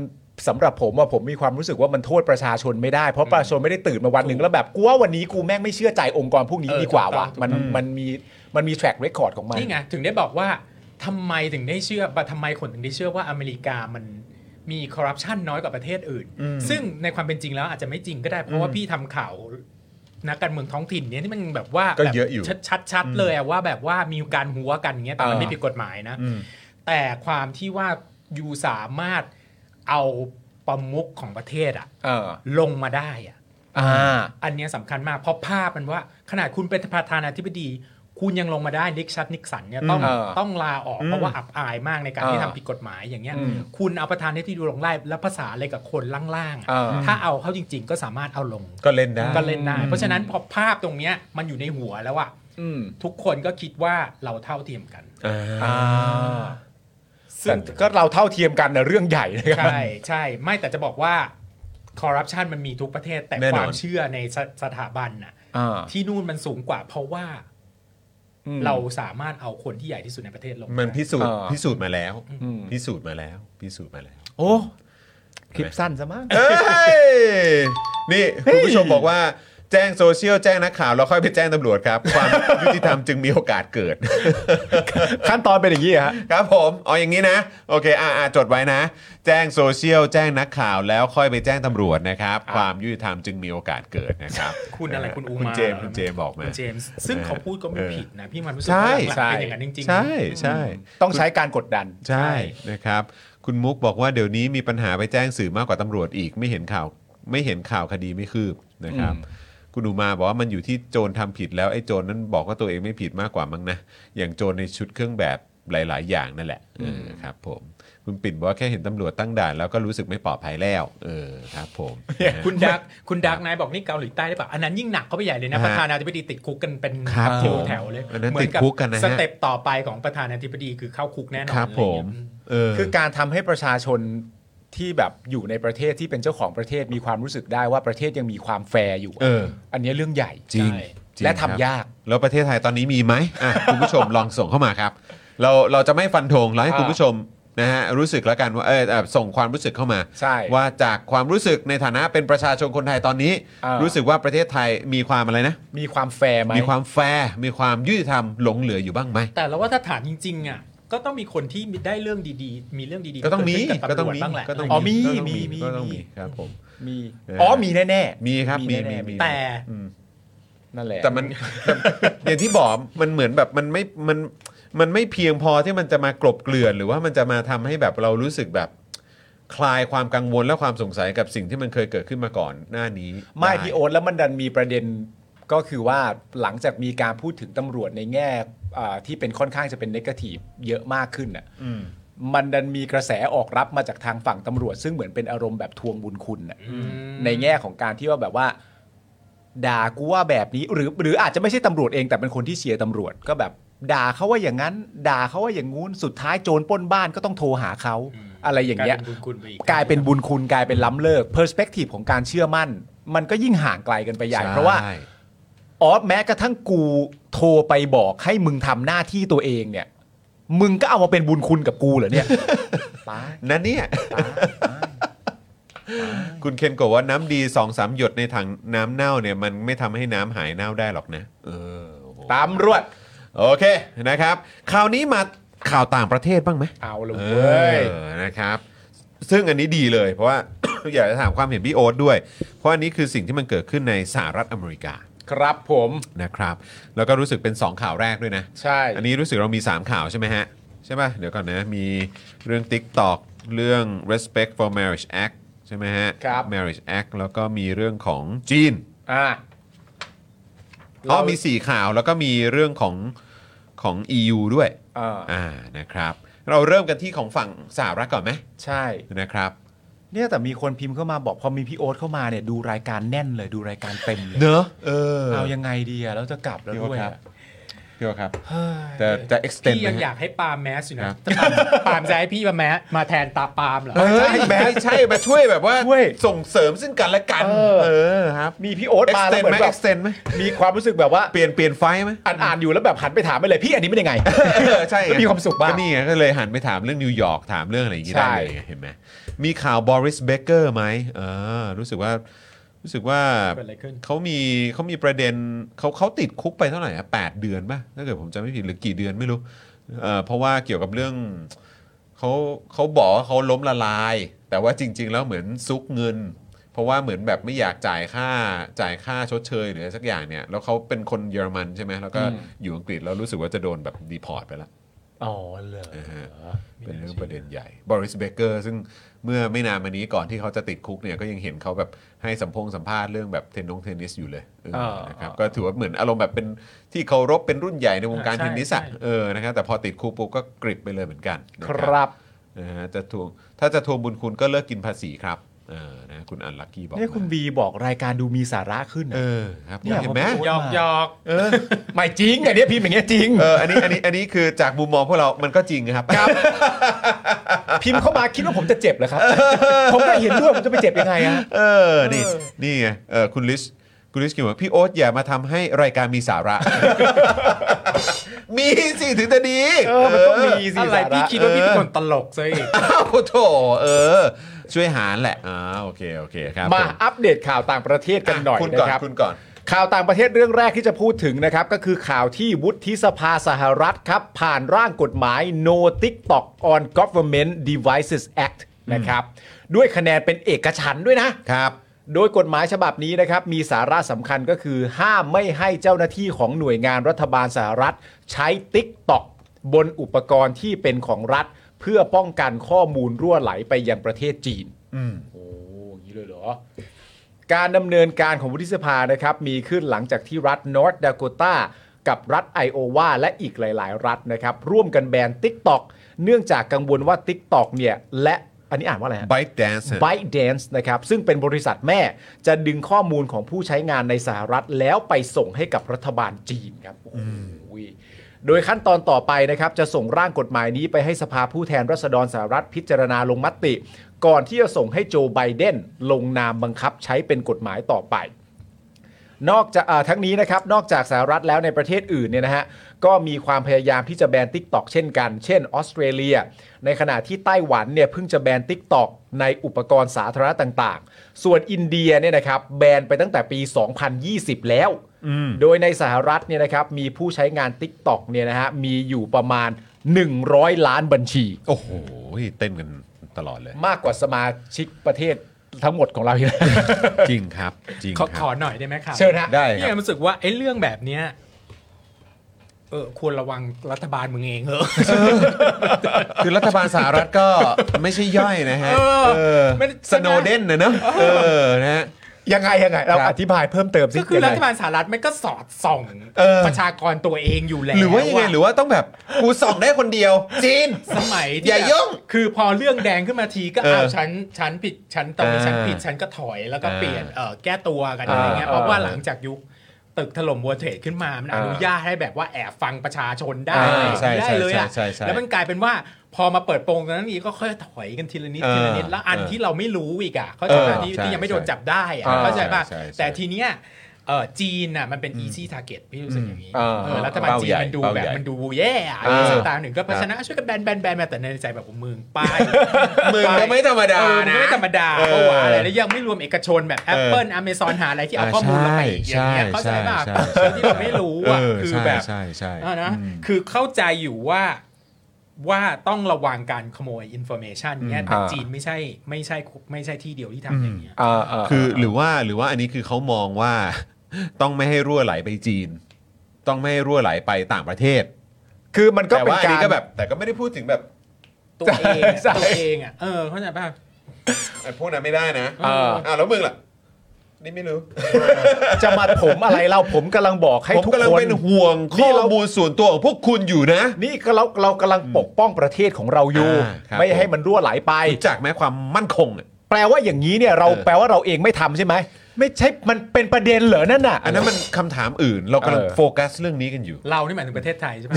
สำหรับผมว่าผมมีความรู้สึกว่ามันโทษประชาชนไม่ได้เพราะประชาชนไม่ได้ตื่นมาวันหนึ่งแล้วแบบกูว่าวันนี้กูแม่งไม่เชื่อใจองค์กรพวกนี้ เออ ดีกว่า ถูกต้อง ว่ะ ถูกต้อง มันมันมีมันมีแทร็กเรคคอร์ดของมัน นี่ไงถึงได้บอกว่าทำไมถึงได้เชื่อทำไมคนถึงได้เชื่อว่าอเมริกามันมีคอร์รัปชันน้อยกว่าประเทศอื่น ซึ่งในความเป็นจริงแล้วอาจจะไม่จริงก็ได้เพราะว่าพี่ทำข่าวนักการเมืองท้องถิ่นเนี่ยที่มันแบบว่า ก็เยอะอยู่ แบบชัดชัดๆเลยอะว่าแบบว่ามีการหัวกันอย่างเงี้ยแต่มัน อ่า ไม่ผิดกฎหมายนะ อืม แต่ความที่ว่ายูสามารถเอาประมุขของประเทศอะ เออ ลงมาได้อะ อ่า อันเนี้ยสำคัญมากเพราะภาพมันว่า ขนาดคุณเป็นประธานาธิบดี คุณยังลงมาได้ดิกชัดนิกสันเนี่ยต้อง อืมเออ ต้องลาออกเพราะว่าอับอายมากในการที่ เออ ทำผิดกฎหมายอย่างเงี้ย อืม คุณเอาประธานาธิบดีลงไล่แล้วภาษาอะไรกับคนล่างๆอะ เออ ถ้าเอาเข้าจริง ๆ ก็สามารถเอาลง ก็เล่นได้ ก็เล่นได้เพราะฉะนั้นพอภาพตรงเนี้ยมันอยู่ในหัวแล้วอะ อืม ทุกคนก็คิดว่าเราเท่าเทียมกัน อ่าซึ่งก็เราเท่าเทียมกันนะเรื่องใหญ่นะครับ ใช่ใช่ไม่แต่จะบอกว่าคอร์รัปชันมันมีทุกประเทศแต่ แน่นอน ความเชื่อในสสถาบันน่ะ อ่า ที่นู่นมันสูงกว่า เพราะว่า อืม เราสามารถเอาคนที่ใหญ่ที่สุดในประเทศลง มัน ได้ พิสูจน์ เออ พิสูจน์มาแล้ว อืม พิสูจน์มาแล้ว พิสูจน์มาแล้ว โอ้ คลิปสั้นซะมั้ง เอ้ยนี่คุณผู้ชมบอกว่าแจ้งโซเชียลแจ้งนักข่าวแล้วค่อยไปแจ้งตำรวจครับ ความยุติธรรมจึงมีโอกาสเกิด ขั้นตอนเป็นอย่างนี้ฮะ ครับผมเอาอย่างนี้นะ โอเคอ่าอ่าจดไว้นะ แจ้งโซเชียลแจ้งนักข่าวแล้วค่อยไปแจ้งตำรวจนะครับ ความยุติธรรมจึงมีโอกาสเกิดนะครับ คุณอะไรคุณอูมา คุณเจมส์คุณเจมส์บอกมา คุณเจมส์ซึ่งเขาพูดก็ไม่ เออ ผิดนะ พี่มันรู้สึก ใช่ ว่าหลัง ใช่ ๆเป็นอย่างนั้นจริงๆ ใช่ใช่ ต้องใช้การกดดัน ใช่นะครับ คุณมุกบอกว่าเดี๋ยวนี้มีปัญหาไปแจ้งสื่อมากกว่าตำรวจอีก ไม่เห็นข่าวไม่เห็นข่าวคดีไม่คืบนะครับ คุณอุมาบอกว่ามันอยู่ที่โจรทำผิดแล้วไอ้โจรนั้นบอกว่าตัวเองไม่ผิดมากกว่ามั้งนะ อย่างโจรในชุดเครื่องแบบหลาย ๆ อย่างนั่นแหละเออครับผมคุณปิ่นบอกว่าแค่เห็นตำรวจตั้งด่านแล้วก็รู้สึกไม่ปลอดภัยแล้วเออครับ ผมนะฮะ คุณดักคุณดักนายบอกนี่เกาหลีใต้ได้ปะอันนั้นยิ่งหนักเขาไปใหญ่เลยนะ ฮะ ประธานาธิบดีติดคุกกันเป็น ครับ คิว ผม แถวเลย อันนั้น เหมือนกั ติดคุกกันนะฮะ สเต็ปต่อไปของประธานาธิบดีคือเข้าคุกแน่นอน ครับ อะ ผ ไอย่าง ม เงี้ย เออ คือการทำให้ประชาชนที่แบบอยู่ในประเทศที่เป็นเจ้าของประเทศมีความรู้สึกได้ว่าประเทศยังมีความแฟร์อยู่ เออ อันนี้เรื่องใหญ่ จริง ใช่ จริง และ ค ทำ รับ ยาก แล้วประเทศไทยตอนนี้มีไหมอ่ะ คุณผู้ชมลองส่งเข้ามาครับ เราเราจะไม่ฟันธงเราให้ อ่า คุณผู้ชมนะฮะรู้สึกแล้วกันว่าเออเอ่อส่งความรู้สึกเข้ามา ใช่ ว่าจากความรู้สึกในฐานะเป็นประชาชนคนไทยตอนนี้ อ่ารู้ รู้สึกว่าประเทศไทยมีความอะไรนะ มีความแฟร์ไหม มีความแฟร์มีความยุติธรรมหลงเหลืออยู่บ้างไหม แต่เราว่าถ้าถามจริงๆอ่ะก็ต้องมีคนที่ได้เรื่องดีๆ มีเรื่องดีๆ ก็ต้องมี เดขึ้นบ ก็ต้อง ตำรวจ มี บ้างแหละ ก็ต้อง อ๋อมี ก็ต้อง มีมี ก็ต้อง มี มีครับผม มี เอออ๋ อ๋อมีแน่ มีครับมีมี แน่ๆ มี แต่ อืม นั่นแหละ แต่มัน แต่ อย่างที่บอกมันเหมือนแบบมันไม่มันมันไม่เพียงพอที่มันจะมากลบเกลื่อน หรือว่ามันจะมาทำให้แบบเรารู้สึกแบบ คลายความกังวลและความสงสัยกับสิ่งที่มันเคยเกิดขึ้นมาก่อนหน้านี้ ไม่ ด้ พี่โอ๊ตแล้วมันดันมีประเด็นก็คือว่าหลังจากมีการพูดถึงตำรวจในแง่อ่าที่เป็นค่อนข้างจะเป็นนกาทีฟเยอะมากขึ้นอ่ะมันดันมีกระแสออกรับมาจากทางฝั่งตำรวจ ซึ่งเหมือนเป็นอารมณ์แบบทวงบุญคุณอ่ะในแง่ของการที่ว่าแบบว่า ด่ากูว่าแบบนี้หรือ หรืออาจจะไม่ใช่ตำรวจเองแต่เป็นคนที่เชียร์ตำรวจก็แบบ ด่าเขาว่าอย่างนั้น ด่าเขาว่าอย่างงู้นสุดท้ายโจรปล้นบ้านก็ต้องโทรหาเขาอะไรอย่างเงี้ย กลป็นบุญคุณไปอี กลายเป็นบุญคุณกลายเป็นล้ำเลิกเพอร์สเปกทีฟของการเชื่อมั่น มันก็ยิ่งห่างไกลกันไปใหญ่ ช่ เพราะว่า อ๋อแม้กระทั่งกูโทรไปบอกให้มึงทำหน้าที่ตัวเองเนี่ย มึงก็เอามาเป็นบุญคุณกับกูเหรอเนี่ย ตาย นั่นเนี่ย ตายตาย คุณเคนบอกว่าน้ำดีสองสามหยดในถังน้ำเน่าเนี่ย มันไม่ทำให้น้ำหายเน่าได้หรอกนะ เออโอ้โห ตามรวด โอเคนะครับคราวนี้มาข่าวต่างประเทศบ้างไหม เอาเลย เอ เว้ย อนะครับ ซึ่งอันนี้ดีเลยเพราะว่า อยากจะถามความเห็นพี่โอ๊ตด้วย เพราะอันนี้คือสิ่งที่มันเกิดขึ้นในสหรัฐอเมริกา ครับผม นะครับ แล้วก็รู้สึกเป็น 2 ข่าวแรกด้วยนะ ใช่ อันนี้รู้สึกเรามี 3 ข่าวใช่ไหมฮะ ใช่ป่ะเดี๋ยวก่อนนะ มีเรื่อง TikTok เรื่อง Respect for Marriage Act ใช่ไหมฮะ ครับ Marriage Act แล้วก็มีเรื่องของจีน อ่า อ๋อมี 4 ข่าวแล้วก็มีเรื่องของของ EU ด้วย เออ อ่านะครับ เราเริ่มกันที่ของฝั่งสหรัฐก่อนไหม ใช่ นะครับ เนี่ยแต่มีคนพิมพ์เข้ามาบอกพอมีพี่โอ๊ตเข้ามาเนี่ยดูรายการแน่นเลยดูรายการเต็มเลย เนอะเออ เอายังไงดีอะแล้วจะกลับแล้ว พี่โอ๊ต ด้วย ครับ อะ พี่โอ๊ตครับ เฮ้ย จะจะ extend พี่ ไหม ยัง ฮะ อยากให้ปาล์มแมสอยู่ ครั นะ บ ปาล์มจะให้พี่มาแมสมาแทนตาปาล์มเหรอ เออใช่แม้ใช่มาช่วยแบบว่า ช่วย ส่งเสริมซึ่งกันและกัน เอออครับ มีพี่โอ๊ตมาแล้ว extend เหมือ ไหม นแบบ extend ไหม มีความรู้สึกแบบว่า เปลี่ยนเปลี่ยนไฟล์ไหม อ่านอ่านอยู่แล้วแบบหันไปถามไปเลยพี่อันนี้เป็นยังไง เออใช่ แล้วมีความสุขบ้าง ก็นี่ไงก็เลยหันไปถามเรื่องนิวยอร์กถามเรื่องอะไรอย่างงี้ ใช่ ได้เลยไงเห็นไหมมีข่าวบริสเบเกอร์ไหมเออรู้สึกว่ารู้สึกว่า เกิดอะไรขึ้น เขามีเขามีประเด็นเขาเขาติดคุกไปเท่าไหร่อะแปดเดือนป่ะถ้าเกิดผมจำไม่ผิดหรือกี่เดือนไม่รู้เออเพราะว่าเกี่ยวกับเรื่อง เขาเขาบอกว่าเขาล้มละลาย แต่ว่าจริง ๆ แล้วเหมือนซุกเงิน เพราะว่าเหมือนแบบไม่อยากจ่ายค่าจ่ายค่าชดเชยหรืออะไรสักอย่างเนี่ย แล้วเขาเป็นคนเยอรมันใช่ไหมแล้วก็อยู่อังกฤษแล้วรู้สึกว่าจะโดนแบบดีพอร์ตไปแล้ว อ๋อเลย นะฮะเป็นเรื่องประเด็นใหญ่บริสเบเกอร์ซึ่งเมื่อไม่นานมานี้ก่อนที่เขาจะติดคุกเนี่ยก็ยังเห็นเขาแบบให้สัมพงสัมภาษณ์เรื่องแบบเทนนงเทนนิสอยู่เลยเออ อ่าน นะครับก็ถือว่าเหมือนอารมณ์แบบเป็นที่เคารพเป็นรุ่นใหญ่ในวงการ อ่าใช่ เทนนิสอะ ใช่ เออนะครับแต่พอติดคุกปุ๊บก็กริบไปเลยเหมือนกันนะคครับ รับ นะฮะจะทวงถ้าจะทวงบุญคุณก็เลิกกินภาษีครับเออนะคุณอันลักกี้บอก เนี่ยคุณ มา บีบอกรายการดูมีสาระขึ้นอะ เออครับ เนี่ย เห็นไหม ผม หยอกหยอก เออ ไม่จริงอันเนี้ยพิมพ์อย่างเงี้ยจริง เอออันนี้อันนี้อันนี้คือจากมุมมองพวกเรา มันก็จริงครับ ครับ พิมพ์เข้ามาคิดว่าผมจะเจ็บเหรอครับ ผมก็เห็นด้วยผมจะไปเจ็บยังไงอะ เออ นี่ นี่ไงเออคุณลิชคุณลิชกินบอกพี่โอ๊ตอย่ามาทำให้รายการมีสาระ มีสิถึงจะดี เออมันต้องมี เ สิ อะไร สาระ พี่คิดว่าพี่เป็นคนตลกซะอีก อ้าวโถเออ ช่วยหารแหละอ่าโอเคโอเคครับ มา ผ อัปเดตข่าวต่างประเทศกันหน่อย คุณก่อน นะครับ คุณก่อน ข่าวต่างประเทศเรื่องแรกที่จะพูดถึงนะครับ ก็คือข่าวที่วุฒิสภาสหรัฐครับ ผ่านร่างกฎหมาย No TikTok on Government Devices Act นะครับ ด้วยคะแนนเป็นเอกฉันท์ด้วยนะ ครับ โดยกฎหมายฉบับนี้นะครับ มีสาระสำคัญก็คือ ห้ามไม่ให้เจ้าหน้าที่ของหน่วยงานรัฐบาลสหรัฐ ใช้ TikTok บนอุปกรณ์ที่เป็นของรัฐ เพื่อป้องกันข้อมูลรั่วไหลไปยังประเทศจีน อืม โอ้อยางนี้เลยเหรอ การดำเนินการของวุฒิสภานะครับ มีขึ้นหลังจากที่รัฐนอร์ d ด k ก t ตากับรัฐไอโอวาและอีกหลาย ๆ รัฐนะครับ ร่วมกันแบน TikTok เนื่องจากกังวลว่า TikTok เนี่ย และอันนี้อ่านว่าอะไรฮะ Byte Dance ฮะ Byte Dance นะครับ ซึ่งเป็นบริษัทแม่จะดึงข้อมูลของผู้ใช้งานในสหรัฐแล้วไปส่งให้กับรัฐบาลจีนครับโอ้โหโดยขั้นตอนต่อไปนะครับ จะส่งร่างกฎหมายนี้ไปให้สภาผู้แทนราษฎรสหรัฐพิจารณาลงมติ ก่อนที่จะส่งให้โจไบเดนลงนามบังคับใช้เป็นกฎหมายต่อไป นอกจากอ่าทั้งนี้นะครับ นอกจากสหรัฐแล้วในประเทศอื่นเนี่ยนะฮะ ก็มีความพยายามที่จะแบน t ิ k t o k เช่นกัน เช่นออสเตรเลีย ในขณะที่ไต้หวันเนี่ยเพิ่งจะแบน t ิ k t o k ในอุปกรณ์สาธารณะต่างๆ ส่วนอินเดียเนี่ยนะครับแบนไปตั้งแต่ปี 2020 แล้ว โดยในสหรัฐเนี่ยนะครับมีผู้ใช้งาน t ิ k t o k เนี่ยนะฮะมีอยู่ประมาณ 100 ล้านบัญชี โอ้โหเต้นกันตลอดเลย มากกว่าสมาชิกประเทศทั้งหมดของเราอยู่แล้ว จริงครับ จริง ขอ ค ข รั อบ หน่อยได้ไหมครับ เชิญฮะ ได้ครับ เนี่ยรู้สึกว่าไอ้เรื่องแบบเนี้ยเออควรระวังรัฐบาลมึงเองเหอะ คือรัฐบาลสหรัฐก็ไม่ใช่ย่อยนะฮะเออสโนเดนนะเนอะเออนะฮะ ยังไงยังไงเรา ครับ อธิบายเพิ่มเติมสิ ก็คือ ยัง รั ไง ฐบาลสหรัฐไม่ก็สอดส่อง เออ ประชากรตัวเองอยู่แล้ว หรือว่ายังไง ะ หรือว่าต้องแบบ กูส่องได้คนเดียว จีน สมัยที่ อย่ายุ่ง คือพอเรื่องแดงขึ้นมาทีก็ เออ เอาฉันฉันผิดฉันตอนนี้ อ่า ฉันผิดฉันก็ถอยแล้วก็ อ่า เปลี่ยนเออแก้ตัวกัน อ่า อะไรเงี้ยเพราะว่า อ่า หลังจากยุคตึกถล่มวอเทรดขึ้นมามันอนุ อ่า ญาตให้แบบว่าแอบฟังประชาชนได้ อ่า อะไร ใช่ใช่ ได้เลยอะ ใช่ใช่ใช่ แล้วมันกลายเป็นว่าพอมาเปิดโปงกันนั้นนี้ก็ค่อยถอยกันทีละนิด เออ ทีละนิดแล้วอัน เออ ที่เราไม่รู้อีกอะเขาใจะ เออ ที่ ใช่ ที่ยังไม่ ใช่ โดนจับได้อะ อ่า เข้าใจป่ะ ใช่ใช่ใช่ แต่ทีเนี้ย เออจีนน่ะมันเป็น easy target พี่รู้สึกอย่างนี้ อ่า เออรัฐบาล เป้า จี ให น ญ่ มันดู เป้า แบบ ใหญ่ มันดูแย่อะ อ่า สตาร์หนึ่งก็เพราะฉะนั้นช่วยกันแบนแบนแบนมาแต่ในใจแบบโอ้มึงป้าย มึงก็ไม่ธรรมดา เออ นะ ไม่ธรรมดา เออ เพราะว่าอะไรแล้วยังไม่รวมเอกชนแบบ Apple Amazon หาอะไรที่เอา อ่า ข้อมูลเราไปอีกอ ใช่ ย่างเงี้ยเข้าใจป่ะ ใช่ใช่ เรื่องที่เราไม่รู้อ่ะ เ คือแบบ ใช่ใช่ใช่ อ่านะคือเข้าใจอยู่ว่าว่าต้องระวังการขโมยอินโฟเมชันเงี้ยแต่ อ่า จีนไม่ใช่ไม่ใช่ไม่ใช่ที่เดียวที่ทำอย่างเงี้ย อ่าา คือหรือว่าหรือว่าอันนี้คือเขามองว่า ต้องไม่ให้รั่วไหลไปจีน ต้องไม่ให้รั่วไหลไปต่างประเทศ คือมันก็ แต่ เป็น ว่าอัน กา นี้ ร ก็แบบ แต่ก็ไม่ได้พูดถึงแบบ ตัวเองอะ ใช่ ตัวเองอ่ะเออเข้าใจป่ะ ไอ้พวกนั้นไม่ได้นะ เออ อ้าวแล้วมึงล่ะ นี่ไม่รู้ จะมาผมอะไรเราผมกำลังบอกให้ ผม ทุก กำลัง คน เป็นห่วง นี่ ข้อ เรา มูลส่วนตัวของพวกคุณอยู่นะ นี่ก็เราเรากำลังปกป้องประเทศของเราอยู่ อ่าครับ ไม่ ผม ให้มันรั่วไหลไป รู้จักไหมความมั่นคงอะ แปลว่าอย่างนี้เนี่ยเรา เออ แปลว่าเราเองไม่ทำใช่ไหมไม่ใช่มันเป็นประเด็นเหรอนั่นน่ะ อันนั้นมันคำถามอื่น เรากำลัง เออ โฟกัสเรื่องนี้กันอยู่ เรานี่หมายถึงประเทศไทยใช่ไหม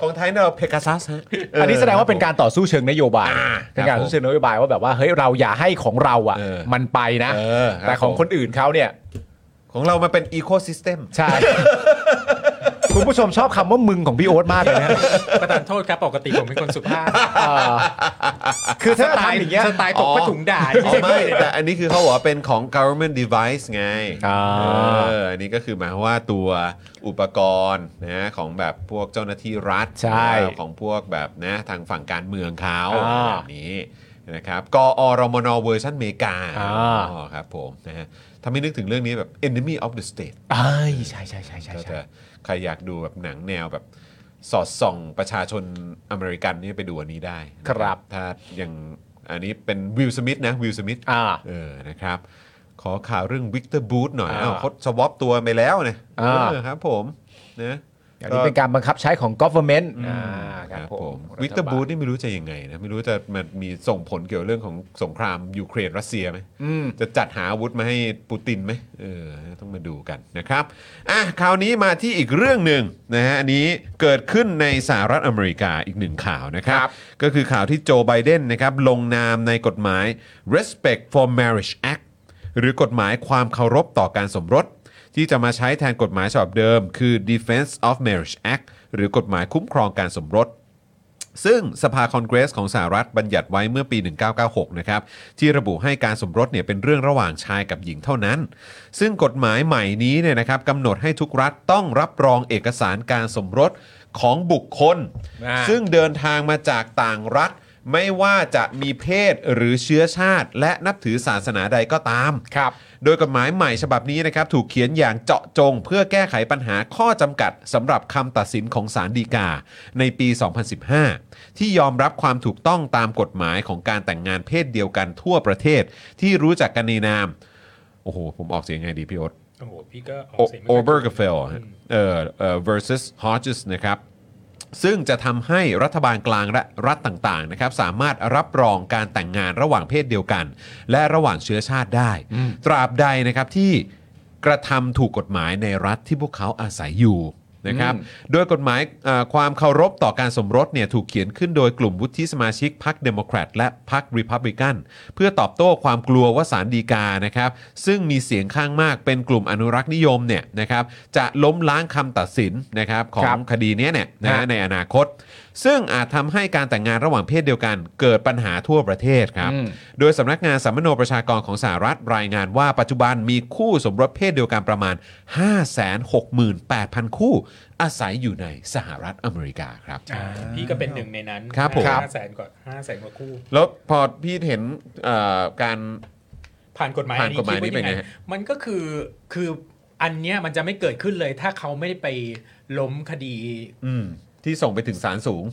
ของไทยเนี่ยเราเพกาซัสฮะเ อันนี้แสดงว่าเป็นการต่อสู้เชิงนโยบาย อ่า เป็นกาครรับ ต่อสู้เชิงนโยบายว่าแบบว่าเฮ้ยเราอย่าให้ของเราอ่ะ เออ มันไปนะ เออครับ แต่ของคนอื่นเขาเนี่ย ของเรามาเป็นอีโคซิสเต็ม ใช่ คุณผู้ชมชอบคำว่ามึงของพี่โอ๊ตมากเลย นะ ประทานโทษครับปกติผมเป็นคนสุภาพ เออคือถ้า สไตล์ ทำอย่างเงี้ย สไตล์ตกผ้าถุงด่า อ๋ นี่ อ ใช่ ไม่แต่อันนี้คือเขาบอกว่าเป็นของ government device ไง อ่า เอออันนี้ก็คือหมายความว่าตัวอุปกรณ์นะของแบบพวกเจ้าหน้าที่รัฐ ใช่ ของพวกแบบนะทางฝั่งการเมืองเขา อ่า แบบนี้นะครับกอรมนเวอร์ชันเมกา อ่า อ๋อครับผมนะฮะถ้าไม่นึกถึงเรื่องนี้แบบ enemy of the state เอ้ยใช่ใช่ใช่ใช่ ก็ ใช่ จะใครอยากดูแบบหนังแนวแบบสอดส่องประชาชนอเมริกันนี่ไปดูอันนี้ได้นะครับ ถ้าอย่างอันนี้เป็นวิลสมิธนะวิลสมิธ อ่า เออ นะครับ ขอข่าวเรื่องวิกเตอร์บูธหน่อย อ่า อ้าวเขาสวอปตัวไปแล้วเนี่ย อ่า เออครับผมนะ อันนี้เป็นการบังคับใช้ของ government อ่าค ค รั รั บบ ผ ผม ม วิกเตอร์บูธนี่ไม่รู้จะยังไงนะ ไม่รู้จะมันมีส่งผลเกี่ยวเรื่องของสงครามยูเครนรัสเซียไหม อืม จะจัดหาอาวุธมาให้ปูตินไหมเออ ต้องมาดูกันนะครับ อ่ะ คราวนี้มาที่อีกเรื่องหนึ่งนะฮะ อันนี้เกิดขึ้นในสหรัฐอเมริกาอีกหนึ่งข่าวนะครับ ครับ ก็คือข่าวที่โจไบเดนนะครับ ลงนามในกฎหมาย Respect for Marriage Act หรือกฎหมายความเคารพต่อการสมรส ที่จะมาใช้แทนกฎหมายฉบับเดิม คือ Defense of Marriage Act หรือกฎหมายคุ้มครองการสมรส ซึ่งสภาคอนเกรสของสหรัฐบัญญัติไว้เมื่อปี 1996 นะครับ ที่ระบุให้การสมรสเนี่ยเป็นเรื่องระหว่างชายกับหญิงเท่านั้น ซึ่งกฎหมายใหม่นี้เนี่ยนะครับกำหนดให้ทุกรัฐต้องรับรองเอกสารการสมรสของบุคคล อ่า ซึ่งเดินทางมาจากต่างรัฐ ไม่ว่าจะมีเพศหรือเชื้อชาติ และนับถือศาสนาใดก็ตาม ครับ โดยกฎหมายใหม่ฉบับนี้นะครับถูกเขียนอย่างเจาะจงเพื่อแก้ไขปัญหาข้อจำกัดสำหรับคำตัดสินของศาลฎีกา ในปี 2015 ที่ยอมรับความถูกต้องตามกฎหมายของการแต่งงานเพศเดียวกันทั่วประเทศ ที่รู้จักกันในนาม โอ้โห ผมออกเสียงไงดีพี่โอ๊ต โอ้โหพี่ก็อ โอ อกเสียงไม่ โอ ค่อย เบอร์กาเฟลเอ่อเอ่อ versus Hodges นะครับ ซึ่งจะทำให้รัฐบาลกลางและรัฐต่างๆนะครับสามารถรับรองการแต่งงานระหว่างเพศเดียวกัน และระหว่างเชื้อชาติได้ ตราบใดนะครับที่กระทำถูกกฎหมายในรัฐที่พวกเขาอาศัยอยู่นะครับโดยกฎหมายเอ่อความเคารพต่อการสมรสเนี่ยถูกเขียนขึ้นโดยกลุ่มวุฒิสมาชิกพรรคเดโมแครตและพรรคริพับลิกัน เพื่อตอบโต้ความกลัวว่าสารดีกานะครับซึ่งมีเสียงข้างมากเป็นกลุ่มอนุรักษ์นิยมเนี่ยนะครับจะล้มล้างคำตัดสินนะครับขอ ครั ง บ คดีเนี้ยเนี่ยนะฮะ ฮะ ในอนาคต ซึ่งอาจทำให้การแต่งงานระหว่างเพศเดียวกัน เกิดปัญหาทั่วประเทศครับ โดยสำนักงานสัมมโนประชากรของสหรัฐรายงานว่าปัจจุบันมีคู่สมรสเพศเดียวกันประมาณ 568,000 คู่ อาศัยอยู่ในสหรัฐอเมริกาครับ อ่าพี่ก็เป็นหนึ่งในนั้น ครับผม ห้าแสนกว่าห้าแสนกว่าคู่ แล้วพอพี่เห็นเอ่อการ ผ่านกฎหมาย ผ่านกฎหมาย อัคินี่ดว่ เป็นไงฮะ มันก็คือคืออันเนี้ยมันจะไม่เกิดขึ้นเลย ถ้าเขาไม่ได้ไปล้มคดี อืมที่ส่งไปถึงศาลสูง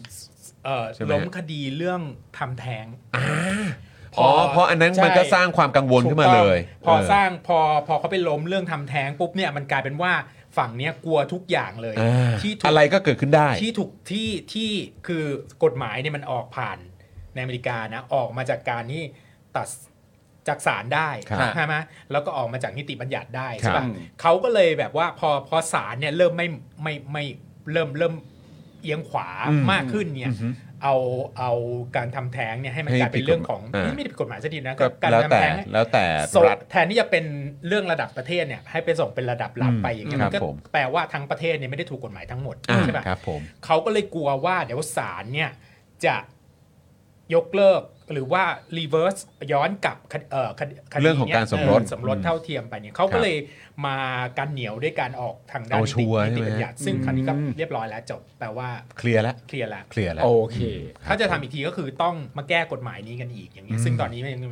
เอ่อ ใช่ไหมฮะ ล้มคดีเรื่องทำแท้ง อ๋อเพราะอันนั้นมันก็สร้างความกังวลขึ้นมาเลย ถูกต้องพอ เ สร้างพอพอเขาไปล้มเรื่องทำแท้งปุ๊บเนี่ยมันกลายเป็นว่าฝั่งเนี้ยกลัวทุกอย่างเลย อ่า ที่ถูก อะไรก็เกิดขึ้นได้ ที่ถูกที่ที่คือกฎหมายเนี่ยมันออกผ่านในอเมริกานะออกมาจากการที่ตัดจากศาลได้ ครับ ใช่ไหมแล้วก็ออกมาจากนิติบัญญัติได้ ครับ ใช่ปะเขาก็เลยแบบว่าพอพอศาลเนี่ยเริ่มไม่ไม่ไม่เริ่มเริ่มเอียงขวามากขึ้นเนี่ย เอาเอาการทำแท้งเนี่ยให้มัน ให้ กลายเป็นเรื่องของ ผิดกฎหมายอ่า นี่ไม่ได้ผิดกฎหมายซะทีนะ ก็ การ แล้ว ทำ แต่ แท้งเนี่ย แล้วแต่ ส่ง รัฐ แทนที่จะเป็นเรื่องระดับประเทศเนี่ยให้ไปส่งเป็นระดับหลักไปอย่างเงี้ย ครั มั บ นก็ ผม แปลว่าทั้งประเทศเนี่ยไม่ได้ถูกกฎหมายทั้งหมด อ่า ใช่ปะ ครับผม เขาก็เลยกลัวว่าเดี๋ยวศาลเนี่ยจะยกเลิกหรือว่ารีเวิร์สย้อนกลับคดเอ่อคดคดี เรื่องของ นี่ย การสมรส เออสมรสเท่าเทียมไปเนี่ยเขาก็เลยมากันเหนียวด้วยการออกทางด้าน เอาชัวร์ นิติ ใช่ไหม บัญญัติซึ่งครั้งนี้ก็เรียบร้อยแล้วจบแปลว่า เคลียร์แล้ว เคลียร์แล้ว เคลียร์แล้ว โอเค ถ้าจะทำอีกทีก็คือต้องมาแก้กฎหมายนี้กันอีกอย่างนี้ยซึ่งตอนนี้มันยัง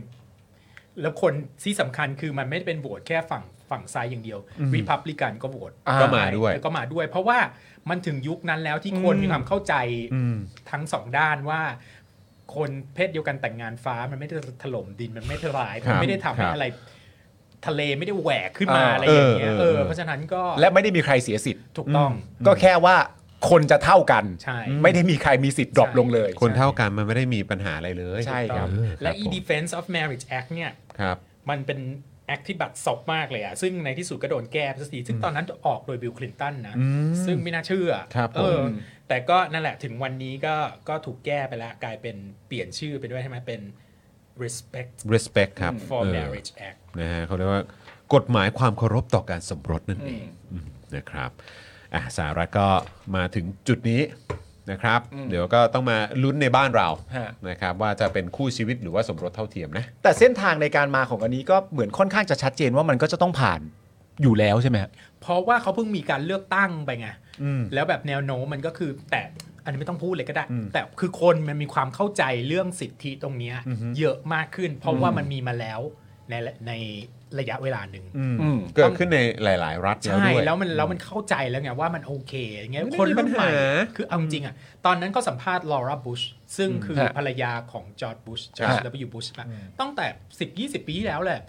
แล้วคนที่สำคัญคือมันไม่ได้เป็นโหวตแค่ฝั่งฝั่งซ้ายอย่างเดียววิพับลิกันก็โหวต อ่า ก็มาด้วย ก็มาด้วย เพราะว่ามันถึงยุคนั้นแล้วที่คนมีความเข้าใจทั้งสองด้านว่า คนเพศเดียวกันแต่งงานฟ้ามันไม่ได้ถล่มดินมันไม่ทลายมันไม่ได้ทำให้อะไร ทะเลไม่ได้แหวกขึ้นมาอะไรอย่างเงี้ย เอ เอ อเออ อเพราะฉะนั้นก็ และไม่ได้มีใครเสียสิทธิ์ ถูกต้อง ก็แค่ว่าคนจะเท่ากัน ใช่ ไม่ได้มีใครมีสิทธิ์ดรอปลงเลย คนเท่ากันมันไม่ได้มีปัญหาอะไรเลย ใช่ครับ เออ และ ครับ e ผม defense of marriage act เนี่ย ครับ มันเป็นแอคที่บัตรซบมากเลยอะซึ่งในที่สุดก็โดนแก้ไปสักทีซึ่งตอนนั้นออกโดยบิลคลินตันนะ ซึ่งไม่น่าเชื่อ ครับผม เออแต่ก็นั่นแหละถึงวันนี้ก็ก็ถูกแก้ไปแล้ว กลายเป็นเปลี่ยนชื่อไปด้วยใช่ไหมเป็น respect respect ครับ for เออ marriage act นะฮะเขาเรียกว่ากฎหมายความเคารพต่อการสมรสนั่นเองอืมนะครับอ่ะสหรัฐก็มาถึงจุดนี้นะครับ เดี๋ยวก็ต้องมาลุ้นในบ้านเรา ฮะ นะครับว่าจะเป็นคู่ชีวิตหรือว่าสมรสเท่าเทียมนะ แต่เส้นทางในการมาของอันนี้ก็เหมือนค่อนข้างจะชัดเจนว่ามันก็จะต้องผ่านอยู่แล้วใช่ไหมฮะ เพราะว่าเขาเพิ่งมีการเลือกตั้งไปไง แล้วแบบแนวโน้มมันก็คือแต่อันนี้ไม่ต้องพูดเลยก็ได้ แต่คือคนมันมีความเข้าใจเรื่องสิทธิตรงเนี้ยเยอะมากขึ้น เพราะว่ามันมีมาแล้วในในระยะเวลาหนึ่ง เกิดขึ้นในหลาย ๆ รัฐแล้ว ใช่ ด้วย แล้วมันแล้วมันเข้าใจแล้วไงว่ามันโอเคอย่างเงี้ย ไม่ได้ คน มีปั รุ่ ญ น หา ใหม่คือเอาจริงๆอ่ะตอนนั้นเขาสัมภาษณ์ลอร่าบุชซึ่งคือ ฮะ ภรรยาของจอร์ดบุชจอร์ด ฮะ แล้วไปอยู่บุชนะตั้งแต่ 10 20 ปีที่แล้วแหละ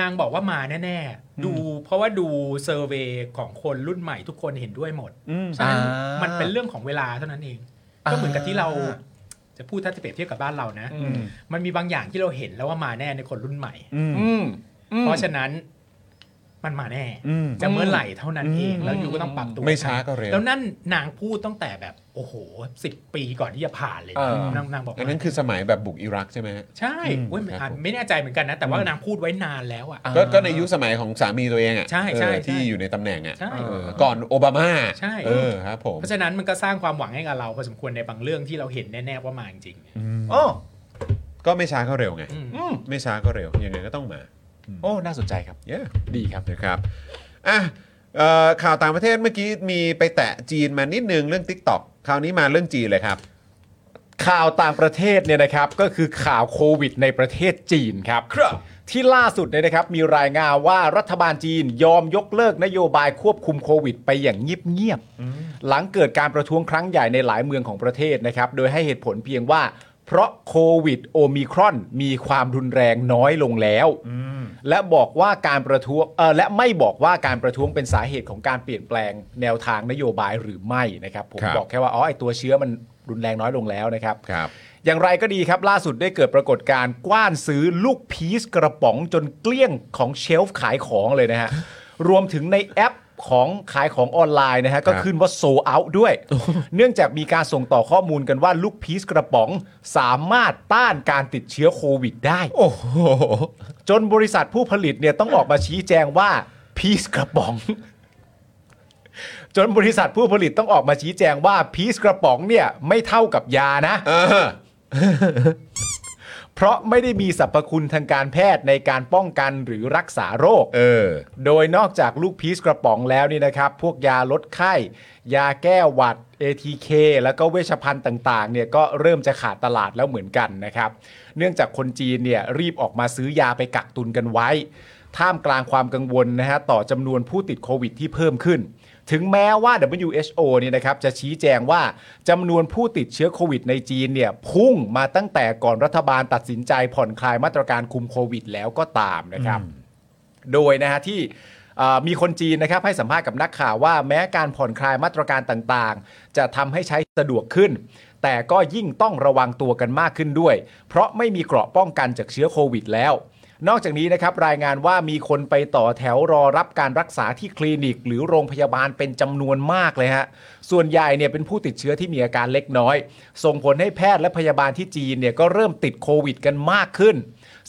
นางบอกว่ามาแน่ๆ ดูเพราะว่าดูเซอร์เวยของคนรุ่นใหม่ทุกคนเห็นด้วยหมดฉะนั้น อ่ามั มันเป็นเรื่องของเวลาเท่านั้นเอง ก็เหมือนกับที่เราจะพูดถ้าจะเปรียบเทียบกับบ้านเรานะ อืม มันมีบางอย่างที่เราเห็นแล้วว่ามาแน่ในคนรุ่นใหม่ อืม เพราะฉะนั้นมันมาแน่ จะเมื่อไหร่เท่านั้นเอง อืม แล้วอยู่ก็ต้องปรับตัว ไม่ช้าก็เร็ว แล้วนั่นนางพูดตั้งแต่แบบ โอ้โหสิบปีก่อนที่จะผ่านเลยนะ เออ นางนางบอก อันนั้นคือสมัยแบบบุกอิรักใช่ไหมฮะ ใช่เว้ย ครั อ่ะ บผม ไม่แน่ใจเหมือนกันนะ แต่ว่านางพูดไว้นานแล้วอ่ะ อ่า ก็ก็ในยุคสมัยของสามีตัวเองอ่ะ ใช่ใช่ เออ ใช่ ที่อยู่ในตำแหน่งอ่ะ ใช่ เออก่อนโอบามา ใช่ เออครับผม เพราะฉะนั้นมันก็สร้างความหวังให้กับเราพอสมควรในบางเรื่องที่เราเห็นแน่ๆว่ามาจริงๆ อ๋อ ก็ไม่ช้าก็เร็วไง อืม อืม ไม่ช้าก็เร็ว ยังไงก็ต้องมา โอ้ น่าสนใจครับ yeah ดีครับ นะครับอ่ะเอ่อข่าวต่างประเทศเมื่อกี้มีไปแตะจีนมานิดนึงเรื่อง TikTok คราวนี้มาเรื่องจีนเลยครับ ข่าวต่างประเทศเนี่ยนะครับก็คือข่าวโควิดในประเทศจีนครับ ที่ล่าสุดเนี่ยนะครับมีรายงานว่ารัฐบาลจีนยอมยกเลิกนโยบายควบคุมโควิดไปอย่างเงียบๆหลังเกิดการประท้วงครั้งใหญ่ในหลายเมืองของประเทศนะครับ โดยให้เหตุผลเพียงว่า เพราะโควิดโอมิครอนมีความรุนแรงน้อยลงแล้ว และบอกว่าการประท้วงเออและไม่บอกว่าการประท้วงเป็นสาเหตุของการเปลี่ยนแปลงแนวทางนโยบายหรือไม่นะครับผม ครับ บอกแค่ว่าอ๋อไอตัวเชื้อมันรุนแรงน้อยลงแล้วนะครับ ครับ อย่างไรก็ดีครับ ล่าสุดได้เกิดปรากฏการณ์กว้านซื้อลูกพีซกระป๋องจนเกลี้ยงของเชลฟ์ขายของเลยนะฮะ รวมถึงในแอปของขายของออนไลน์นะฮะ ก็ขึ้นว่าโซเอาด้วย เนื่องจากมีการส่งต่อข้อมูลกันว่าลูกพีซกระป๋องสามารถต้านการติดเชื้อโควิดได้ โอ้โห จนบริษัทผู้ผลิตเนี่ยต้องออกมาชี้แจงว่าพีซกระป๋อง จนบริษัทผู้ผลิตต้องออกมาชี้แจงว่าพีซกระป๋องเนี่ยไม่เท่ากับยานะ เออ เพราะไม่ได้มีสรรพคุณทางการแพทย์ในการป้องกันหรือรักษาโรค เออ โดยนอกจากลูกพีชกระป๋องแล้วนี่นะครับ พวกยาลดไข้ ยาแก้หวัด ATK แล้วก็เวชภัณฑ์ต่างๆ เนี่ยก็เริ่มจะขาดตลาดแล้วเหมือนกันนะครับ เนื่องจากคนจีนเนี่ยรีบออกมาซื้อยาไปกักตุนกันไว้ ท่ามกลางความกังวลนะฮะต่อจำนวนผู้ติดโควิดที่เพิ่มขึ้น ถึงแม้ว่า WHO เนี่ยนะครับจะชี้แจงว่าจำนวนผู้ติดเชื้อโควิดในจีนเนี่ยพุ่งมาตั้งแต่ก่อนรัฐบาลตัดสินใจผ่อนคลายมาตรการคุมโควิดแล้วก็ตามนะครับ โดยนะฮะที่เอ่อมีคนจีนนะครับให้สัมภาษณ์กับนักข่าวว่าแม้การผ่อนคลายมาตรการต่างๆ จะทำให้ใช้สะดวกขึ้น แต่ก็ยิ่งต้องระวังตัวกันมากขึ้นด้วย เพราะไม่มีเกราะป้องกันจากเชื้อโควิดแล้ว นอกจากนี้นะครับรายงานว่ามีคนไปต่อแถวรอรับการรักษาที่คลินิก หรือโรงพยาบาลเป็นจำนวนมากเลยฮะส่วนใหญ่เนี่ยเป็นผู้ติดเชื้อที่มีอาการเล็กน้อย ส่งผลให้แพทย์และพยาบาลที่จีนเนี่ยก็เริ่มติดโควิดกันมากขึ้น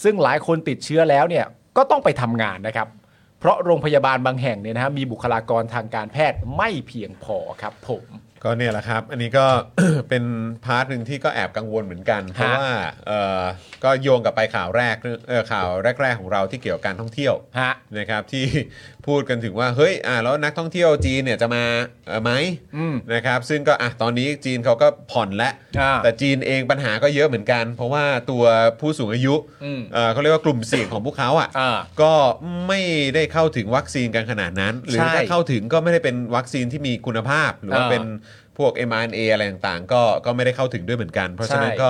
ซึ่งหลายคนติดเชื้อแล้วเนี่ยก็ต้องไปทำงานนะครับ เพราะโรงพยาบาลบางแห่งเนี่ยนะฮะมีบุคลากรทางการแพทย์ไม่เพียงพอครับผม ก็เนี่ยแหละครับ อันนี้ก็ เป็นพาร์ทหนึ่งที่ก็แอบกังวลเหมือนกัน เพราะว่าเอ่อก็โยงกลับไปข่าวแรกเอ่อข่าวแรก ๆ ของเราที่เกี่ยวกับการท่องเที่ยว ฮะ นะครับ ที่ พูดกันถึงว่าเฮ้ยอ่าแล้วนักท่องเที่ยวจีนเนี่ยจะมาเอ่อไหม อืม นะครับซึ่งก็อ่ะตอนนี้จีนเขาก็ผ่อนแล้ว อ่า แต่จีนเองปัญหาก็เยอะเหมือนกัน เพราะว่าตัวผู้สูงอายุ อืม เอ่อเขาเรียกว่ากลุ่มเสี่ยงของพวกเขาอ่ะ อ่า ก็ไม่ได้เข้าถึงวัคซีนกันขนาดนั้น หรือ ใช่ ถ้าเข้าถึงก็ไม่ได้เป็นวัคซีนที่มีคุณภาพ หรือว่า อ่า เป็นพวก mRNA อะไรต่างๆ ก็ก็ไม่ได้เข้าถึงด้วยเหมือนกัน เพราะฉะนั้น ใช่ ก็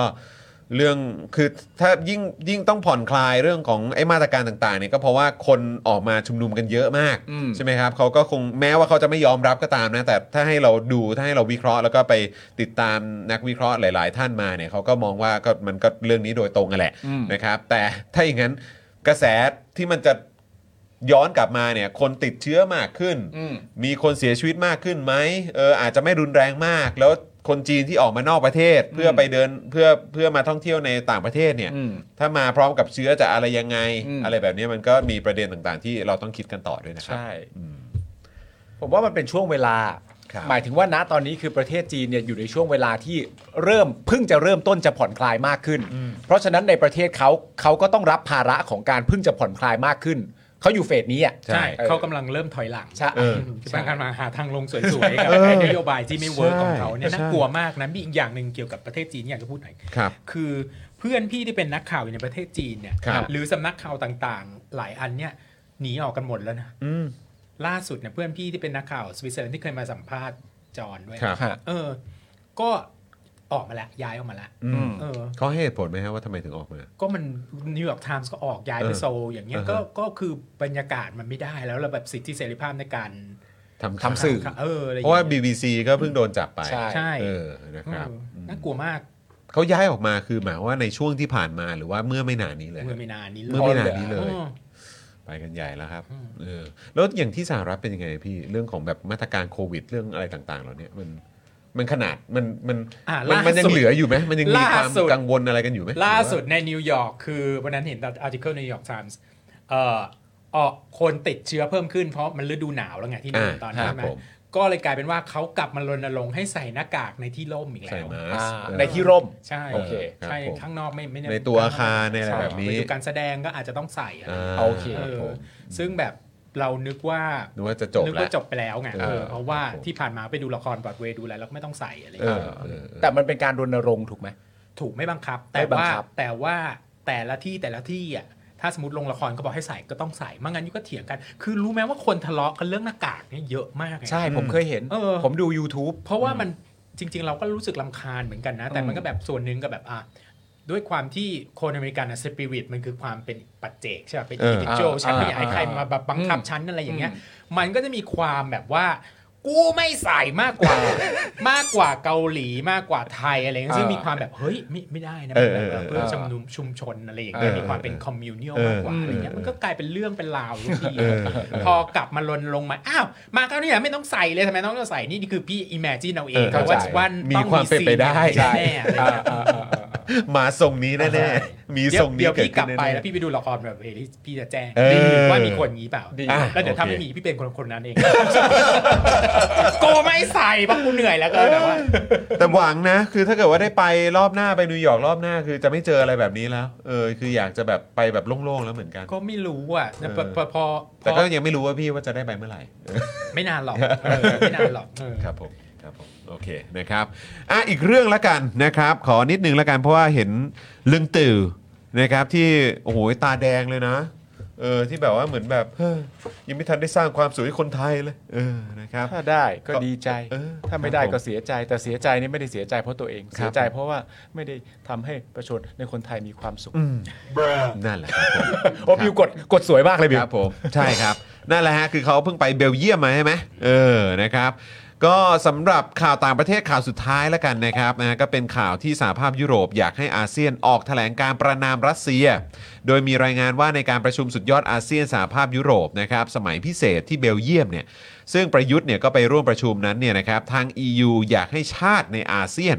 เรื่องคือถ้ายิ่งยิ่งต้องผ่อนคลายเรื่องของไอ้มาตรการต่างๆเนี่ยก็เพราะว่าคนออกมาชุมนุมกันเยอะมาก อืม ใช่ไหมครับเขาก็คงแม้ว่าเขาจะไม่ยอมรับก็ตามนะ แต่ถ้าให้เราดูถ้าให้เราวิเคราะห์แล้วก็ไปติดตามนักวิเคราะห์หลาย ๆ ท่านมาเนี่ยเขาก็มองว่าก็มันก็เรื่องนี้โดยตรงกันแหละ อืม นะครับ แต่ถ้าอย่างนั้นกระแสที่มันจะย้อนกลับมาเนี่ยคนติดเชื้อมากขึ้น อืม มีคนเสียชีวิตมากขึ้นไหมเอออาจจะไม่รุนแรงมาก แล้วคนจีนที่ออกมานอกประเทศ เพื่อไปเดินเพื่อเพื่อมาท่องเที่ยวในต่างประเทศเนี่ย อืม ถ้ามาพร้อมกับเชื้อจะอะไรยังไง อืม อะไรแบบนี้มันก็มีประเด็นต่างๆ ที่เราต้องคิดกันต่อด้วยนะครับ ใช่ ผมว่ามันเป็นช่วงเวลา ครับ หมายถึงว่าณตอนนี้คือประเทศจีนเนี่ยอยู่ในช่วงเวลาที่เริ่มเพิ่งจะเริ่มต้นจะผ่อนคลายมากขึ้น เพราะฉะนั้นในประเทศเขาเขาก็ต้องรับภาระของการเพิ่งจะผ่อนคลายมากขึ้น เขาอยู่เฟสนี้อ่ะ ใช่ ใช่เขากำลังเริ่มถอยหลัง ใช่ เออ ที่ผ่านมาหาทางลงสวยๆกับไอ้นโยบายที่ไม่เวิร์กของเขาเนี่ย ใช่ น่ากลัวมากนะมีอีกอย่างหนึ่งเกี่ยวกับประเทศจีนอยากจะพูดหน่อย ครับ คือเพื่อนพี่ที่เป็นนักข่าวอยู่ในประเทศจีนเนี่ย ครับ หรือสำนักข่าวต่างๆ หลายอันเนี่ยหนีออกกันหมดแล้วนะ อืม ล่าสุดเนี่ยเพื่อนพี่ที่เป็นนักข่าวสวิตเซอร์แลนด์ที่เคยมาสัมภาษณ์จอห์นด้วย ครับ ฮะ เออ ก็ออกมาแล้วย้ายออกมาแล้ว อืม เออ เขาให้เหตุผลไหมฮะว่าทำไมถึงออกมา ก็มันนิวยอร์กไทมส์ก็ออกย้ายไป เออ โซลอย่างเงี้ย อ่าฮะ ก็ก็คือบรรยากาศมันไม่ได้แล้วระบบสิทธิเสรีภาพในการ ทำข่าว ทำสื่อ เอออะไรอย่ เพ ง ราะว่า งี้ย BBC ก็เพิ่งโดนจับไป ใช่ ใช่ เออนะครับ เออ ม น่ากลัวมาก เขาย้ายออกมาคือหมายว่าในช่วงที่ผ่านมาหรือว่าเมื่อไม่นานนี้เลย เมื่อไม่นานนี้เล เมื่อย ไม่นานนี้เลย ออ ไปกันใหญ่แล้วครับ อืม เออแล้วอย่างที่สหรัฐเป็นยังไงพี่เรื่องของแบบมาตรการโควิด เรื่องอะไรต่างๆเหล่าเนี้ยมันมันขนาดมันมัน อ่ะ มั ล่าสุด มันยังเหลืออยู่ไหมมันยังมีความ ล่าสุด กังวลอะไรกันอยู่ไหม ล่าสุดในนิวยอร์กคือวันนั้นเห็นอาร์ติเคิลนิวยอร์กไทมส์เอ่อออกคนติดเชื้อเพิ่มขึ้นเพราะมันฤดูหนาวแล้วไงที่ อ่า นู่นตอน ค นี้ รับ ใช่ไหม ผม ก็เลยกลายเป็นว่าเขากลับมารณรงค์ให้ใส่หน้ากากในที่ร่มอีก ใส่ แล้ว มา อ่า สก์เออ ในที่ร่ม ใช่ โอเค ครับ ใช่ ผม ข้างนอกไม่ไม่ ในตัวอาคารในอะไรแบบนี้ ใช่ฤดูการแสดงก็อาจจะต้องใส่อะไร อ่า โอเค รับ เออ ผม ซึ่งแบบเรานึกว่า นึกว่าจะจบ นึก แล้ว ว่าจบไปแล้วไง เออ เออเพราะว่า ครับผม ที่ผ่านมาไปดูละครบรอดเวย์ดูอะไรแล้วก็ไม่ต้องใส่อะไรอย่าง เอ เงี้ย อเออเออ แต่มันเป็นการรณรงค์ถูกไหม ถูกไม่บังคับ ไม่ แต่ บัง ว่า คับ แต่ว่าแต่ละที่แต่ละที่อ่ะถ้าสมมติลงละครก็บอกให้ใส่ก็ต้องใส่ไม่งั้นยุก็เถียงกัน คือรู้ไหมว่าคนทะเลาะกันเรื่องหน้ากากเนี่ยเยอะมากเลย ใช่ผมเคยเห็น เออ ผมดู YouTube เพราะว่ามันจริง ๆ เราก็รู้สึกลำคาญเหมือนกันนะ แต่มันก็แบบส่วนหนึ่งก็แบบอ่ะด้วยความที่คนอเมริกันนะสปิริตมันคือความเป็นปัจเจกใช่ป่ะเป็นอินดิชวล เออ ฉันไม่อยากให้ เออ ใครมาแบบบังคับ อืม ฉันอะไรอย่างเงี้ย มันก็จะมีความแบบว่า กูไม่ใส่มากกว่า มากกว่าเกาหลีมากกว่าไทยอะไรเงี้ยซึ่ง เออ มีความแบบเฮ้ยไม่ไม่ได้นะ เออ มันแบบ เออเออ เพื่อชุมนุมชุมชนอะไรอย่างเงี้ย เออ มีความเป็นคอมมิวนิลมากกว่า เออ อะไรเงี้ยมันก็กลายเป็นเรื่องเป็นราว ทุกที เออเออ พอกลับมาลนลงมาอ้าวมาคราวนี้ไม่ต้องใส่เลยทำไมต้องใส่นี่นี่คือพี่อิมเมจินเอาเอง เอง เออ เพราะว่า เข้าใจ วัน มี ต้อง ความเป็นไปได้ ซีนแน่ๆอะไรเงี้ย อ่า มาทรงนี้ ใช่ แน่ๆมีทรงนี้ เดี๋ยว เกิด พี่ก ขึ้ ลั น บ แน่ๆ ไปแล้วพี่ไปดูละครแบบเอลิสพี่จะแจ้ง เออ ว่ามีคนงี้เปล่า ดี อ่ะแล้วเดี๋ยวถ้าไม่มีพี่เป็นคนคนนั้นเอง โกไม่ใส่เพราะกูเหนื่อยแล้วก็แต่ว่า แต่หวังนะคือถ้าเกิดว่าได้ไปรอบหน้าไปนิวยอร์กรอบหน้า คือจะไม่เจออะไรแบบนี้แล้วเออคืออยากจะแบบไปแบบโล่งๆแล้วเหมือนกัน ก็ไม่รู้อ่ะแต่พอพอพอ แต่ก็ยังไม่รู้ว่าพี่ว่าจะได้ไปเมื่อไหร่ ไม่นานหรอกเออไม่นานหรอกเออ ครับผมครับผมโอเคนะครับอ่ะอีกเรื่องละกันนะครับ ขอนิดนึงละกันเพราะว่าเห็นเรื่องตื่อนะครับที่โอ้โหตาแดงเลยนะเออที่แบบว่าเหมือนแบบเฮ้ยยังไม่ทันได้สร้างความสุขให้คนไทยเลยเออนะครับ ถ้าได้ก็ดีใจ เออ ถ้าไม่ได้ ครับผม ก็เสียใจ แต่เสียใจนี่ไม่ได้เสียใจเพราะตัวเอง ครั เสี บ ยใจเพราะว่าไม่ได้ทำให้ประชาชนในคนไทยมีความสุข นั่นแหละครับ ผม โอ้บิวกดกดสวยมากเลยบิ คว รับผม ใช่ครับ นั่นแหละฮะคือเขาเพิ่งไปเบลเยียมมาใช่ไหมเออนะครับ ก็สำหรับข่าวต่างประเทศข่าวสุดท้ายแล้วกันนะครับนะก็เป็นข่าวที่สหภาพยุโรปอยากให้อาเซียนออกแถลงการประนามรัสเซีย โดยมีรายงานว่าในการประชุมสุดยอดอาเซียนสหภาพยุโรปนะครับสมัยพิเศษที่เบลเยียมเนี่ยซึ่งประยุทธ์เนี่ยก็ไปร่วมประชุมนั้นเนี่ยนะครับทาง EU อยากให้ชาติในอาเซียน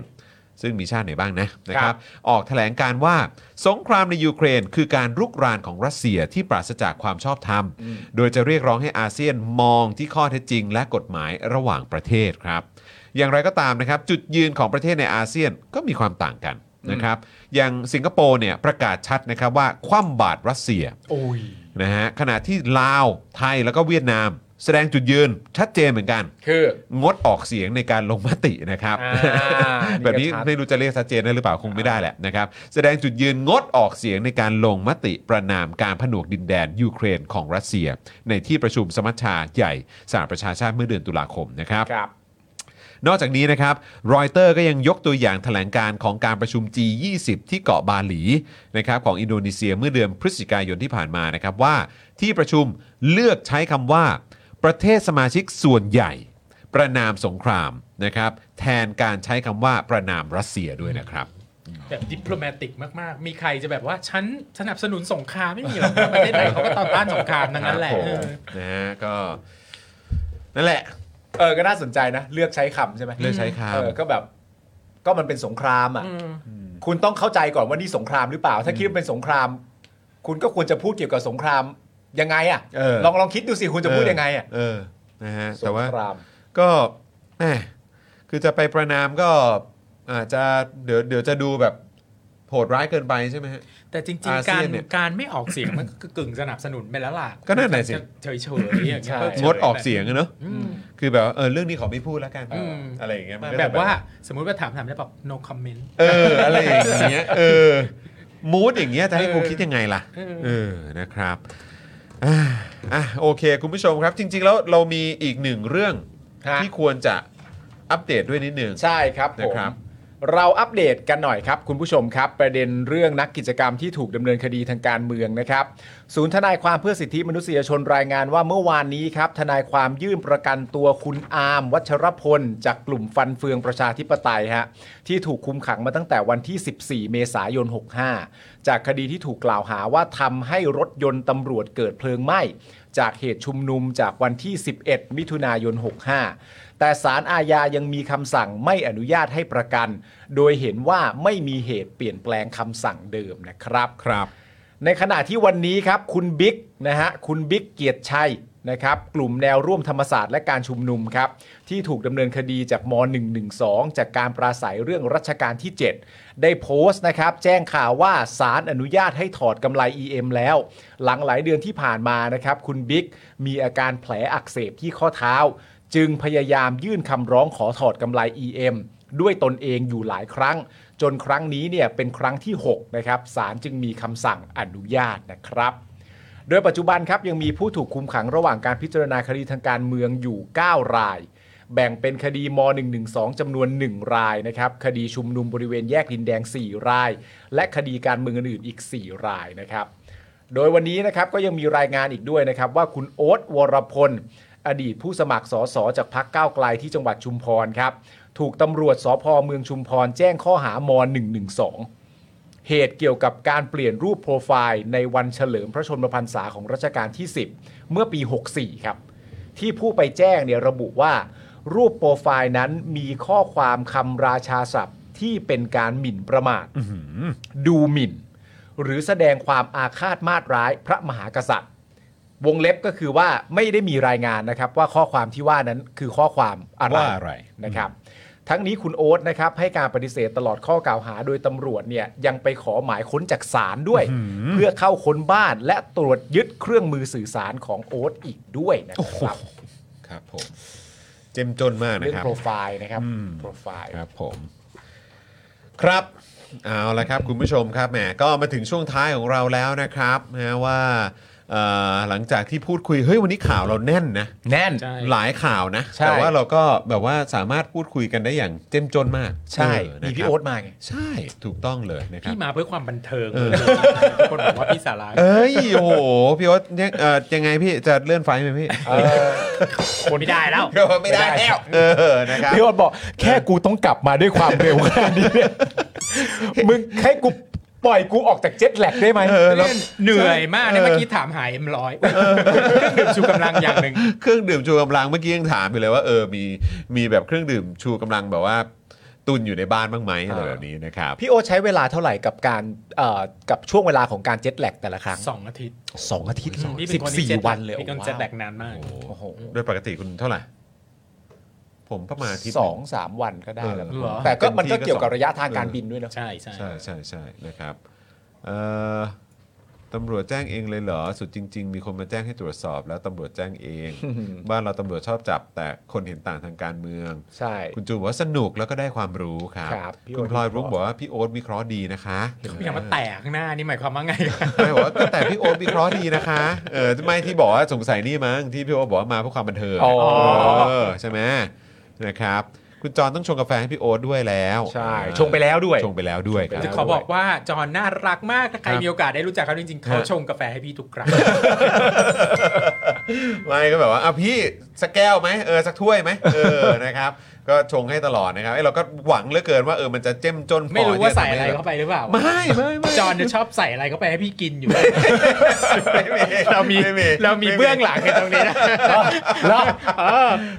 ซึ่งมีชาติไหนบ้างนะนะค ครั รับ บ ออกแถลงการว่าสงครามในยูเครนคือการรุกรานของรัสเซียที่ปราศจากความชอบธรรม โดยจะเรียกร้องให้อาเซียนมองที่ข้อเท็จจริง และกฎหมายระหว่างประเทศครับ อย่างไรก็ตามนะครับจุดยืนของประเทศในอาเซียนก็มีความต่างกันนะครับ อย่างสิงคโปร์เนี่ยประกาศชัดนะครับว่าคว่ำบาตรรัสเซีย โอ้ย นะฮะขณะที่ลาวไทยแล้วก็เวียดนาม แสดงจุดยืนชัดเจนเหมือนกัน คือ งดออกเสียงในการลงมตินะครับ อ่า แบบนี้ นี่ก็ชัด ไม่รู้จะเรียกชัดเจนได้หรือเปล่าคงไม่ได้แหละนะครับ แสดงจุดยืนงดออกเสียงในการลงมติประนามการผนวกดินแดนยูเครนของรัสเซีย ในที่ประชุมสมัชชาใหญ่สหประชาชาติเมื่อเดือนตุลาคมนะครับ ครับ นอกจากนี้นะครับรอยเตอร์ก็ยังยกตัวอย่างแถลงการของการประชุม G20 ที่เกาะบาหลีนะครับของอินโดนีเซียเมื่อเดือนพฤศจิกายนที่ผ่านมานะครับว่าที่ประชุมเลือกใช้คำว่า ประเทศสมาชิกส่วนใหญ่ ประนามสงครามนะครับแทนการใช้คำว่าประนามรัสเซียด้วยนะครับ แบบดิปโลแมติกมาก ๆ มีใครจะแบบว่า ฉันสนับสนุนสงครามไม่มีหรอกประเทศไหนเขาก็ต่อต้านสงครามทั้งนั้นแหละ ครับผม เออ นะฮะก็ นั่นแหละ เออก็น่าสนใจนะ เลือกใช้คำใช่ไหม เลือกใช้คำ เออก็แบบ ก็มันเป็นสงครามอ่ะ อืม คุณต้องเข้าใจก่อนว่านี่สงครามหรือเปล่า ถ้าคิดว่าเป็นสงคราม คุณก็ควรจะพูดเกี่ยวกับสงครามยังไงอ่ะ เออ ลองลองคิดดูสิคุณจะพูดยังไงอ่ะ เออนะฮะ ส แต่ ง ว่า คราม ก็แหมคือจะไปประนามก็อาจจะเดี๋ยวเดี๋ยวจะดูแบบโหดร้ายเกินไปใช่ไหมฮะ แต่จริง อา ๆ เซี กาย ร นเนี่ย การไม่ออกเสียงมันก็คือกึ่งสนับสนุนไปแล้วล่ะ ก็นั่นแหละสิ เฉยๆอย่างเงี้ยก็เฉยๆ งดออกเสียงอะเนอะ อืม คือแบบว่าเออเรื่องนี้ขอไม่พูดแล้วกัน อืม อะไรอย่างเงี้ยมันก็จะ แบบว่าสมมุติว่าถามถามแล้วบอก no comment เอออะไรอย่างเงี้ยเออมูดอย่างเงี้ยจะให้กู เออ คิดยังไงล่ะ เออ เออนะครับอ่ะอ่ะโอเค คุณผู้ชมครับ จริง ๆ แล้วเรามีอีกหนึ่งเรื่อง ฮะ ที่ควรจะอัปเดตด้วยนิดนึง ใช่ครับผ นะ ม ครับ เราอัปเดตกันหน่อยครับ คุณผู้ชมครับ ประเด็นเรื่องนักกิจกรรมที่ถูกดำเนินคดีทางการเมืองนะครับ ศูนย์ทนายความเพื่อสิทธิมนุษยชนรายงานว่าเมื่อวานนี้ครับทนายความยื่นประกันตัวคุณอาร์มวัชรพล จากกลุ่มฟันเฟืองประชาธิปไตยฮะที่ถูกคุมขังมาตั้งแต่วันที่ 14 เมษายน 65 จากคดีที่ถูกกล่าวหาว่าทำให้รถยนต์ตำรวจเกิดเพลิงไหม้ จากเหตุชุมนุมจากวันที่ 11 มิถุนายน 65 แต่ศาลอาญายังมีคำสั่งไม่อนุญาตให้ประกัน โดยเห็นว่าไม่มีเหตุเปลี่ยนแปลงคำสั่งเดิมนะครับ ครับ ในขณะที่วันนี้ครับคุณบิ๊กนะฮะคุณบิ๊กเกียรติชัยนะครับกลุ่มแนวร่วมธรรมศาสตร์และการชุมนุมครับที่ถูกดำเนินคดีจากม .112 จากการปราศัยเรื่องรัชการที่ 7 ได้โพสต์นะครับแจ้งข่าวว่าศาลอนุญาตให้ถอดกำไร EM แล้ว หลังหลายเดือนที่ผ่านมานะครับคุณบิ๊กมีอาการแผลอักเสบที่ข้อเท้า จึงพยายามยื่นคำร้องขอถอดกำไร EM ด้วยตนเองอยู่หลายครั้ง จนครั้งนี้เนี่ยเป็นครั้งที่ 6 นะครับศาลจึงมีคำสั่งอนุญาตนะครับ โดยปัจจุบันครับยังมีผู้ถูกคุมขังระหว่างการพิจารณาคดีทางการเมืองอยู่ 9 ราย แบ่งเป็นคดีม .112 จำนวน 1 รายนะครับ คดีชุมนุมบริเวณแยกดินแดง 4 ราย และคดีการเมืองอื่นๆอีก 4 รายนะครับ โดยวันนี้นะครับก็ยังมีรายงานอีกด้วยนะครับ ว่าคุณโอ๊ตวรพล อดีตผู้สมัครสสจากพักก้าวไกลที่จังหวัดชุมพรครับ ถูกตำรวจสพเมืองชุมพรแจ้งข้อหาม112 เหตุเกี่ยวกับการเปลี่ยนรูปโปรไฟล์ในวันเฉลิมพระชนมพรรษาของรัชกาลที่ 10 เมื่อปี 64 ครับ ที่ผู้ไปแจ้งเนี่ยระบุว่า รูปโปรไฟล์นั้นมีข้อความคำราชาศัพท์ที่เป็นการหมิ่นประมาทดูหมิ่น หรือแสดงความอาฆาตมาตร้ายพระมหากษัตริย์ วงเล็บก็คือว่าไม่ได้มีรายงานนะครับว่าข้อความที่ว่านั้นคือข้อความอะไร ว่าอะไร นะครับ ทั้งนี้คุณโอ๊ตนะครับให้การปฏิเสธตลอดข้อกล่าวหาโดยตำรวจเนี่ยยังไปขอหมายค้นจากศาลด้วย เพื่อเข้าค้นบ้านและตรวจยึดเครื่องมือสื่อสารของโอ๊ตอีกด้วยนะครับ ครับผมเจ้มจนมากนะ เรื่อง ครับ โปรไฟล์นะครับ อืม โปรไฟล์ ครับผมครับเอาละครับคุณผู้ชมครับแหมก็มาถึงช่วงท้ายของเราแล้วนะครับนะว่า เอ่อหลังจากที่พูดคุยเฮ้ยวันนี้ข่าวเราแน่นนะ แน่น ใช่ หลายข่าวนะ ใช่ แต่ว่าเราก็แบบว่าสามารถพูดคุยกันได้อย่างเจ้มจนมาก ใช่ เออนะ มี ครับ พี่โอ๊ตมาไง ใช่ ถูกต้องเลยนะครับ พี่มาเพื่อความบันเทิง เออ คนบอกว่าพี่สาระ เอ้ยโอ้โหพี่โอ๊ตยังเอ่อยังไงพี่จะเลื่อนไฟล์ไหมพี่ คนไม่ได้แล้ว ไม่ได้แล้ว เออนะครับ พี่โอ๊ตบอกแค่กูต้องกลับมาด้วยความเร็วขนาดนี้เนี่ยมึงให้กูปล่อยกูออกจากเจ็ตแลกได้ไหม เออแล้ว เหนื่อยมากเนี่ยเมื่อกี้ถามหายเอ็มร้อยเครื่องดื่มชูกำลังอย่างหนึ่ง เครื่องดื่มชูกำลังเมื่อกี้ยังถามไปเลยว่าเออมีมีแบบเครื่องดื่มชูกำลังแบบว่า ตุนอยู่ในบ้านบ้างไหมอะไร อ่า แบบนี้นะครับ พี่โอตใช้เวลาเท่าไหร่กับการเอ่อกับช่วงเวลาของการเจ็ตแลกแต่ละครั้ง สองอาทิตย์ สองอาทิตย์ พี่เป็ สิบนคนที่ สี่ เจ็ด วันเลย พี่คน โอ้ เจ็ดแดว้าวนกานมาก โอ้โห โดยปกติคุณเท่าไหร่ ผมประมาณาทิตย์ห ส นึ่ องสามวันก็ได้แล้วนะ เออเหรอ แต่ก็ เต็มที่ มันก็เกี่ยวกับ ก็สอง ระยะทางการบินด้วยเนอะ ใช่ใช่ ใช่ใช่ใช่นะครับเอ่อตำรวจแจ้งเองเลยเหรอ สุดจริง ๆ มีคนมาแจ้งให้ตรวจสอบ แล้วตำรวจแจ้งเอง บ้านเราตำรวจชอบจับ แต่คนเห็นต่างทางการเมือง ใช่ คุณจูนบอกว่าสนุกแล้วก็ได้ความรู้ครับ ครับพี่โอ๊ต คุณพลอยรุ้งบอกว่าพี่โอ๊ตวิเคราะห์ดีนะคะ พี่อยามาแตกข้างหน้านี่หมายความว่า ไง ไม่บอกว่าแต่พี่โอ๊ตวิเคราะห์ดีนะคะเออไม่ที่บอกว่าสงสัยนี่มั้งที่พี่โอ๊ตบอกว่ามาเพื่อความบันเทิง อ๋อ เออใช่ไหมนะครับ คุณจอนต้องชงกาแฟให้พี่โอ๊ตด้วยแล้ว ใช่ชงไปแล้วด้วย ชงไปแล้วด้วยครับ จะขอบอกว่าจอห์นน่ารักมากถ้าใครมีโอกาสได้รู้จักเขาจริงๆเขาชงกาแฟให้พี่ทุก ครั้ง ไม่ก็แบบว่าอ่ะพี่สักแก้วไหมเออสักถ้วยไหมเออ นะครับ ก็ชงให้ตลอดนะครับไอยเราก็หวังเหลือเกินว่าเออมันจะเจ้มจนพอ ไม่รู้ว่าใส่อะไร ที่จทำ เข้าไปหรือเปล่า ไม่ ไม่ไม่ จอห์นจะชอบใส่อะไรเข้าไปให้พี่กิน อยู่ ไม่ เรามี ไ เรามีเบื้องหลังในตรงนี้นะ แล้ว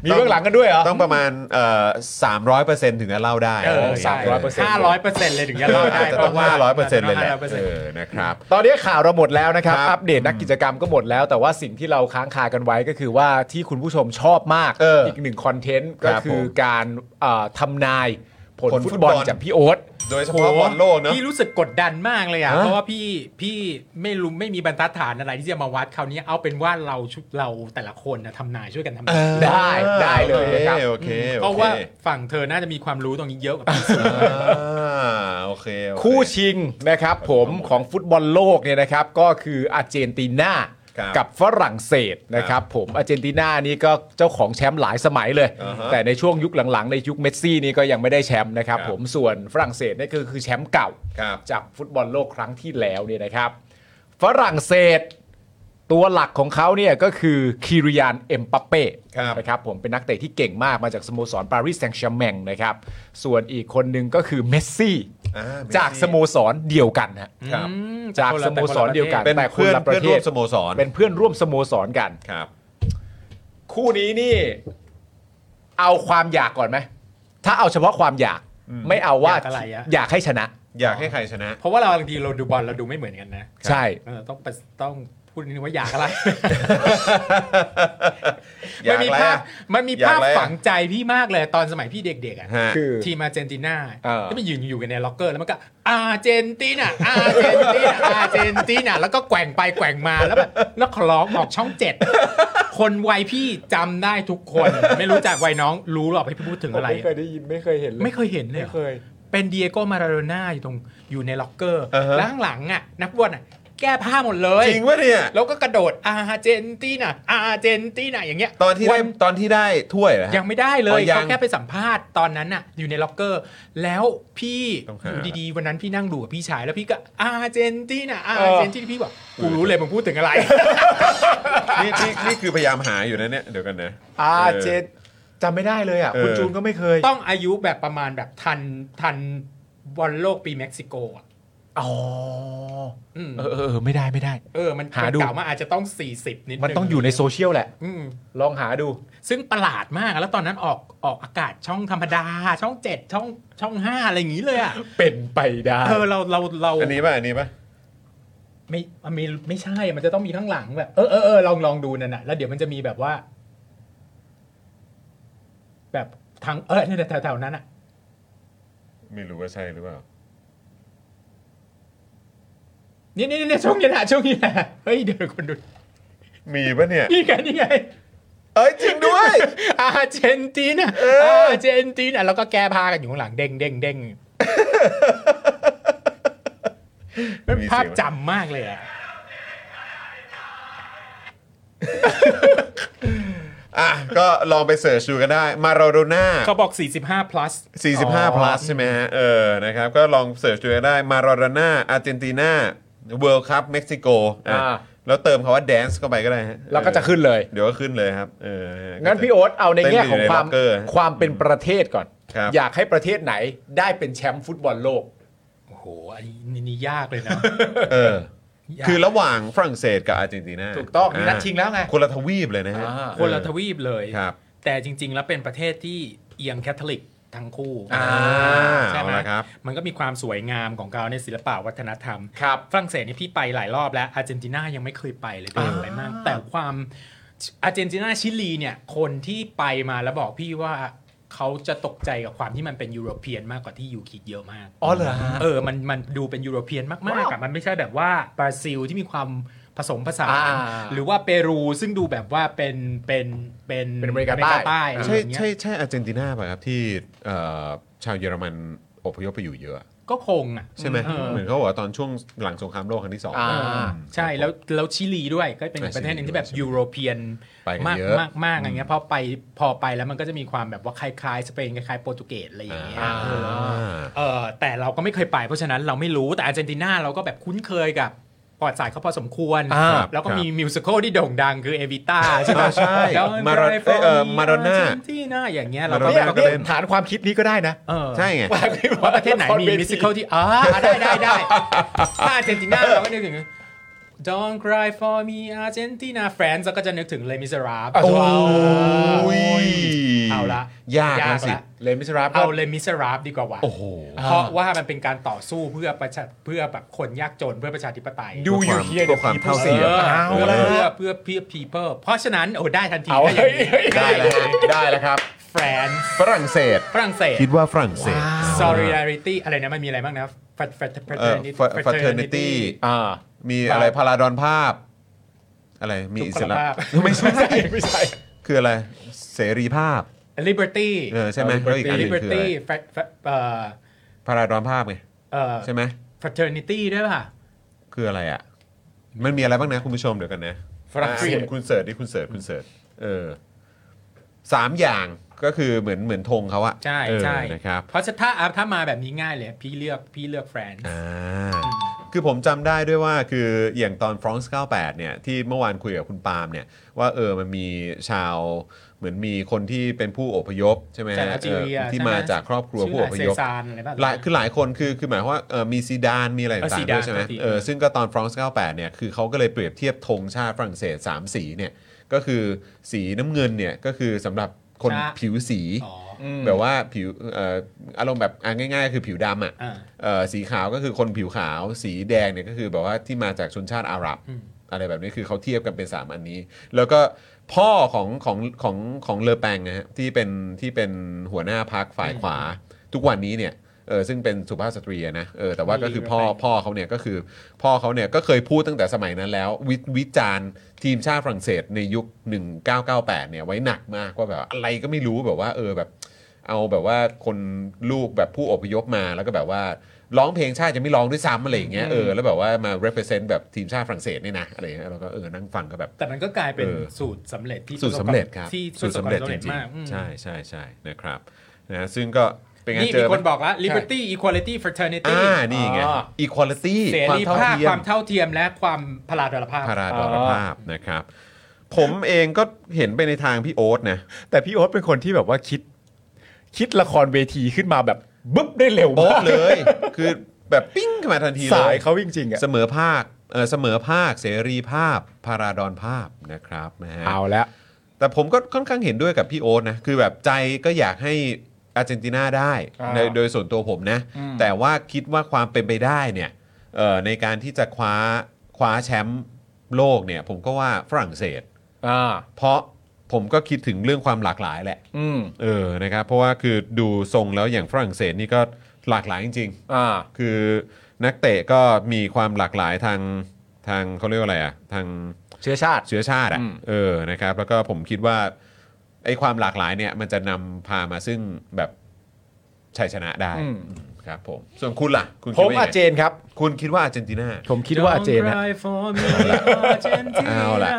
มีเบื้องหลังกันด้วยเหรอ ต้องประมาณเอ่อสามร้อยเปอร์เซ็นต์ถึงจะเล่าได้ เออ เออ ใช่ 300% ห้าร้อยเปอร์เซ็นต์เลยถึงจะ เล่า เล่า ได้ ได้ จะต้องห้าร้อยเปอร์เซ็นต์เลยแหละ 500% เออนะครับ ตอนนี้ข่าวเราหมดแล้วนะครับ ครับ อัปเดตนักกิจกรรมก็หมดแล้ว แต่ว่าสิ่งที่เราค้างคากันไว้ก็คือว่าที่คุณผู้ชมชอบมาก เอออี กหนึ่งคอนเทนต์ ครั ก็ บ คือ ผม การเอ่อทำนายผล ผล ฟุ ฟุ ต ต บบอ อ ล ล จากพี่โอ๊ต โดยเฉพาะบอลโลกเนอะ พี่รู้สึกกดดันมากเลยอ่ะ ฮะ เพราะว่าพี่พี่ไม่รู้ไม่มีบรรทัดฐานอะไรที่จะมาวัดคราวนี้เอาเป็นว่าเราชุดเราแต่ละคนนะทำนายช่วยกันทำนาย ได้ได้เลยนะครับ โอเคโอค เพราะว่าฝั่งเธอน่าจะมีความรู้ตรงนี้เยอะกว่าพี่สุด อ่าโอเคโอเ คู่ชิงนะครับผมของฟุตบอลโลกเนี่ยนะครับก็คืออาร์เจนตินา ครับ กับฝรั่งเศสนะครับผมอาร์เจนตินานี่ก็เจ้าของแชมป์หลายสมัยเลย อ่าฮะ แต่ในช่วงยุคหลังๆ ในยุคเมสซี่นี่ก็ยังไม่ได้แชมป์นะครับ ครับ ผมส่วนฝรั่งเศสนี่คือคือแชมป์เก่า ครับ จากฟุตบอลโลกครั้งที่แล้วเนี่ยนะครับ ฝรั่งเศสตัวหลักของเขาเนี่ยก็คือคิริยานเอ็มปัปเป้ ครับ นะครับผมเป็นนักเตะที่เก่งมากมาจากสโมสรปารีสแซงต์แชร์แมงนะครับ ส่วนอีกคนหนึ่งก็คือเมสซี่ อ่เสซี่ จากสโมสรเดียวกันฮะ ครับ จากสโมสรเดียวกัน เป็น แต่คน เพื่อน ละป เพื่อ ระ น เท ร่ว ศ มสโมสร เป็นเพื่อนร่วมสโมสรกัน ครับ คู่นี้นี่ เอาความอยากก่อนไหมถ้าเอาเฉพาะความอยากไม่เอาว่า อยากอะไรอะ อยากให้ชนะ อยากให้ใครชนะ เพราะว่าเราบางทีเราดูบอลเราดูไม่เหมือนกันนะ ใช่ เออต้องไปต้องพูดนิดนึงว่าอยากอะไร อยาก มี อะไร ภาพ อ่ะ มันมี อยาก ภาพ อะไรอะ ฝังใจพี่มากเลยตอนสมัยพี่เด็กๆอ่ะ ฮะ คือ ทีมอาร์เจนตินา เออ แล้วมันยืนอยู่กันในล็อกเกอร์แล้วมันก็อาร์เจนตินาอาร์เจนตินาอาร์เจนตินาแล้วก็แกว่งไปแกว่งมาแล้วแบบแล้วคล้องออกช่องเจ็ดคนวัยพี่จำได้ทุกคน ไม่รู้จักวัยน้องรู้หรอกให้พี่พูดถึงอะไร ไม่เค อะ ยได้ยินไม่เคยเห็นเลย ไม่เคยเห็นเลยเหรอ ไม่เคย เป็นเดียโก้มาราโดน่าอยู่ตรงอยู่ในล็อกเกอร์ อ่าฮะ แล้วข้างหลังอ่ะ นักบอลอ่ะ แก้ผ้าหมดเลย จริงวะเนี่ย แล้วก็กระโดดอาร์เจนติน่ะอาร์เจนติน่ะอย่างเงี้ย ตอนที่ วั ได้ตอนที่ได้ถ้วยเหรอฮะ ยังไม่ได้เล อ๋ ย อยัง เขาแค่ไปสัมภาษณ์ตอนนั้นน่ะ อยู่ในล็อกเกอร์ แล้วพี่ ต้องหา อยู่ดีๆ วันนั้นพี่นั่งดูกับพี่ชายแล้วพี่ก็อาร์เจนติน่ะอา เอ ร์ อ เจนติน่ะพี่บอกกูรู้เลยมึงพูดถึงอะไร นี่นี่นี่คือพยายามหาอยู่นะเนี่ยเดี๋ยวกันนะ อาเจนจำไม่ได้เลยอ่ะ เออ คุณจูนก็ไม่เคย ต้องอายุแบบประมาณแบบทันทันบอลโลกปีเม็กซิโกอ่ะ อ๋อ อืม เออเออเออไม่ได้ไม่ได้ เออมัน หาดู เก่ามากอาจจะต้อง 40 นิดนึง มันต้องอยู่ในโซเชียลแหละ อืม ลองหาดู ซึ่งประหลาดมากแล้วตอนนั้นออกออกอากาศช่องธรรมดา ช่องเจ็ดช่องช่องห้าอะไรอย่างนี้เลยอ่ะ เป็นไปได้ เออเราเราเรา อันนี้ป่ะอันนี้ป่ะ ไม่ไม่ไม่ใช่มันจะต้องมีข้างหลังแบบเออเออเออลองลองดูนั่นน่ะแล้วเดี๋ยวมันจะมีแบบว่า แบบทางเออเนี่ยแถวแถวนั้นอ่ะ ไม่รู้ว่าใช่หรือเปล่า นี่นี่นี่ช่วงนี้แหละช่วงนี้แหละเฮ้ยเดี๋ยวคนดู มีป่ะเนี่ย นี่ไงนี่ไง เอ้ยจริงด้วย อาร์เจนติน่ะ เออ อาร์เจนติน่ะแล้วก็แก้ผ้ากันอยู่ข้างหลังเด้งเด้งเด้งเป็นภาพจำมากเลยอ่ะ อ่ะก็ลองไปเสิร์ชดูกันได้มาโรโดน่า เขาบอก 45 plus 45 plus ใช่ไหมฮะ เออ นะครับ ก็ลองเสิร์ชดูได้ มารา n าอาร์เจนตินาเวิลด์คัพเม็กซิโกอ่ะ อ่า แล้วเติมคำว่าแดนซ์เข้าไปก็ได้ฮะ แล้วก็จะขึ้นเลย เดี๋ยวก็ขึ้นเลยครับเออ งั้นพี่โอ๊ตเอาในแง่ของความ เต้นยู่ใน locker ความเป็นประเทศก่อน ครับ อยากให้ประเทศไหนได้เป็นแชมป์ฟุตบอลโลก โอ้โห อันนี้นี่ยากเลยนะ เออ ยาก คือระหว่างฝรั่งเศสกับอาร์เจนตินา ถูกต้องมีนัดชิงแล้วไง คนละทวีปเลยนะฮะ อ่า คนละทวีปเลย ครับ แต่จริง ๆ แล้วเป็นประเทศที่เอียงแคทอลิกทั้งคู่ อ่า ใช่ เอา ไหม ละครับ มันก็มีความสวยงามของเขาในศิลปะวัฒนธรรม ครับ ฝรั่งเศสนี่พี่ไปหลายรอบแล้วอาร์เจนตินายังไม่เคยไปเลยเดินไปมาก แต่ความอาร์เจนตินาชิลีเนี่ย คนที่ไปมาแล้วบอกพี่ว่าเขาจะตกใจกับความที่มันเป็นยุโรเปียนมากกว่าที่ยูคิดเยอะมาก อ๋อเหรอฮะ เออ มัน มันดูเป็นยุโรเปียนมากๆอะมันไม่ใช่แบบว่าบราซิลที่มีความผสมผสาน อ่า หรือว่าเปรูซึ่งดูแบบว่าเป็น เป็น เป็น เป็นอเมริกาใต้ อะไรอ ใช่ ย่างเงี้ ใช่ ย ใช่อาร์เจนตินาป่ะครับ ที่เอ่อชาวเยอรมันอพยพไปอยู่เยอะ ก็คงอ่ะ ใช่ไหม เออ เหมือนเขาบอกว่าตอนช่วงหลังสงครามโลกครั้งที่สอง อ่า ใช่ แล้ว แล้วชิลีด้วย ก็เป็น เออ ประเทศหนึงที่แบบ ชิลีด้วย ยุโรเปียน ไปกัน มาก เยอะ มากมากอย่างเงี้ย พอไป พอไปแล้วมันก็จะมีความแบบว่าคล้ายๆ สเปนคล้ายๆ โปรตุเกสอะไรอย่างเงี้ย อ่า เออเออแต่เราก็ไม่เคยไป เพราะฉะนั้นเราไม่รู้ แต่อาร์เจนตินาเราก็แบบคุ้นเคยกับปอดสายเขาพอสมควร อ่า แล้วก็ ครับ มีมิวสิควลที่โด่งดังคือเอวิต้าใช่ไหม อ่าใช่ แล้ว มาราเอ้ยเอ่อมาราน่า ที่น่าอย่างเงี้ยเรา มา ก็ รา แบ น่า บ ก็ เนี่ย เล่น ฐานความคิดนี้ก็ได้นะ เออ ใช่ไง ว่าประเทศไหนมีมิวสิควลที่อ่าได้ได้ได้ถ้าอาร์เจนตินาเราก็นึกถึง Don't cry for me Argentina France แล้วก็จะนึกถึง Les Miserables โอ้ โอ้ย เอาละ ยากนะสิ ละ เลมิสราฟ เอา Les Miserables ดีกว่าว่ะ โอ้โห เพราะว่ามันเป็นการต่อสู้เพื่อประชาเพื่อแบบคนยากจนเพื่อประชาธิปไตย ดูอยู่ พื่ เฮียเดี๋ยว ความ ผี เท่า ผู้ เทียม เออ เอาละ เพื่อเพื่อเพื่อ people เพราะฉะนั้นโอ้ได้ทันที เอา ถ้าอย่างนี้ เฮ้ย ได้แล้วฮะได้แล้วครับ แฟนซ์ ฝรั่งเศส ฝรั่งเศส คิดว่าฝรั่งเศส solidarity อะไรนะมันมีอะไรบ้างนะ Frat- Frat- เออ fraternity fraternity อ่า มีอะไรพาราดอนภาพ อะไรมีอิสระ ทุกพลภาพ ไม่ใช่ ไม่ใช่ คืออะไร เสรีภาพ liberty เออใช่ไหมแล้วอีกอันหนึงคืออะ liberty ไร Frat- Frat- เอ่อ พาราดอนภาพไง เอ่อ ใช่ไหม fraternity ด้วยป่ะ คืออะไรอ่ะ มันมีอะไรบ้างนะคุณผู้ชมเดี๋ยวกันนะ ฝรั่งเศส อ่ะคุณคุณเสิร์ชดิคุณเสิร์ชคุณเสิร์ชเออสามอย่างก็คือเหมือนเหมือนธงเขาอะ ใช่ เออ ใช่ นะครับ เพราะฉะนั้นถ้าอ่ะถ้ามาแบบนี้ง่ายเลยพี่เลือกพี่เลือกแฟนซ์ อ่าคือผมจำได้ด้วยว่าคืออย่างตอนฟรองซ์98 เนี่ย ที่เมื่อวานคุยกับคุณปาล์มเนี่ย ว่าเออมันมีชาวเหมือนมีคนที่เป็นผู้อพยพใช่ไหม จากแอลจีเรีย เออที่ ใช่ไหม มาจากครอบครัว ชื่อ ผู้อพยพ หลายเซซานอะไรบ้าง หลายคือหลายคนคือคือหมายความว่าเออมีซีดานมีอะไร เออ ต่า ซี งๆ ดาด้วนยใช่ไหม ปกติ เออซึ่งก็ตอนฟรองซ์98 เนี่ยคือเขาก็เลยเปรียบเทียบธงชาติฝรั่งเศสสามสีเนี่ยก็คือสีน้ำเงินเนี่ยก็คือสำหรับคนผิวสี อ๋อ แบบว่าผิวเอ่ออารมณ์แบบอ่ะง่าย ๆ คือผิวดำอ่ะ อ่า เอ่อสีขาวก็คือคนผิวขาว สีแดงเนี่ยก็คือแบบว่าที่มาจากชนชาติอาหรับ อืม อะไรแบบนี้คือเขาเทียบกันเป็น 3 อันนี้ แล้วก็พ่อของของของของเลอแปงนะฮะที่เป็นที่เป็นหัวหน้าพักฝ่ายขวา ทุกวันนี้เนี่ยเออซึ่งเป็นสุภาพสตรีอะนะเออแต่ว่าก็คือพ่อ พ่อเขาเนี่ยก็คือพ่อเขาเนี่ยก็เคยพูดตั้งแต่สมัยนั้นแล้ว วิวิจารณ์ทีมชาติฝรั่งเศสในยุค 1998 เนี่ยไว้หนักมากว่าแบบอะไรก็ไม่รู้แบบว่าเออแบบ เอาแบบว่าคนลูกแบบผู้อพยพมาแล้วก็แบบว่าร้องเพลงชาติจะไม่ร้องด้วยซ้ำอะไรอย่างเงี้ยเออแล้วแบบว่ามา represent แบบทีมชาติฝรั่งเศสเนี่ยนะอะไรอย่างเงี้ยเราก็เออนั่งฟังก็แบบ แต่มันก็กลายเป็น เออ สูตรสำเร็จที่ สูตรสำเร็จครับ ที่ สูตรสำเร็จจริง มากอืม ๆใช่ใช่ใช่นะครับนะซึ่งก็เป็นไง นี่ เจอมีไหม คนบอกแล้ว liberty equality fraternity อ่านี่ไง อ่า equality เสรี ความ ภา เท่า พ เทีย ค ม วามเท่าเทียมและความพลาดลภาพ พาราดอนภาพนะครับ ผมเองก็เห็นไปในทางพี่โอ๊ต นะ แต่พี่โอ๊ตเป็นคนที่แบบว่าคิด คิดละครเวทีขึ้นมาแบบบึ๊บได้เร็ว โบ๊ะ มาก เลย คือแบบปิ้งขึ้นมาทันทีเลย สายเขาจริงๆอ่ะ เสมอภาคเออเสมอภาคเสรีภาพ พาราดอนภาพนะครับนะฮะ เอาแล้ว แต่ผมก็ค่อนข้างเห็นด้วยกับพี่โอ๊ตนะ คือแบบใจก็อยากให้อาร์เจนตินาได้ อ่า ในโดยส่วนตัวผมนะ แต่ว่าคิดว่าความเป็นไปได้เนี่ยเอ่อในการที่จะคว้าคว้าแชมป์โลกเนี่ย ผมก็ว่าฝรั่งเศส อ่า เพราะผมก็คิดถึงเรื่องความหลากหลายแหละ อืม เออนะครับเพราะว่าคือดูทรงแล้วอย่างฝรั่งเศสนี่ก็หลากหลายจริง ๆ อ่า คือนักเตะก็มีความหลากหลายทางทางเขาเรียกว่าอะไรอะทาง เชื้อชาติ เชื้อชาติอะ อืม เออนะครับ แล้วก็ผมคิดว่าไอ้ความหลากหลายเนี่ยมันจะนำพามาซึ่งแบบชัยชนะได้ อืม ครับผมส่วนคุณล่ะ คุณ ผ คิด ม ว่า อา ยัง เจ ไง นครับ คุณคิดว่าอาร์เจนตินา ผมคิดว่าอาเจนนะ Don't cry for me, Argentina เอาล่ะ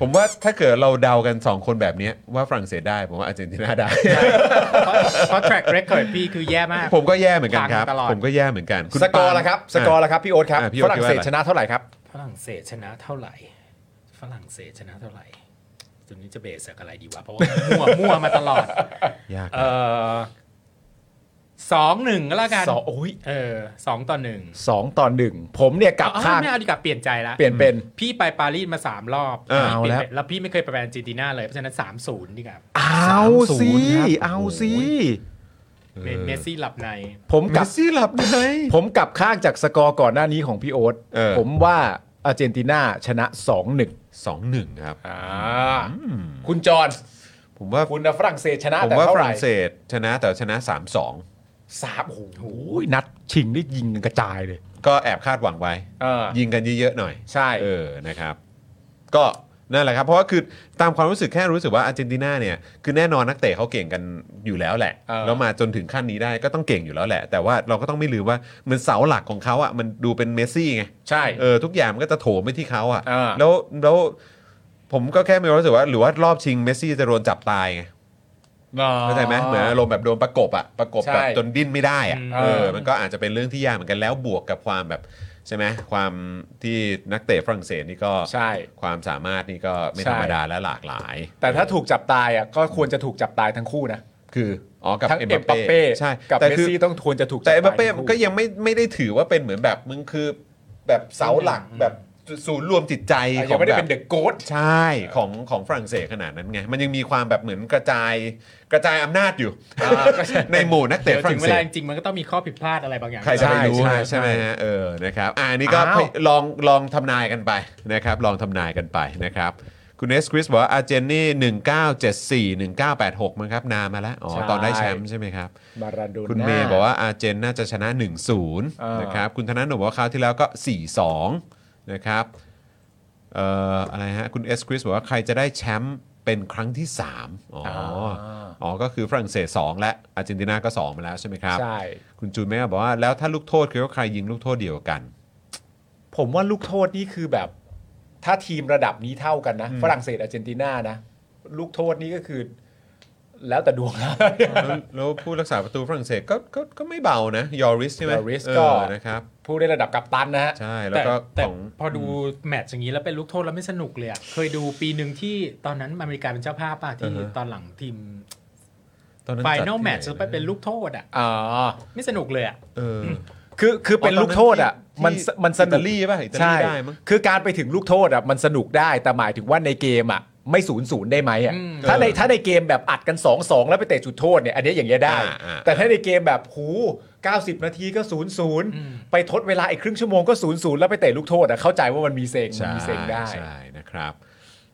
ผมว่าถ้าเกิดเราเดากัน 2 คนแบบเนี้ยว่าฝรั่งเศสได้ ผมว่าอาร์เจนตินาได้ เพราะเพราะ track record พี่คือแย่มาก ผมก็แย่เหมือนกันครับ ขวางตลอด ผมก็แย่เหมือนกันคุณ สกอปาร์ล์ม ละครับ สกอร์ละครับพี่โอ๊ตครับ อ่ะพี่โอ๊ ฝ ต รั่ คิดงว่า เศส อะไร ชนะเท่าไหร่ครับ ฝรั่งเศสชนะเท่าไหร่ ฝรั่งเศสชนะเท่าไหร่ตัวนี้จะเบสจากอะไรดีวะ เพราะว่ามั่วมั่วมาตลอด ยากนะ เออสองหนึ่งก็แล้วกัน สองโอ้ย เออสองต่อหนึ่ง สองต่อหนึ่งผมเนี่ยกลับ เอ้ย ข้าง ไม่เอาดีกว่าเปลี่ยนใจละ เปลี่ยนเป็น พี่ไปปารีสมาสามรอบ เอา ปยนไป แล้ว แล้วพี่ไม่เคยไปอาร์เจนตินาเลยเพราะฉะนั้นสามศูนย์ดีกว่า เอาสิ ครับ เอาสิ เมเมสซี่หลับใน ผม เม กลับ สซี่หลับไหน ผมกลับข้างจากสกอร์ก่อนหน้านี้ของพี่โอ๊ต เออ ผมว่าอาร์เจนตินาชนะ 2-1หนึ่ง สองหนึ่งครับ คุณจอห์น ผมว่า คุณนะฝรั่งเศสชนะ ผม แต่ ว่า เท่า ฝ ไหร่ รั่งเศสชนะแต่ชนะ 3-2 สามโอ้โหนัดชิงได้ยิงกันกระจายเลย ก็แอบคาดหวังไว้ เออ ยิงกันเยอะๆหน่อย ใช่ เออ นะครับ ก็นั่นแหละครับ เพราะว่าคือตามความรู้สึกแค่รู้สึกว่าอาร์เจนตินาเนี่ย คือแน่นอนนักเตะเขาเก่งกันอยู่แล้วแหละ เออ แล้วมาจนถึงขั้นนี้ได้ก็ต้องเก่งอยู่แล้วแหละ แต่ว่าเราก็ต้องไม่ลืมว่าเหมือนเสาหลักของเขาอ่ะมันดูเป็นเมสซี่ไง ใช่ เออทุกอย่างมันก็จะโถมไปที่เขาอ่ะ เออ แล้วแล้วผมก็แค่มีความรู้สึกว่า หรือว่ารอบชิงเมสซี่จะโดนจับตายไง เข้าใจไหมเหมือนอารมณ์แบบโดนประกบอะประกบแบบ ใช่ จนดิ้นไม่ได้อะ อืม เออมันก็อาจจะเป็นเรื่องที่ยากเหมือนกันแล้วบวกกับความแบบใช่ไหมความที่นักเตะฝรั่งเศสนี่ก็ ใช่ ความสามารถนี่ก็ไม่ ใช่ ธรรมดาและหลากหลาย แต่ถ้าถูกจับตายอ่ะก็ควรจะถูกจับตายทั้งคู่นะ คืออ๋อกับ ทั้ง เอ็ม เอ็มบัป เป้ เป้ ใช่ กับ แต่ เมส คือ ซี่ต้องควรจะถูกจับ แต่ ตาย เอ็มบัปเป้ ทั้งคู่ ก็ยังไม่ไม่ได้ถือว่าเป็นเหมือนแบบมึงคือแบบเสาหลักแบบศูนย์รวมจิตใจข ยั อง งไม่ได้ แบบ เป็นเดอะโกด ใช่ของของฝรั่งเศสขนาดนั้นไง มันยังมีความแบบเหมือนกระจายกระจายอำนาจอยู่ ในหมู่นัก เดี๋ เตะ ยว ฝ ถึ รั่ ง ง เว เศ ลา ส จริงๆมันก็ต้องมีข้อผิดพลาดอะไรบางอย่าง ใครจะไปรู้ ใช่ใช่ ใช่ไหมฮะเออนะครับอ่าอันนี้ก็ อ้าว ลองลองทำนายกันไปนะครับ ลองทำนายกันไปนะครับ คุณเอสคริสบอกว่าอาร์เจนนี่ 1974 1986 มั้งครับ นานมาแล้ว อ๋อ ตอนได้แชมป์ใช่ไหมครับ มาราโดน่า คุณเมย์บอกว่าอาร์เจนน่าจะชนะ 1-0 อ่าน นะครับ คุณธนาหนูบอกว่าคราวที่แล้วก็ 4-2 นะครับ เอ่ออะไรฮะ คุณเอสคริสบอกว่าใครจะได้แชมป์เป็นครั้งที่ 3 อ๋อออ๋อ ก็คือฝรั่งเศส 2 และอาร์เจนตินาก็ 2 มาแล้วใช่ไหมครับ ใช่ คุณจูนแม่บอกว่าแล้วถ้าลูกโทษคือว่าใครยิงลูกโทษเดียวกัน ผมว่าลูกโทษนี่คือแบบ ถ้าทีมระดับนี้เท่ากันนะ ฝรั่งเศสอาร์เจนตินานะ ลูกโทษนี่ก็คือ แล้วแต่ดวงนะ แล้วแล้วผู้รักษาประตูฝรั่งเศสก็ก็ก็ไม่เบานะยอริสใช่ไหม Yoris เออ ก็ นะครับ ผู้ได้ระดับกัปตันนะฮะ ใช่แล้วก็ แต่ ของ พอดูแมตช์อย่างนี้แล้วเป็นลูกโทษแล้วไม่สนุกเลยอะเคยดูปีหนึ่งที่ตอนนั้นอเมริกาเป็นเจ้าภาพป่ะที่ อือฮะ ตอนหลังทีม ตอนนั้น ไฟ จัด นอล ที่ แมตช์ ไหะ ไปเป็นลูกโทษอ่ะ อ๋อ ไม่สนุกเลยอ่ะ เออ คือคือเป็นลูกโทษอ่ะ ตอนนั้นที่ มันสมันสนุก อิตาลีป่ะอิตาลี ใช่ ได้มั้ง คือการไปถึงลูกโทษอ่ะมันสนุกได้แต่หมายถึงว่าในเกมอ่ะ ไม่ศูนย์ศูนย์ได้ไหมอ่ะ อืม ถ้าในถ้าในเกมแบบอัดกัน2อสองแล้วไปเตะจุดโทษเนี่ยอันเนี้ยอย่างเงี้ยได้ อ่าอ่า แต่ถ้าในเกมแบบหู90 นาทีก็ศูนย์ศูนย์ไปทดเวลาอีกครึ่งชั่วโมงก็ศูนย์ศูนย์แล้วไปเตะลูกโทษอ่ะเข้าใจว่ามันมีเซงมันมีเซงได้ ใช่นะครับ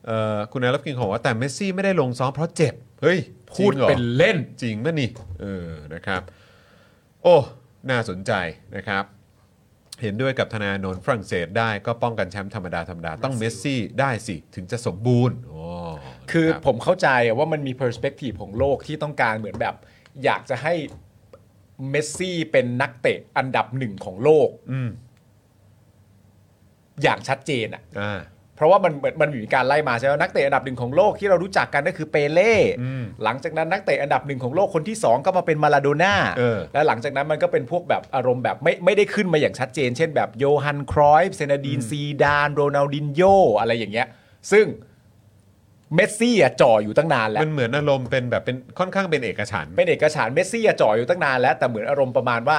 เอ่อคุณนายรับกินของว่าแต่เมสซี่ไม่ได้ลงซ้อมเพราะเจ็บ เฮ้ย พูจดริงหรอ เป็นเล่น จริงป่ะนี่เออนะครับ โอ้น่าสนใจนะครับ เห็นด้วยกับธนาโนนฝรั่งเศสได้ก็ป้องกันแชมป์ธรรมดาธรรมดาต้องเมสซี่ได้สิ ถึงจะสมบูรณ์โอ้ คือ นะรับ ผมเข้าใจอะว่ามันมีเพอร์สเปกทีฟของโลกที่ต้องการเหมือนแบบ อยากจะให้เมสซี่เป็นนักเตะอันดับหนึ่งของโลก อืม อย่างชัดเจนอะ อ่า เพราะว่ามันเหมือนมันมีการไล่มาใช่ไหมนักเตะอันดับหนึ่งของโลกที่เรารู้จักกันก็คือเปเล่ อืม หลังจากนั้นนักเตะอันดับหนึ่งของโลกคนที่สองก็มาเป็นมาลาโดน่า เออ และหลังจากนั้นมันก็เป็นพวกแบบอารมณ์แบบไม่ไม่ได้ขึ้นมาอย่างชัดเจน เช่นแบบโยฮันครอยฟ์เซนาดีนซีดานโรนัลดินโยอะไรอย่างเงี้ย ซึ่งเมสซี่อะจ่ออยู่ตั้งนานแล้ว มันเหมือนอารมณ์เป็นแบบเป็นค่อนข้างเป็นเอกฉันท์ เป็นเอกฉันท์เมสซี่อะจ่ออยู่ตั้งนานแล้ว แต่เหมือนอารมณ์ประมาณว่า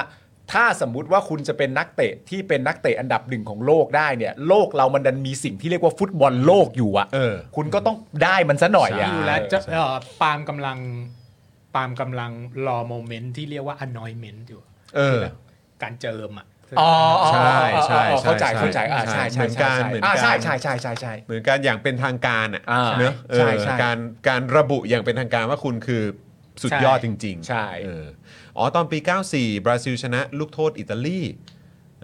ถ้าสมมุติว่าคุณจะเป็นนักเตะที่เป็นนักเตะอันดับหนึ่งของโลกได้เนี่ย โลกเรามันดันมีสิ่งที่เรียกว่าฟุตบอลโลกอยู่อะ เออ คุณก็ต้องได้มันซะหน่อยอะ อยู่แล้วจะเอ่อปาล์มกำลังปาล์มกำลังรอโมเมนต์ที่เรียกว่า annoyment อยู่อะ เออ การเจิมอ่ะ อ๋ออ๋อ ใช่ใช่ อ๋อเข้าใจ ใช่ เข้าใจอ่าใช่ใช่ เหมือนกันเหมือนกัน อ่าใช่ใช่ใช่ใช่ใช่ เหมือนการอย่างเป็นทางการอ่ะ อ่า เนอะเออ ใช่ใช่ การการระบุอย่างเป็นทางการว่าคุณคือสุดยอดจริงๆ ใช่ เอออ๋อตอนปี 94 บราซิลชนะลูกโทษอิตาลี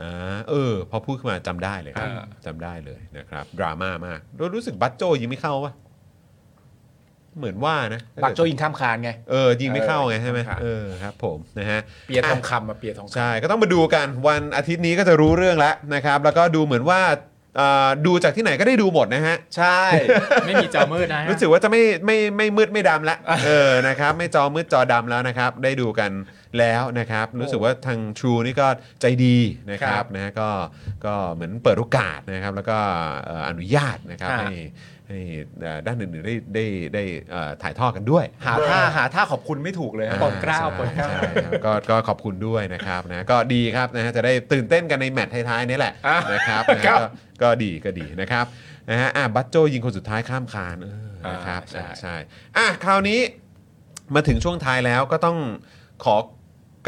อ่าเออ พอพูดขึ้นมาจำได้เลยครับจำได้เลยนะครับ ดราม่ามากรู้รู้สึกบัตโจยิงไม่เข้าวะ เหมือนว่านะ ปากโจยิงข้ามคานไง เออยิงไม่เข้าไงใช่ไหม ครับ เออครับผมนะฮะ เปียทองคำมาเปียทองคำ ใช่ ก็ต้องมาดูกันวันอาทิตย์นี้ก็จะรู้เรื่องแล้วนะครับ แล้วก็ดูเหมือนว่าเอ่อดูจากที่ไหนก็ได้ดูหมดนะฮะ ใช่ ไม่มีจอมืดนะฮะ รู้สึกว่าจะไม่ไม่ไม่มืดไม่ดำละเออนะครับไม่จอมืดจอดำแล้วนะครับ ได้ดูกันแล้วนะครับ รู้สึกว่าทาง True นี่ก็ใจดีนะค ค รั รั บบ นะฮะก็ก็เหมือนเปิดโอกาสนะครับ แล้วก็เอ่ออนุญาตนะครับ ฮะ ให้ให้เอ่อด้านอื่นๆได้ได้ได้เอ่อถ่ายทอดกันด้วย หาท่าหาท่าขอบคุณไม่ถูกเลยฮะ ปลดเกล้า ใช่ ปลดเกล้า ใช่ครับก็ก็ขอบคุณด้วยนะครับนะก็ดีครับนะฮะจะได้ตื่นเต้นกันในแมตช์ท้ายๆนี่แหละ อ่ะ นะครับนะฮะ ครับ ก็ก็ดีก็ดีนะครับนะฮะอ่ะบัตโจยิงคนสุดท้ายข้ามคานเออ อ่า นะครับ ใช่ อ่ะใช่อ่ะคราวนี้มาถึงช่วงท้ายแล้วก็ต้องขอ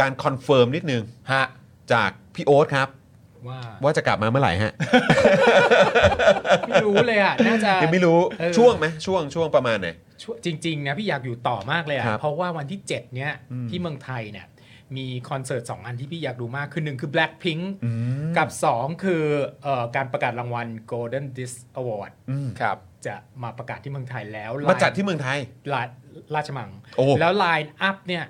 การคอนเฟิร์มนิดนึง ฮะ จากพี่โอ๊ตครับ ว่า ว่าจะกลับมาเมื่อไหร่ฮะ ไม่รู้เลย อ่ะน่าจะ ยังไม่รู้ เออ ช่วงไหมช่วงช่วงประมาณไหน ช่วจริง ๆ นะ พี่อยากอยู่ต่อมากเลย ครั อะ บ เพราะว่าวันที่ 7 เนี้ยที่เมืองไทยเนี่ยมีคอนเสิร์ต 2 อันที่พี่อยากดูมาก คือหนึ่งคือ Blackpink กับ 2 คือเอ่อการประกาศรางวัล Golden Disc Award อืม ครับ จะมาประกาศที่เมืองไทยแล้ว มาจัดที่เมืองไทย ราชราชมัง โอ้ แล้วไลน์อัพเนี่ย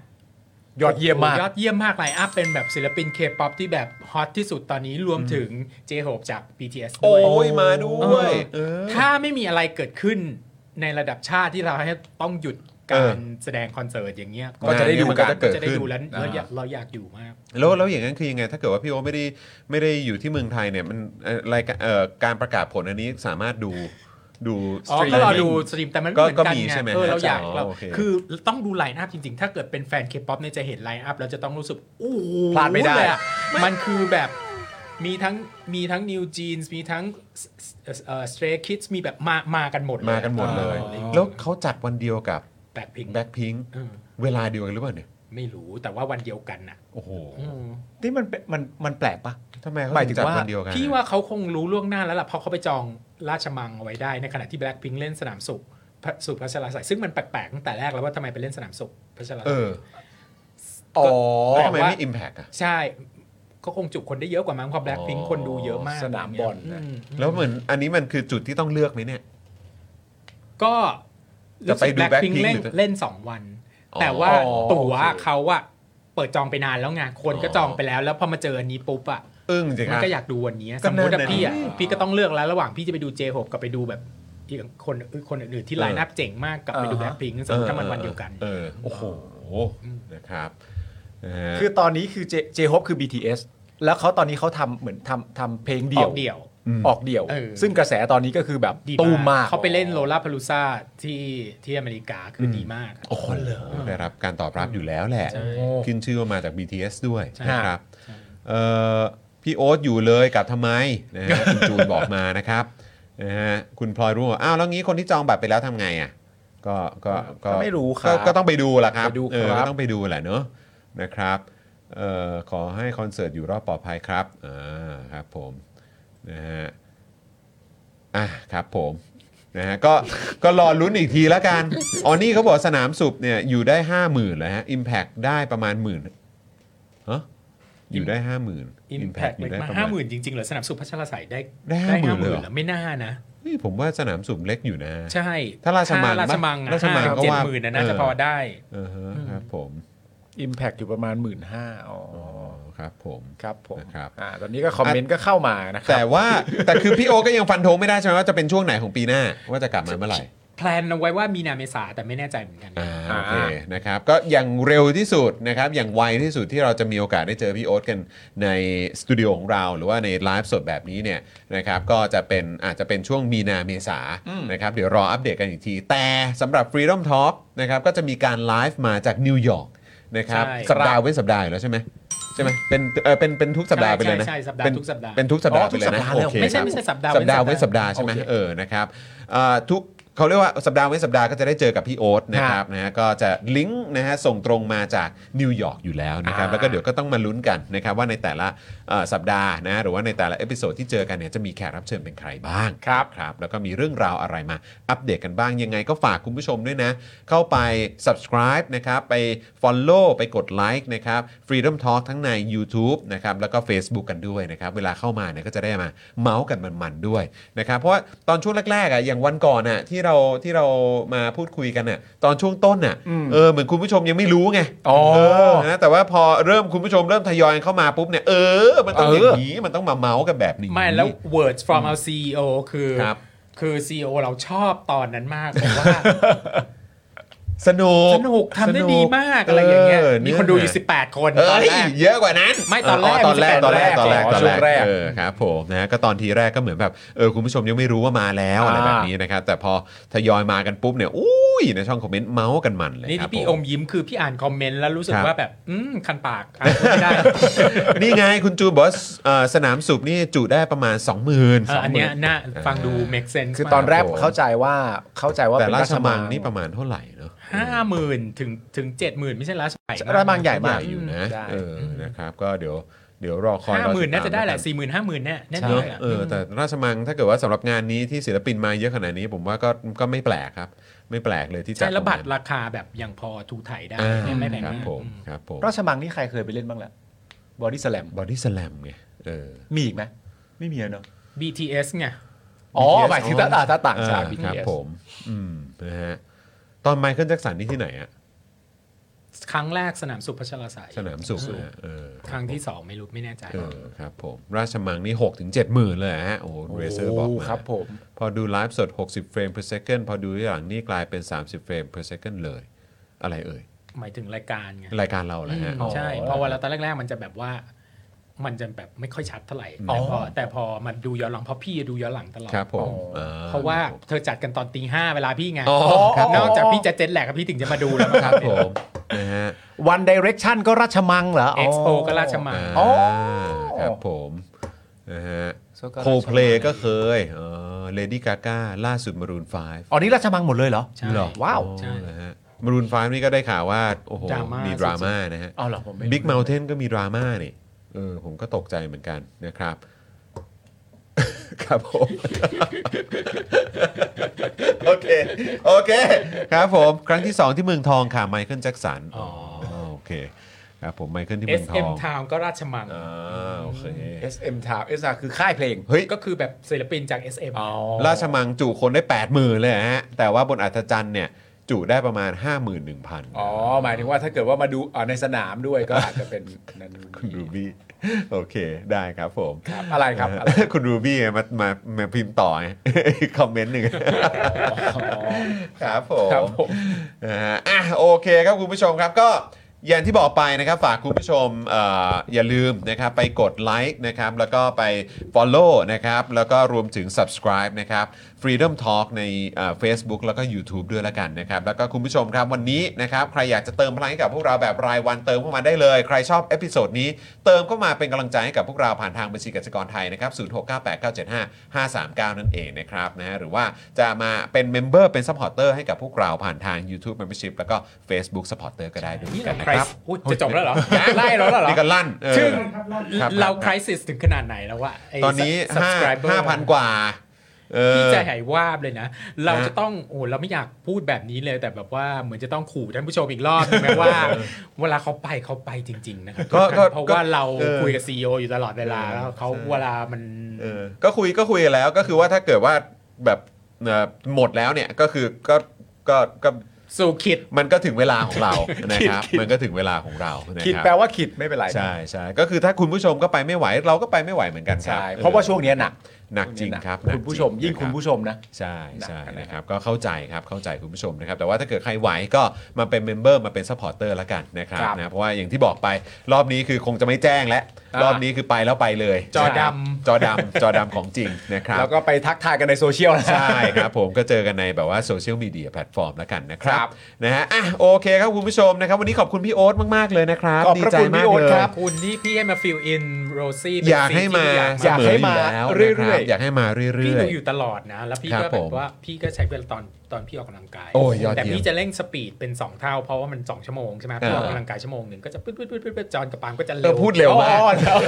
ยอดเยี่ยมมาก ยอดเยี่ยมมากไลน์อัพเป็นแบบศิลปินเคป๊อปที่แบบฮอตที่สุดตอนนี้รวมถึงเจโฮบจาก BTS โอ้ ด้วย ยมาด้วยเออ ถ้าไม่มีอะไรเกิดขึ้นในระดับชาติที่เราให้ต้องหยุด เอก า อ รแสดงคอนเสิร์ตอย่างเงี้ย ก็จะได้ดู มั กัน จะเกิด จะได้ ขึ้น ดูแล้ว อ่า เราอยากเราอยากอยู่มาก แล้วแล้วอย่างนั้นคือยังไงถ้าเกิดว่าพี่โอตไม่ได้ไม่ได้อยู่ที่เมืองไทยเนี่ยมันเอ่อรายการเอ่อการประกาศผลอันนี้สามารถดูดู อ๋อ สตรีม ก็รอดูสตรีมแต่มัน ก็ ไม่เหมือน ก็ กัน มี ไง ใช่ไหม เออเราอยาก อ๋อ เรา โอเค คือต้องดูไลน์อัพจริง ๆ ถ้าเกิดเป็นแฟนเคป๊อปเนี่ยจะเห็นไลน์อัพแล้วจะต้องรู้สึกโอ้โห พลาดไม่ได้ เยอะมันคือแบบมีทั้งมีทั้งนิวจีนมีทั้งเอ่อสเตรคิดมีแบบมามากันหมดเลย มากันหมดเลย ออ แล้วเขาจัดวันเดียวกับ แบล็คพิงค์ แบ็คพิง เออ เวลาเดียวกันหรือเปล่าเนี่ย ไม่รู้แต่ว่าวันเดียวกันน่ะ โอ้โห อืม นี่มันเป็นมันมันแปลกปะ ทำไมเขา หมายถึ ถึง ง จัด ว่า วันเดียวกัน พี่ว่าเขาคงรู้ล่วงหน้าแล้วล่ะเพราะเขาไปจองราชมังเอาไว้ได้ในขณะที่แบล็คพิงเล่นสนามสุขพระสุขพัชราใสยซึ่งมันแปลกๆตั้งแต่แรกแล้วว่าทำไมไปเล่นสนามสุขพัชรา เอ ศัย อ อ๋อ แล้วทำไม แต่ว่า ไม่อิมแพกอะ ใช่ก็คงจุคนได้เยอะกว่ามั้งเพราะแบล็คพิง อ๋อ คนดูเยอะมาก สนามบอลนะ ม แล้วเหมือนอันนี้มันคือจุดที่ต้องเลือกไหมเนี่ย ก็ จะไปดู แบล็คพิง Blackpink เล่น หรือ เล่นสองวัน อ๋อ แต่ว่าตั๋ว โอเค เขาอะเปิดจองไปนานแล้วไงคนก็ อ๋อ จองไปแล้วแล้วพอมาเจออันนี้ปุ๊บอะ อึ้งจริง มัน อะ ก็อยากดูวันนี้ ก็ สมมติ นั่น ว่า น่ะ พี่อ่ะ ดิ พี่ก็ต้องเลือกแล้วระหว่างพี่จะไปดู J6 กับไปดูแบบอีกคนคนอื่นๆที่ไลน์นับเจ๋งมากกับไปดู อ่า แบ ฮะ ล็คพิงค์สมมติถ้ามันวันเดียวกัน เออโอ้โหนะครับนะฮะ คือตอนนี้คือเจเจฮอปคือ BTS แล้วเขาตอนนี้เขาทำเหมือนทำทำเพลงเดี่ยว ออกเดี่ยว ออกเดี่ยว เออ ซึ่งกระแสตอนนี้ก็คือแบบ ดี ตูมมาก เขาไปเล่นโลลาพาลูซาที่ที่อเมริกาคือดีมากอะ โอ้โหได้รับการตอบรับอยู่แล้วแหละ ใช่ ขึ้นชื่อว่ามาจาก BTS ด้วย ใช่ นะครับเอ่อพี่โอ๊ตอยู่เลยกลับทำไมนะ ฮะคุณจูนบอกมานะครับนะฮะคุณพลอยรู้ว่าอ้าวแล้วงี้คนที่จองบัตรไปแล้วทำไงอ่ะก็ก็ ก็ไม่รู้ครับ ก็ก็ต้องไปดูล่ะครับ ไปดูครับ เออก็ต้องไปดูแหละเนอะนะครับเอ่อขอให้คอนเสิร์ตอยู่รอบปลอดภัยครับอ่าครับผมนะฮะอ่ะครับผมนะฮะก็ก็รอลุ้นอีกทีแล้วกันอ๋อนี่เขาบอกสนามสุบเนี่ยอยู่ได้ห้าหมื่นแล้วฮะอิมแพได้ประมาณหมื่น ฮะอยู่ได้ห้าหมื่น Impact เล็กมากห้าหมื่นจริงๆเหรอสนามสุขพัชรศัยได้ ได้50,000เลยเหรอ รอไม่น่านะ นี่ผมว่าสนามสุ่มเล็กอยู่นะ ใช่ ถ้าราชมัง ถ้ราชมังอะ ราชมัง ห้ ก็ เจ็ด ว่า หมื่นนะน่าจะ เออ พอได้ เออฮะครับผม อิมแพกอยู่ประมาณ 1 5ื่นห้าอ๋อ อ๋อครับผม ครับผม นะครับ อ่าตอนนี้ก็คอมเมนต์ก็เข้ามานะครั แต่ว่า แต่คือพี่โอก็ยังฟันธงไม่ได้ใช่ไหมว่าจะเป็นช่วงไหนของปีหน้า ว่าจะกลับมาเมื่อไหร่ แพลนเอาไว้ว่ามีนาเมษาแต่ไม่แน่ใจเหมือนกัน อ่าโอเคนะครับก็อย่างเร็วที่สุดนะครับอย่างไวที่สุดที่เราจะมีโอกาสได้เจอพี่โอ๊ตกันในสตูดิโอของเรา หรือว่าในไลฟ์สดแบบนี้เนี่ยนะครับก็จะเป็นอาจจะเป็นช่วงมีนาเมษานะครับเดี๋ยวรออัปเดตกันอีกที แต่สำหรับ Freedom Talk นะครับก็จะมีการไลฟ์มาจากนิวยอร์กนะครับ ใช่ สัปดาห์เว้นสัปดาห์อยู่แล้วใช่ไหมใช่ไหมเป็นเออเป็นเป็นทุกสัปดาห์ไปเลยนะ ใช่ใช่สัปดาห์ทุกสัปดาห์ เป็นทุกสัปดาห์ไปเลยนะโอเค ไม่ใช่ ครับ ไม่ใช่สัปดาห์ สัปดาห์ เว้ เว้ น น สั สั ป ป ดา ดา ห์ ห์ใช่ไหม โอเค เออนะครับเอ่อทุกเขาเรียกว่าสัปดาห์เว้นสัปดาห์ก็จะได้เจอกับพี่โอ๊ตนะครับนะฮะก็จะลิงก์นะฮะส่งตรงมาจากนิวยอร์กอยู่แล้วนะครับ แล้วก็เดี๋ยวก็ต้องมาลุ้นกันนะครับว่าในแต่ละ เอ่อสัปดาห์นะหรือว่าในแต่ละเอพิโซดที่เจอกันเนี่ยจะมีแขกรับเชิญเป็นใครบ้าง ครับ ครับแล้วก็มีเรื่องราวอะไรมาอัปเดตกันบ้างยังไงก็ฝากคุณผู้ชมด้วยนะ เข้าไป subscribe นะครับไป follow ไปกดไลค์นะครับ Freedom Talk ทั้งใน YouTube นะครับแล้วก็ Facebook กันด้วยนะครับเวลาเข้ามาเนี่ยก็จะได้มาเมาส์กันมันๆด้วยนะครับเพราะว่าตอนช่วงแรกๆอ่ะอย่างวันก่อนอ่ะที่เราที่เรามาพูดคุยกันอ่ะตอนช่วงต้นอ่ะเออเหมือนคุณผู้ชมยังไม่รู้ไง อ๋อ เอนะแต่ว่าพอเริ่มคุณผู้ชมเริ่มทยอยเข้ามาปุ๊บเนี่ยเออ มันต้องอย่างนี้มันต้องมาเมาส์กันแบบนี้ ไม่แล้ว words from our CEO คือ ครับ คือ CEO เราชอบตอนนั้นมากบอกว่า สนุก สนุกทำได้ดีมาก ส อะไรอย่างเงี้ย มีคนดูอยู่ เ 18 คน เอ้ ตอน ย แรก เยอะกว่านั้น ไม่ตอนแรก ตอนแรก 18 ตอนแรก ตอนแรก อ๋อ ตอน ช่วง แร แร ก ก เออครับผมนะ ก็ตอนทีแรกก็เหมือนแบบ เออคุณผู้ชมยังไม่รู้ว่ามาแล้วอะไร อ่า แบบนี้นะครับ แต่พอทยอยมากันปุ๊บเนี่ย อุ้ยในช่องคอมเมนต์เมาส์กันมันเลย นี่ ครับ ที่พี่ ผ อ ม มยิ้มคือพี่อ่านคอมเมนต์แล้วรู้สึ ค ก รับ ว่าแบบ อืม คันปากอ่านไม่ ได้ นี่ไงคุณจูนบอกว่าเอ่อสนามสูบนี่จุได้ประมาณ 20,000 เอออันเนี้ยน่าฟังดู make sense คือตอนแรก ครับผม เข้าใจว่าเข้าใจว่า แต่ เป็น รา รา ช ช มั มั ง ง นี่ประมาณเท่าไหร่เนาะ ห้าหมื่นถึงถึงเจ็ดหมื่นไม่ใช่ล้านใหม่ ราชมังใหญ่มาใหกญ่อยู่นะ ใช่ เออนะครับก็เดี๋ยวเดี๋ยวรอคอย ห้าหมื่น รอติต น่าจะได้แหละ กั สี่หมื่นห้าหมื่นเนี่ยแน่ เน เล อะ ยอะ เออแต่ราชมังถ้าเกิดว่าสำหรับงานนี้ที่ศิลปินมาเยอะขนาดนี้ ผมว่าก็ก็ไม่แปลกครับ ไม่แปลกเลยที่จะ ใช่แล้วบัตร ทำงาน ราคาแบบอย่างพอถูไถ่ายได้ อ่า เนี่ยไม่แพง ครับ มาก ผมครับผม ราชมังนี่ใครเคยไปเล่นบ้างแหละบอดี้สแลม บอดี้สแลมไงเออ มีอีกไหมไม่มีแล้วเนอะ อืม BTS ไง อ๋อ BTS หมายถึงตาตาต่างชาติ เออครับ BTS ผมอืมนะฮะตอนไมเคิลแจ็คสันนี่ที่ไหนอะ ครั้งแรกสนามสุพัชราศัย สนามสุขนะเออ ครั้งที่สองไม่รู้ไม่แน่ใจ เออครับผมราชมังนี่6กถึงเจ็ดหมื่นเลยฮะโอ้โหเรเซอร์บอกมา ครับผม พอดูไลฟ์สด 60 เฟรม per second พอดูย้อนหลังนี่กลายเป็น 30 เฟรม per second เลย อะไรเอ่ย หมายถึงรายการไง รายการเราแหละฮะ อืมใช่ อ๋อ เพราะว่าเราตอนแรกๆมันจะแบบว่า มันจะแบบไม่ค่อยชัดเท่าไหร่แต่พออ อ แต่พอมันดูย้อนหลังเพราะพี่ดูย้อนหลังตลอด ครับผมอ่ เพราะว่าเธอจัดกันตอนตีห้าเวลาพี่ไง อ๋อครับ นอกจากพี่จะเจ็ตแหลกกับพี่ถึงจะมาดูแล้วมั้ง ครับผมนะฮะ วันดิเรกชันก็ราชมังเหรอ เอ็กซ์โปก็ราชมัง อ่าครับผมนะฮะโคเพลก็เคยเลดี้กาก้าล่าสุดมารูนไฟ อ๋อนี่ราชมังหมดเลยเหรอ ใช่ หรอ ว้าว ใช่ นะฮะมารูนไฟนี่ก็ได้ข่าวว่า โอ้โห ดราม่ามี มีดราม่านะฮะ อ๋อเหรอผมไม่ บิ๊กเมลเทนก็มีดราม่านี่เออผมก็ตกใจเหมือนกันนะครับ ครับผม โอเค โอเค ครับผม ครั้งที่ 2 ที่เมืองทองค่ะไมเคิลแจ็คสัน อ๋อ โอเค ครับผมไมเคิลที่เมืองทอ SM ง Town ก็ราชมัง อ่าโอเค SM Town SR คือค่ายเพลง เฮ้ย ก็คือแบบศิลปินจาก SM ราชมังจุคนได้ 8 0 0 0 0เลยฮะ แต่ว่าบนอัศจรรย์เนี่ย จุได้ประมาณ 51,000 อ๋อ หมายถึงว่าถ้าเกิดว่ามาดูอ่าในสนามด้วยก็อาจจะเป็นนั่น คุณรูบี้ โอเค ได้ครับผม ครับอะไรครับอะไร คุณรูบี้มามามาพิมพ์ต่อไง อีกคอมเมนต์หนึ่งครับผม ครับผม นะฮะอ่ะโอเคครับคุณผู้ชมครับก็อย่างที่บอกไปนะครับฝากคุณผู้ชมเอออย่าลืมนะครับไปกดไลค์นะครับแล้วก็ไป Follow นะครับแล้วก็รวมถึง subscribe นะครับ Freedom Talk ในเอ่อ Facebook แล้วก็ YouTube ด้วยละกันนะครับแล้วก็คุณผู้ชมครับวันนี้นะครับใครอยากจะเติมพลังให้กับพวกเราแบบรายวันเติมเข้ามาได้เลย ใครชอบเอพิโซดนี้เติมเข้ามาเป็นกำลังใจให้กับพวกเราผ่านทางบัญชีกสิกรไทยนะครับ0698975539 นั่นเองนะครับนะฮะหรือว่าจะมาเป็นเมมเบอร์เป็นซัพพอร์เตอร์ให้กับพวกเราผ่านทาง YouTube Membership แล้วก็ Facebook Supporter ก็ได้ด้วย นี่ กั เรา นนะ คร ครับ อุ๊ยจะจบแล้วเหรอไล่แล้วเหรอ นี่ก็ลั่นเออ ซึ่ง ครับ เราคริสิสถึงขนาดไหนแล้ววะไ ตอนนี้ subscriber 5 5,000 กว่าเออ พี่ใจหายวาบเลยนะ เรา ฮะ จะต้องโอ้เราไม่อยากพูดแบบนี้เลยแต่แบบว่าเหมือนจะต้องขู่ท่านผู้ชมอีกรอบใช่ไหมว่า เวลาเขาไปเขาไปจริง ๆ นะครับ ก็ก็ เพราะ ก็ ว่าเรา เออ คุยกับซีออยู่ตลอดเวลา เออ แล้วเขา ใช่ เวลามัน เออก็คุยก็คุยกันแล้วก็คือว่าถ้าเกิดว่าแบบเอ่อหมดแล้วเนี่ยก็คือก็ก็ก็ สู่ขิด มันก็ถึงเวลาของเรา นะครับ มันก็ถึงเวลาของเรานะ ขิด ครับ แปลว่าขิดไม่เป็นไร ใช่ใช่ก็คือถ้าคุณผู้ชมก็ไปไม่ไหว เราก็ไปไม่ไหวเหมือนกันค ใช่ บ เพราะว่าช่วงเนี้ยหนัก หนักจริงครับหนัก คุณผู้ชมยิ่งคุณผู้ชมนะ ใช่ใช่ หนักนะครับ นะครับก็เข้าใจครับเข้าใจคุณผู้ชมนะครับ แต่ว่าถ้าเกิดใครไหวก็มาเป็นเมมเบอร์มาเป็นซัพพอร์เตอร์ละกันนะครับนะเพราะว่าอย่างที่บอกไปรอบนี้คือคงจะไม่แจ้งแล้ว อ่าร ร อบนี้คือไปแล้วไปเลย จอด จอดำจอดำของจริงนะครับ แล้วก็ไปทักทายกันในโซเชียลนะ ใช่ครับผมก็เจอกันในแบบว่าโซเชียลมีเดียแพลตฟอร์มแล้วกันนะครับ ครับ นะฮะอ่ะโอเคครับคุณผู้ชมนะครับ วันนี้ขอบคุณพี่โอ๊ตมาก ๆ เลยนะครับ ขอบพระ ดีใจ คุณพี่ มาก โอ๊ต เล ค ย รับ คุณนี่พี่ให้มาฟิลอินโรซี่ อยากให้มา อยากให้มา สอแล้ว เรื่อยๆ นะครับอยากให้มาเรื่อยๆ พี่ดูอยู่ตลอดนะ แล้วพี่ ครั ก็ บ แบ ผม บว่าพี่ก็ใช้เวลาตอน ตอนพี่ออกกำลังกาย โอ้ยยอดเยี่ยม แต่พี่จะเร่งสปีดเป็น 2 เท่าเพราะว่ามัน 2 ชั่วโมงใช่ไหม อ่า พี่ออกกำลังกายชั่วโมงหนึ่งก็จะปึ๊ดปึ๊ดปึ๊ดปึ๊ดจอนกับปาล์มก็จะ เอ เร็ อ ว พูดเร็วมาก อ๋อเดี๋ยว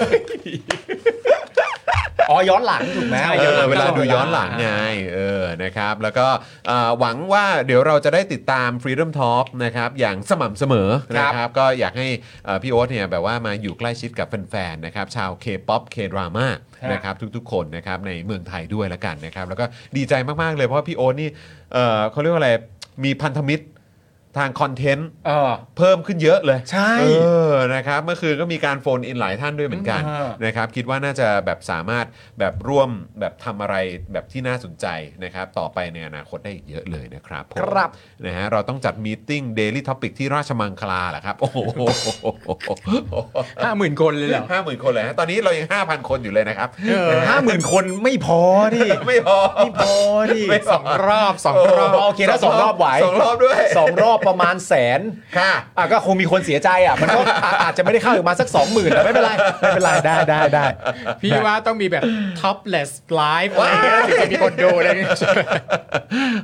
อ๋อย้อนหลังถูกไหม ใช่ เอ ย้ออนหลัง เวลา ตลอด ดูย้อน เวลา หลังไงเออนะครับแล้วก็เอ่อหวังว่าเดี๋ยวเราจะได้ติดตาม Freedom Talk นะครับอย่างสม่ำเสมอ ครับ นะครับก็อยากให้เอ่อพี่โอ๊ตเนี่ยแบบว่ามาอยู่ใกล้ชิดกับแฟนๆนะครับชาว K-POP K-drama ครับ นะครับทุกๆคนนะครับในเมืองไทยด้วยละกันนะครับแล้วก็ดีใจมากๆเลยเพราะว่าพี่โอ๊ตนี่เอ่อเขาเรียกว่าอะไรมีพันธมิตรทางคอนเทนต์ เออ เพิ่มขึ้นเยอะเลย ใช่ เออนะครับเมื่อคืนก็มีการโฟนอินหลายท่านด้วยเหมือนกัน อ่า นะครับคิดว่าน่าจะแบบสามารถแบบร่วมแบบทำอะไรแบบที่น่าสนใจนะครับต่อไปในอนาคตได้อีกเยอะเลยนะครับผม ครับ นะฮะเราต้องจัดมีตติ้ง Daily Topic ที่ราชมังคลาแหละครับ โอ้โห ห้าหมื่นคนเลยเหรอ ห้าหมื่นคนเลยฮะตอนนี้เรายัง 5,000 คนอยู่เลยนะครับ ห้าหมื่นคนไม่พอดิ ไม่พอ ไม่พอดิ ไม่พอ สองรอบสองรอบ โ โอเคถ้าสองรอบไหว สองรอบด้วย สองรอบประมาณแสน ค่ะ อ่ะก็คงมีคนเสียใจอ่ะมันก็อ่ะอาจจะไม่ได้เข้าอีกมาสักสองหมื่นแต่ไม่เป็นไรไม่เป็นไรได้ได้ได้ พี่ว่าต้องมีแบบ topless live อะไรอย่างเงี้ยถึงจะมีคนดูอะไรอย่างเงี้ย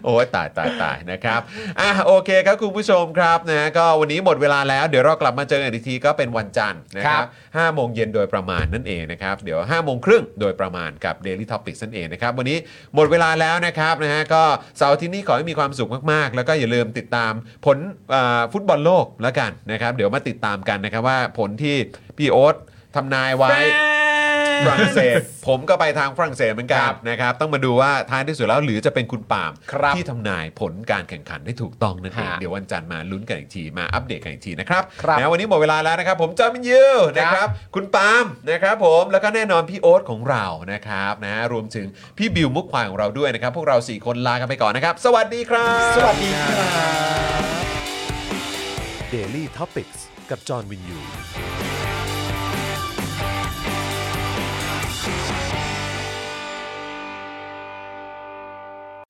โอ้ยตายตายตายนะครับอ่ะโอเคครับคุณผู้ชมครับนะก็วันนี้หมดเวลาแล้วเดี๋ยวเรากลับมาเจอกันอีกทีก็เป็นวันจันทร์นะค ค รั รั บบ ห้าโมงเย็นโดยประมาณนั่นเองนะครับเดี๋ยว5้าโมงครึ่งโดยประมาณกับ Daily Topic นั่นเองนะครับวันนี้หมดเวลาแล้วนะครับนะฮะก็เสาร์อาที่นี้ขอให้มีความสุขมากๆ แล้วก็อย่าลืมติดตามผลเอ่อฟุตบอลโลกแล้วกันนะครับเดี๋ยวมาติดตามกันนะครับว่าผลที่พี่โอ๊ตทำนายไว้ ฝรั่งเศสผมก็ไปทางฝรั่งเศสเหมือนกัน ครับ นะครับ ต้องมาดูว่าท้ายที่สุดแล้วหรือจะเป็นคุณปาล์ม ครับ ที่ทำนายผลการแข่งขันได้ถูกต้องนั่นเอง ฮะ เดี๋ยววันจันทร์มาลุ้นกันอีกทีมาอัปเดตกันอีกทีนะครับ ครับ นะวันนี้หมดเวลาแล้วนะครับ ผมจอมินยูนะค ครั รับบ คุณปาล์มนะครับผมแล้วก็แน่นอนพี่โอ๊ตของเรานะครับนะรวมถึงพี่บิวมุกควายของเราด้วยนะครับ พวกเราสี่คนลากันไปก่อนนะครับ สวัสดีครับ สวัสดีครับ Daily Topics กับจอห์นวินยู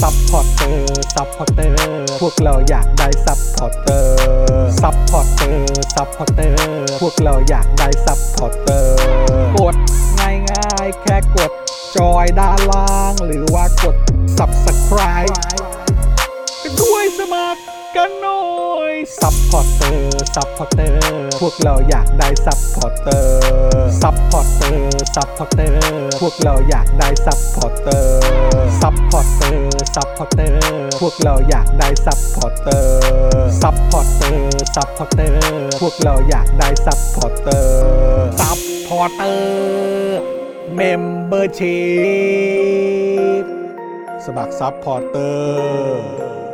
ซัพพอร์เตอร์ ซัพพอร์เตอร์ พวกเราอยากได้ซัพพอร์เตอร์ ซัพพอร์เตอร์ ซัพพอร์เตอร์ พวกเราอยากได้ซัพพอร์เตอร์ กดง่ายง่ายๆแค่กดจอยด้านล่าง หรือว่ากด subscribe กันด้วยสมัครกันหน่อย ซัพพอร์เตอร์ ซัพพอร์เตอร์ พวกเราอยากได้ซัพพอร์เตอร์ ซัพพอร์เตอร์ ซัพพอร์เตอร์ พวกเราอยากได้ซัพพอร์เตอร์ ซัพพอร์เตอร์ ซัพพอร์เตอร์ พวกเราอยากได้ซัพพอร์เตอร์ ซัพพอร์เตอร์ ซัพพอร์เตอร์ พวกเราอยากได้ซัพพอร์เตอร์ ซัพพอร์เตอร์ เมมเบอร์ชีพสมัครซัพพอร์เตอร์